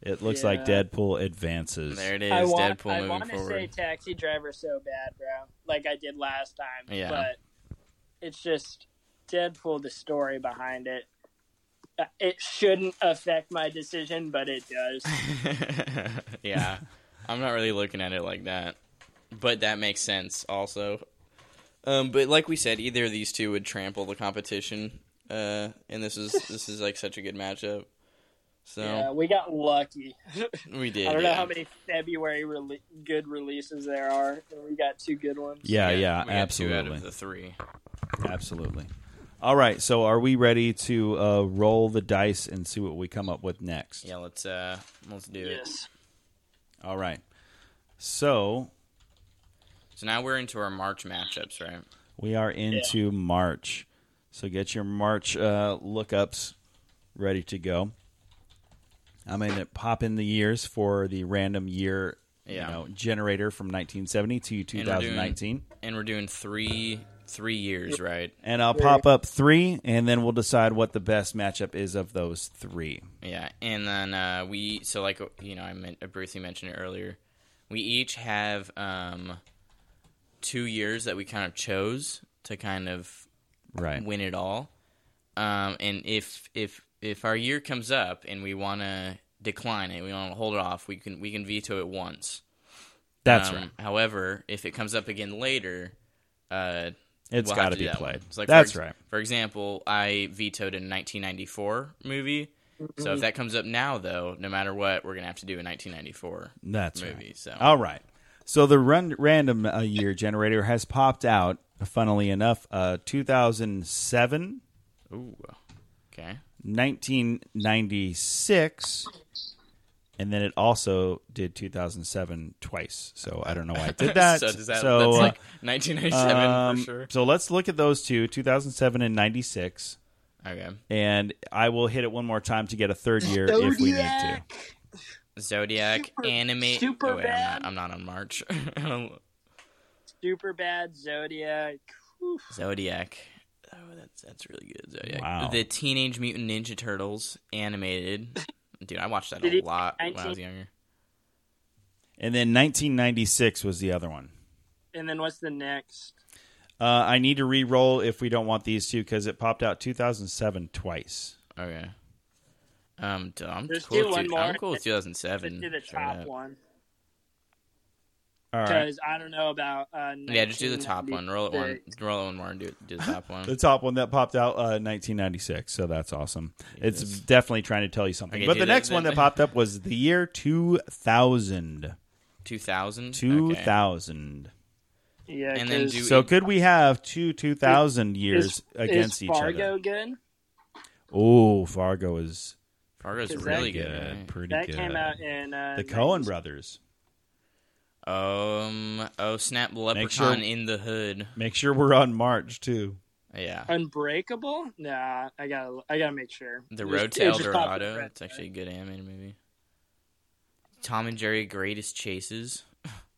[SPEAKER 1] it looks like
[SPEAKER 3] Yeah.
[SPEAKER 1] Deadpool advances.
[SPEAKER 2] There it is.
[SPEAKER 3] I want,
[SPEAKER 2] Deadpool
[SPEAKER 3] I
[SPEAKER 2] moving
[SPEAKER 3] want to
[SPEAKER 2] forward.
[SPEAKER 3] say Taxi Driver so bad, bro. Like I did last time.
[SPEAKER 2] Yeah.
[SPEAKER 3] But it's just Deadpool, the story behind it. Uh, It shouldn't affect my decision, but it does.
[SPEAKER 2] yeah, I'm not really looking at it like that, but that makes sense also. Um, but like we said, either of these two would trample the competition, uh, and this is this is like such a good matchup. So
[SPEAKER 3] Yeah, we got lucky.
[SPEAKER 2] we did.
[SPEAKER 3] I don't know
[SPEAKER 2] yeah.
[SPEAKER 3] how many February rele- good releases there are, and we got two good ones.
[SPEAKER 1] Yeah,
[SPEAKER 2] We got-
[SPEAKER 1] yeah,
[SPEAKER 2] we got two out
[SPEAKER 1] absolutely,
[SPEAKER 2] of the three.
[SPEAKER 1] absolutely. All right, so are we ready to uh, roll the dice and see what we come up with next?
[SPEAKER 2] Yeah, let's uh, let's do it.
[SPEAKER 3] Yes.
[SPEAKER 1] All right. So
[SPEAKER 2] So now we're into our March matchups, right?
[SPEAKER 1] we are into March. So get your March uh, lookups ready to go. I'm going to pop in the years for the random year
[SPEAKER 2] Yeah.
[SPEAKER 1] you know, generator from 1970 to
[SPEAKER 2] And we're doing-
[SPEAKER 1] 2019.
[SPEAKER 2] And we're doing three three years, right?
[SPEAKER 1] and I'll pop up three, and then we'll decide what the best matchup is of those three.
[SPEAKER 2] Yeah, and then uh, we so like you know I, meant, I briefly mentioned it earlier. We each have um, two years that we kind of chose to kind of
[SPEAKER 1] Right.
[SPEAKER 2] win it all. Um, and if if if our year comes up and we want to decline it, we want to hold it off. We can we can veto it once.
[SPEAKER 1] That's
[SPEAKER 2] Um,
[SPEAKER 1] right.
[SPEAKER 2] However, if it comes up again later, uh,
[SPEAKER 1] It's
[SPEAKER 2] we'll have
[SPEAKER 1] got to
[SPEAKER 2] do
[SPEAKER 1] be
[SPEAKER 2] that
[SPEAKER 1] played.
[SPEAKER 2] one. So, like, for
[SPEAKER 1] That's
[SPEAKER 2] ex-
[SPEAKER 1] right.
[SPEAKER 2] For example, I vetoed a 1994 movie. So
[SPEAKER 3] Mm-hmm.
[SPEAKER 2] if that comes up now, though, no matter what, we're gonna have to do a 1994
[SPEAKER 1] That's
[SPEAKER 2] movie.
[SPEAKER 1] right.
[SPEAKER 2] So
[SPEAKER 1] All right. So the run- random uh, year generator has popped out. Funnily enough, uh, 2007,
[SPEAKER 2] Ooh, okay,
[SPEAKER 1] 1996, and then it also did 2007 twice. So I don't know why it did that.
[SPEAKER 2] so does that
[SPEAKER 1] So,
[SPEAKER 2] that's
[SPEAKER 1] uh,
[SPEAKER 2] like 1997
[SPEAKER 1] um,
[SPEAKER 2] for sure.
[SPEAKER 1] So let's look at those two, 2007 and 96.
[SPEAKER 2] Okay,
[SPEAKER 1] and I will hit it one more time to get a third year
[SPEAKER 3] Oh,
[SPEAKER 1] if we need to.
[SPEAKER 2] Zodiac animate.
[SPEAKER 3] super
[SPEAKER 2] oh, wait,
[SPEAKER 3] bad.
[SPEAKER 2] I'm not. I'm not on March.
[SPEAKER 3] Super bad Zodiac. Whew.
[SPEAKER 2] Zodiac. Oh, that's that's really good. Zodiac.
[SPEAKER 1] Wow.
[SPEAKER 2] The Teenage Mutant Ninja Turtles animated. Dude, I watched that
[SPEAKER 3] Did
[SPEAKER 2] a
[SPEAKER 3] he-
[SPEAKER 2] lot when I was
[SPEAKER 3] 19
[SPEAKER 2] younger.
[SPEAKER 1] And then 1996 was the other one.
[SPEAKER 3] And then what's the next?
[SPEAKER 1] Uh, I need to re-roll if we don't want these two because it popped out 2007 twice.
[SPEAKER 2] Okay. Um, d- I'm
[SPEAKER 3] Let's
[SPEAKER 2] cool.
[SPEAKER 3] do
[SPEAKER 2] With
[SPEAKER 3] one
[SPEAKER 2] two-
[SPEAKER 3] more.
[SPEAKER 2] I'm cool with
[SPEAKER 3] Let's
[SPEAKER 2] 2007.
[SPEAKER 3] do the
[SPEAKER 2] straight
[SPEAKER 3] top
[SPEAKER 2] Mm, up.
[SPEAKER 3] one
[SPEAKER 1] All right,
[SPEAKER 3] because I don't know about. Uh,
[SPEAKER 2] Yeah, just do the top one. Roll it one.
[SPEAKER 3] 1996.
[SPEAKER 2] Roll it one more and do, do the top
[SPEAKER 1] the
[SPEAKER 2] one.
[SPEAKER 1] top one that popped out uh, 1996. So that's awesome. It's
[SPEAKER 2] Jesus.
[SPEAKER 1] definitely trying to tell you something.
[SPEAKER 2] Okay,
[SPEAKER 1] but
[SPEAKER 2] do
[SPEAKER 1] the
[SPEAKER 2] the-
[SPEAKER 1] next
[SPEAKER 2] the-
[SPEAKER 1] one that popped up was the year 2000.
[SPEAKER 2] 2000.
[SPEAKER 1] 2000.
[SPEAKER 3] Yeah,
[SPEAKER 2] And then
[SPEAKER 3] 'cause
[SPEAKER 2] do-
[SPEAKER 1] So could we have two 2000 years
[SPEAKER 3] is,
[SPEAKER 1] against
[SPEAKER 3] is
[SPEAKER 1] each
[SPEAKER 3] Fargo
[SPEAKER 1] other?
[SPEAKER 3] good?
[SPEAKER 1] Oh, Fargo is
[SPEAKER 2] Fargo's
[SPEAKER 3] Is that
[SPEAKER 2] really good.
[SPEAKER 1] Pretty
[SPEAKER 3] That
[SPEAKER 1] good.
[SPEAKER 3] came out in uh,
[SPEAKER 1] the Cohen
[SPEAKER 3] 90s.
[SPEAKER 1] brothers.
[SPEAKER 2] right? Um. Oh snap! Leprechaun
[SPEAKER 1] sure-
[SPEAKER 2] in the hood.
[SPEAKER 1] Make sure we're on March too.
[SPEAKER 2] Yeah.
[SPEAKER 3] Unbreakable? Nah, I gotta I gotta make sure.
[SPEAKER 2] The
[SPEAKER 3] It
[SPEAKER 2] Road
[SPEAKER 3] just-
[SPEAKER 2] to
[SPEAKER 3] it
[SPEAKER 2] El
[SPEAKER 3] just popped up
[SPEAKER 2] Dorado.
[SPEAKER 3] right
[SPEAKER 2] It's actually a good animated movie. Tom and Jerry Greatest Chases.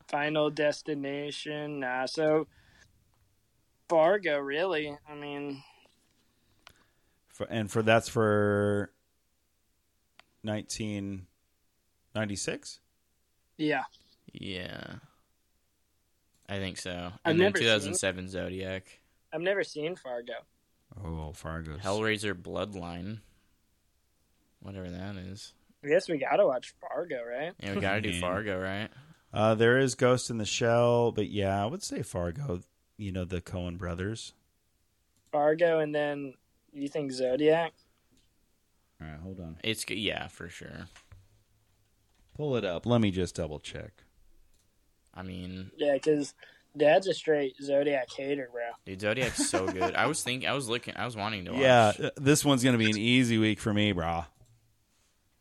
[SPEAKER 3] Final Destination. Nah, so Fargo, really? I mean,
[SPEAKER 1] For, and for that's for 1996.
[SPEAKER 3] yeah.
[SPEAKER 2] Yeah. I think so. And
[SPEAKER 3] I've
[SPEAKER 2] then
[SPEAKER 3] never seen it.
[SPEAKER 2] 2007 Zodiac.
[SPEAKER 3] I've never seen Fargo.
[SPEAKER 1] Oh, Fargo.
[SPEAKER 2] Hellraiser Bloodline. Whatever that is.
[SPEAKER 3] I guess we gotta watch Fargo, right?
[SPEAKER 2] Yeah, we gotta do
[SPEAKER 1] Man.
[SPEAKER 2] Fargo, right?
[SPEAKER 1] Uh, there is Ghost in the Shell, but yeah, I would say Fargo. You know the Cohen brothers.
[SPEAKER 3] Fargo, and then you think Zodiac?
[SPEAKER 1] All right, hold on.
[SPEAKER 2] It's good. Yeah, for sure.
[SPEAKER 1] Pull it up. Let me just double check.
[SPEAKER 2] I mean,
[SPEAKER 3] Yeah, because Dad's a straight Zodiac hater, bro.
[SPEAKER 2] dude, Zodiac's so good. I was thinking, I was looking, I was wanting to watch.
[SPEAKER 1] Yeah, uh, this one's gonna be an easy week for me, brah.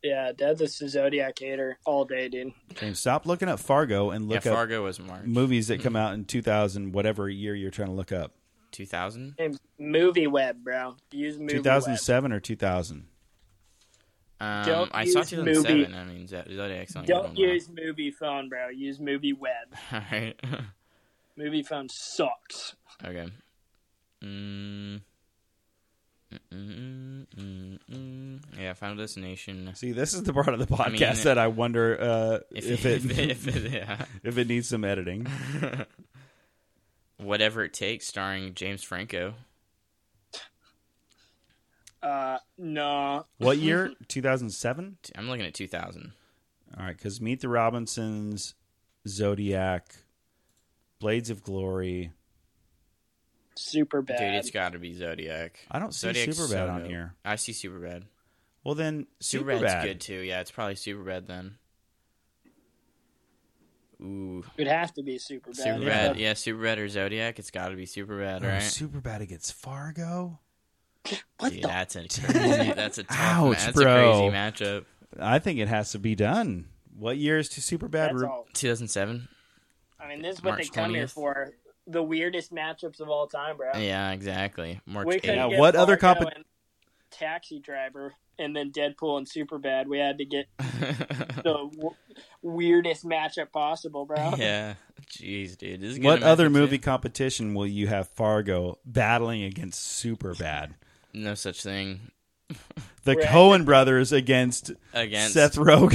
[SPEAKER 3] Yeah, Dad's a Zodiac hater all day, dude.
[SPEAKER 1] James, stop looking up Fargo and
[SPEAKER 2] Yeah,
[SPEAKER 1] look up
[SPEAKER 2] Fargo was March
[SPEAKER 1] movies that come out in 2000, whatever year you're trying to look up.
[SPEAKER 2] 2000.
[SPEAKER 3] James, Movie web, bro. Use movie web.
[SPEAKER 1] 2007 or 2000?
[SPEAKER 2] Um,
[SPEAKER 3] Don't
[SPEAKER 2] I saw
[SPEAKER 3] use
[SPEAKER 2] 2007.
[SPEAKER 3] movie.
[SPEAKER 2] I mean, Zod- Zodiac's not
[SPEAKER 3] Don't
[SPEAKER 2] good
[SPEAKER 3] use movie phone, bro. Use movie web.
[SPEAKER 2] All right.
[SPEAKER 3] Movie phone sucks.
[SPEAKER 2] Okay. Mm. Mm-mm, mm mm Yeah, Final Destination.
[SPEAKER 1] See, this is the part of the podcast
[SPEAKER 2] mean,
[SPEAKER 1] that I wonder uh, if, it,
[SPEAKER 2] if, it, if it, yeah.
[SPEAKER 1] if it needs some editing.
[SPEAKER 2] Whatever it takes, starring James Franco.
[SPEAKER 3] Uh, no.
[SPEAKER 1] What year? 2007?
[SPEAKER 2] T- I'm looking at 2000.
[SPEAKER 1] All right, because Meet the Robinsons, Zodiac, Blades of Glory.
[SPEAKER 3] Super bad.
[SPEAKER 2] Dude, it's got to be Zodiac.
[SPEAKER 1] I don't see
[SPEAKER 2] Zodiac's
[SPEAKER 1] Superbad
[SPEAKER 2] so
[SPEAKER 1] on
[SPEAKER 2] dope.
[SPEAKER 1] here.
[SPEAKER 2] I see Superbad.
[SPEAKER 1] Well, then
[SPEAKER 2] Superbad's
[SPEAKER 1] Superbad.
[SPEAKER 2] good too. Yeah, it's probably Superbad then. Ooh,
[SPEAKER 3] It'd have to be super bad.
[SPEAKER 2] Superbad. Yeah, Superbad or Zodiac. It's got to be Superbad,
[SPEAKER 1] Oh,
[SPEAKER 2] right?
[SPEAKER 1] Superbad against Fargo.
[SPEAKER 3] What
[SPEAKER 2] Dude,
[SPEAKER 3] the?
[SPEAKER 2] that's a crazy. That's a tough.
[SPEAKER 1] Ouch,
[SPEAKER 2] that's
[SPEAKER 1] bro.
[SPEAKER 2] a crazy matchup.
[SPEAKER 1] I think it has to be done. What year is to Superbad?
[SPEAKER 3] That's
[SPEAKER 1] re-
[SPEAKER 3] all.
[SPEAKER 2] 2007.
[SPEAKER 3] I mean, this is what
[SPEAKER 2] March
[SPEAKER 3] they come here
[SPEAKER 2] 20th.
[SPEAKER 3] for. The weirdest matchups of all time, bro.
[SPEAKER 2] Yeah, exactly. March
[SPEAKER 3] We couldn't
[SPEAKER 2] 8th.
[SPEAKER 1] Yeah,
[SPEAKER 3] get
[SPEAKER 1] what other
[SPEAKER 3] Fargo
[SPEAKER 1] compe-
[SPEAKER 3] and Taxi Driver and then Deadpool and Superbad. We had to get the w- weirdest matchup possible, bro.
[SPEAKER 2] yeah, Jeez, dude. This is
[SPEAKER 1] What
[SPEAKER 2] gonna
[SPEAKER 1] other
[SPEAKER 2] matter,
[SPEAKER 1] movie
[SPEAKER 2] too.
[SPEAKER 1] competition will you have Fargo battling against Superbad?
[SPEAKER 2] No such thing.
[SPEAKER 1] The
[SPEAKER 3] Right.
[SPEAKER 1] Cohen brothers against,
[SPEAKER 2] Against
[SPEAKER 1] Seth Rogen,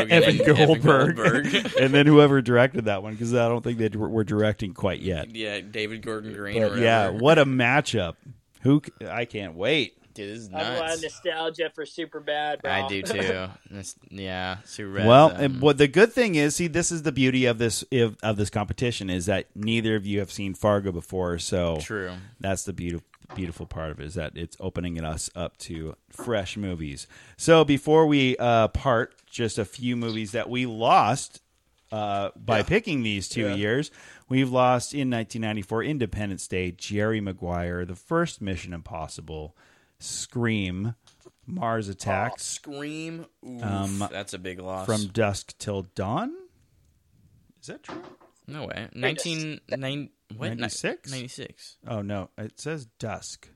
[SPEAKER 1] and Evan
[SPEAKER 2] and
[SPEAKER 1] Goldberg,
[SPEAKER 2] Goldberg.
[SPEAKER 1] and then whoever directed that one because I don't think they d- were directing quite yet.
[SPEAKER 2] yeah, David Gordon Green. or
[SPEAKER 1] But yeah,
[SPEAKER 2] whatever.
[SPEAKER 1] what a matchup! Who c- I can't wait.
[SPEAKER 2] Dude, this is
[SPEAKER 3] I have a lot
[SPEAKER 2] nuts.
[SPEAKER 3] of nostalgia for super bad.
[SPEAKER 2] I do too. This, yeah, um, super.
[SPEAKER 1] Well, and what the good thing is, see, this is the beauty of this if, of this competition is that neither of you have seen Fargo before, so
[SPEAKER 2] True.
[SPEAKER 1] that's the beautiful beautiful part of it is that it's opening us up to fresh movies. So before we uh, part, just a few movies that we lost uh, by picking these two years. We've lost in 1994 Independence Day, Jerry Maguire, the first Mission Impossible, Scream, Mars Attacks,
[SPEAKER 2] Oh, Scream. Oof,
[SPEAKER 1] Um,
[SPEAKER 2] that's a big loss.
[SPEAKER 1] From Dusk Till Dawn. Is that true?
[SPEAKER 2] no way. Nineteen nine. What?
[SPEAKER 1] 96?
[SPEAKER 2] Ninety six.
[SPEAKER 1] Oh no, it says dusk.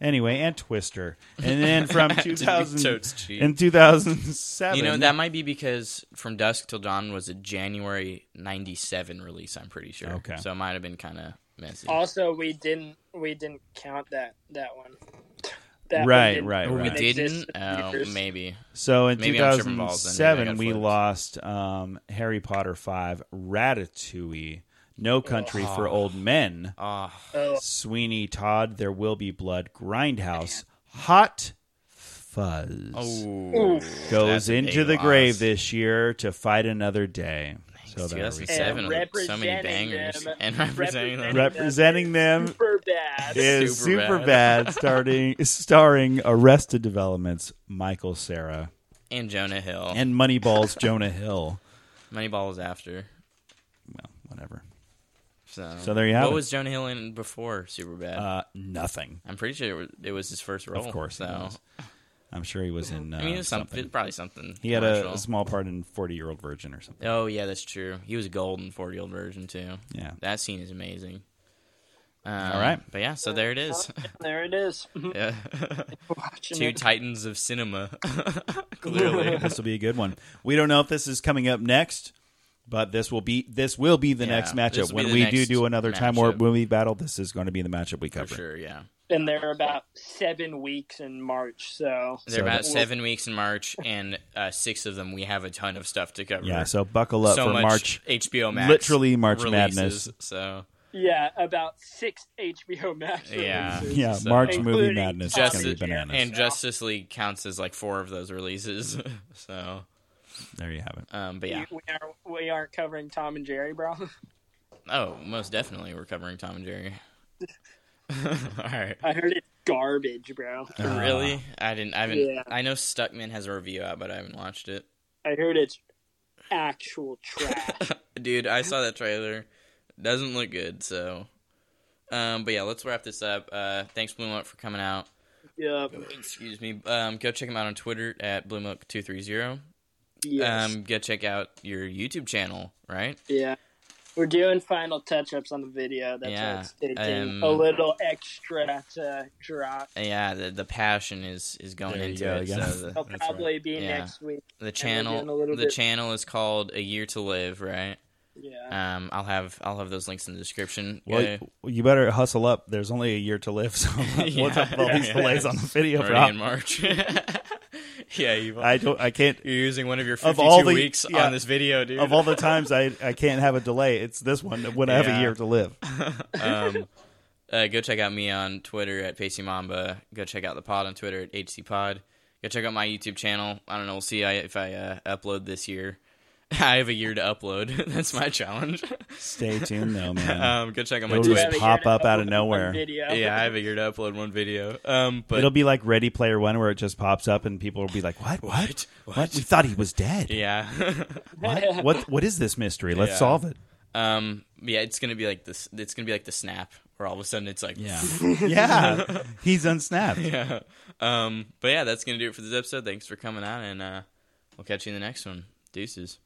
[SPEAKER 1] Anyway, and Twister, and then from
[SPEAKER 2] To be
[SPEAKER 1] 2000
[SPEAKER 2] totes cheap.
[SPEAKER 1] in 2007.
[SPEAKER 2] You know that might be because From Dusk Till Dawn was a January '97 release. I'm pretty sure.
[SPEAKER 1] Okay.
[SPEAKER 2] So it might have been kind of messy.
[SPEAKER 3] Also, we didn't we didn't count that that one. That one
[SPEAKER 1] Right,
[SPEAKER 3] didn't-
[SPEAKER 1] right,
[SPEAKER 2] Or we
[SPEAKER 1] right.
[SPEAKER 3] It
[SPEAKER 2] didn't.
[SPEAKER 3] exists in
[SPEAKER 2] Oh,
[SPEAKER 3] theaters.
[SPEAKER 2] maybe.
[SPEAKER 1] so in
[SPEAKER 2] Maybe I'm tripping balls then. Maybe I
[SPEAKER 1] 2007
[SPEAKER 2] got
[SPEAKER 1] we
[SPEAKER 2] flipped.
[SPEAKER 1] lost um, Harry Potter 5, Ratatouille, No Country for Old Men,
[SPEAKER 2] Oh,
[SPEAKER 1] Sweeney Todd, There Will Be Blood, Grindhouse, Hot Fuzz. goes
[SPEAKER 2] Oh, that's a
[SPEAKER 1] into
[SPEAKER 2] big
[SPEAKER 1] the grave
[SPEAKER 2] loss.
[SPEAKER 1] this year to fight another day. So there we go.
[SPEAKER 2] 2007
[SPEAKER 3] And
[SPEAKER 2] with so many
[SPEAKER 3] representing
[SPEAKER 2] bangers
[SPEAKER 3] them.
[SPEAKER 2] and representing them.
[SPEAKER 1] representing them
[SPEAKER 3] Super bad.
[SPEAKER 1] is
[SPEAKER 2] Superbad.
[SPEAKER 1] super bad starting starring Arrested Development's Michael Sarah
[SPEAKER 2] and Jonah Hill.
[SPEAKER 1] and Moneyball's Jonah Hill.
[SPEAKER 2] Moneyball was after.
[SPEAKER 1] Well, whatever.
[SPEAKER 2] So,
[SPEAKER 1] So there you have
[SPEAKER 2] What
[SPEAKER 1] it.
[SPEAKER 2] was Jonah Hill in before Superbad?
[SPEAKER 1] Uh, nothing.
[SPEAKER 2] I'm pretty sure it was, it was his first role.
[SPEAKER 1] Of course. he
[SPEAKER 2] So
[SPEAKER 1] was. I'm sure he was in uh,
[SPEAKER 2] Oh, I mean, it was something.
[SPEAKER 1] something.
[SPEAKER 2] Probably something.
[SPEAKER 1] He had a,
[SPEAKER 2] commercial.
[SPEAKER 1] small part in 40 Year Old Virgin or something.
[SPEAKER 2] Oh yeah, that's true. He was a golden forty year old version too.
[SPEAKER 1] Yeah.
[SPEAKER 2] That scene is amazing. Um,
[SPEAKER 1] right.
[SPEAKER 2] but yeah, so there it is.
[SPEAKER 3] There it is.
[SPEAKER 2] Yeah.
[SPEAKER 3] Watching
[SPEAKER 2] Two
[SPEAKER 3] it.
[SPEAKER 2] titans of cinema. Clearly,
[SPEAKER 1] this will be a good one. We don't know if this is coming up next, but this will be this will be the
[SPEAKER 2] Yeah,
[SPEAKER 1] next
[SPEAKER 2] this
[SPEAKER 1] matchup
[SPEAKER 2] will be
[SPEAKER 1] when
[SPEAKER 2] the
[SPEAKER 1] we
[SPEAKER 2] next
[SPEAKER 1] do do another time warp
[SPEAKER 2] matchup.
[SPEAKER 1] movie battle. This is going to be the matchup we
[SPEAKER 2] for
[SPEAKER 1] cover.
[SPEAKER 2] sure. Yeah,
[SPEAKER 3] and there are about seven weeks in March, so
[SPEAKER 2] they're
[SPEAKER 1] So
[SPEAKER 2] about
[SPEAKER 1] that-
[SPEAKER 2] seven weeks in March, and uh, six of them we have a ton of stuff to cover.
[SPEAKER 1] Yeah, so buckle up
[SPEAKER 2] so
[SPEAKER 1] for
[SPEAKER 2] much
[SPEAKER 1] March.
[SPEAKER 2] HBO Max,
[SPEAKER 1] literally March
[SPEAKER 2] releases,
[SPEAKER 1] Madness.
[SPEAKER 2] So
[SPEAKER 3] yeah, about six HBO Max.
[SPEAKER 2] Yeah.
[SPEAKER 3] releases.
[SPEAKER 1] Yeah,
[SPEAKER 2] So-
[SPEAKER 1] March movie
[SPEAKER 3] Including
[SPEAKER 1] madness is
[SPEAKER 2] Justice
[SPEAKER 1] going to be bananas.
[SPEAKER 2] and Justice League counts as like four of those releases. so,
[SPEAKER 1] there you have it.
[SPEAKER 2] um, but yeah,
[SPEAKER 3] We, we are we aren't covering Tom and Jerry, bro.
[SPEAKER 2] oh, most definitely we're covering Tom and Jerry. All right.
[SPEAKER 3] I heard it's garbage, bro.
[SPEAKER 1] Ah.
[SPEAKER 2] Really? I didn't. I haven't.
[SPEAKER 3] Yeah.
[SPEAKER 2] I know Stuckman has a review out, but I haven't watched it.
[SPEAKER 3] I heard it's actual trash.
[SPEAKER 2] Dude, I saw that trailer. Doesn't look good. So, um, but yeah, let's wrap this up. Uh, thanks Blue Milk for coming out.
[SPEAKER 3] yeah,
[SPEAKER 2] Excuse me. Um, go check him out on Twitter at Blue Milk two three zero.
[SPEAKER 3] yes.
[SPEAKER 2] Um, go check out your YouTube channel. Right?
[SPEAKER 3] yeah. We're doing final touch-ups on the video. That's
[SPEAKER 2] Yeah,
[SPEAKER 3] why it's taking
[SPEAKER 2] um,
[SPEAKER 3] a little extra to drop.
[SPEAKER 2] And yeah. The the passion is is going
[SPEAKER 1] There you
[SPEAKER 2] into
[SPEAKER 1] go,
[SPEAKER 2] it.
[SPEAKER 1] yeah.
[SPEAKER 2] So the,
[SPEAKER 3] They'll probably be
[SPEAKER 2] Yeah.
[SPEAKER 3] next week.
[SPEAKER 2] the
[SPEAKER 3] doing a
[SPEAKER 2] channel the
[SPEAKER 3] little bit-
[SPEAKER 2] channel is called A Year to Live. Right?
[SPEAKER 3] Yeah.
[SPEAKER 2] Um, I'll have I'll have those links in the description.
[SPEAKER 1] Well,
[SPEAKER 2] Go-
[SPEAKER 1] you, you better hustle up. There's only a year to live, so what's up with all these
[SPEAKER 2] Yeah.
[SPEAKER 1] delays on the video?
[SPEAKER 2] Already
[SPEAKER 1] Rob?
[SPEAKER 2] in March. yeah, you've,
[SPEAKER 1] I don't. I can't.
[SPEAKER 2] you're using one of your 52
[SPEAKER 1] Of all the-
[SPEAKER 2] weeks
[SPEAKER 1] yeah.
[SPEAKER 2] on this video, dude.
[SPEAKER 1] Of all the times I, I can't have a delay, it's this one when I have a
[SPEAKER 2] Yeah.
[SPEAKER 1] year to live.
[SPEAKER 2] um, uh, go check out me on Twitter at Pacey Mamba. Go check out the pod on Twitter at HC Pod. Go check out my YouTube channel. I don't know. We'll see I- if I uh, upload this year. I have a year to upload. That's my challenge.
[SPEAKER 1] Stay tuned though, man.
[SPEAKER 2] um, go check out my
[SPEAKER 1] It'll
[SPEAKER 3] Do
[SPEAKER 1] just
[SPEAKER 3] have
[SPEAKER 2] Twitter.
[SPEAKER 3] a
[SPEAKER 1] pop
[SPEAKER 3] year to
[SPEAKER 1] up out of
[SPEAKER 3] upload one
[SPEAKER 1] nowhere.
[SPEAKER 3] Video.
[SPEAKER 2] Yeah, I have a year to upload one video. Um, but
[SPEAKER 1] It'll be like Ready Player One, where it just pops up and people will be like, "What? What? What? We thought he was dead.
[SPEAKER 2] yeah.
[SPEAKER 1] What? What? What is this mystery? Let's
[SPEAKER 2] Yeah.
[SPEAKER 1] solve it."
[SPEAKER 2] Um, yeah, it's gonna be like this. It's gonna be like the snap, where all of a sudden it's like,
[SPEAKER 1] Yeah, yeah. He's unsnapped.
[SPEAKER 2] yeah. Um, but yeah, that's gonna do it for this episode. Thanks for coming on, and uh, we'll catch you in the next one. Deuces.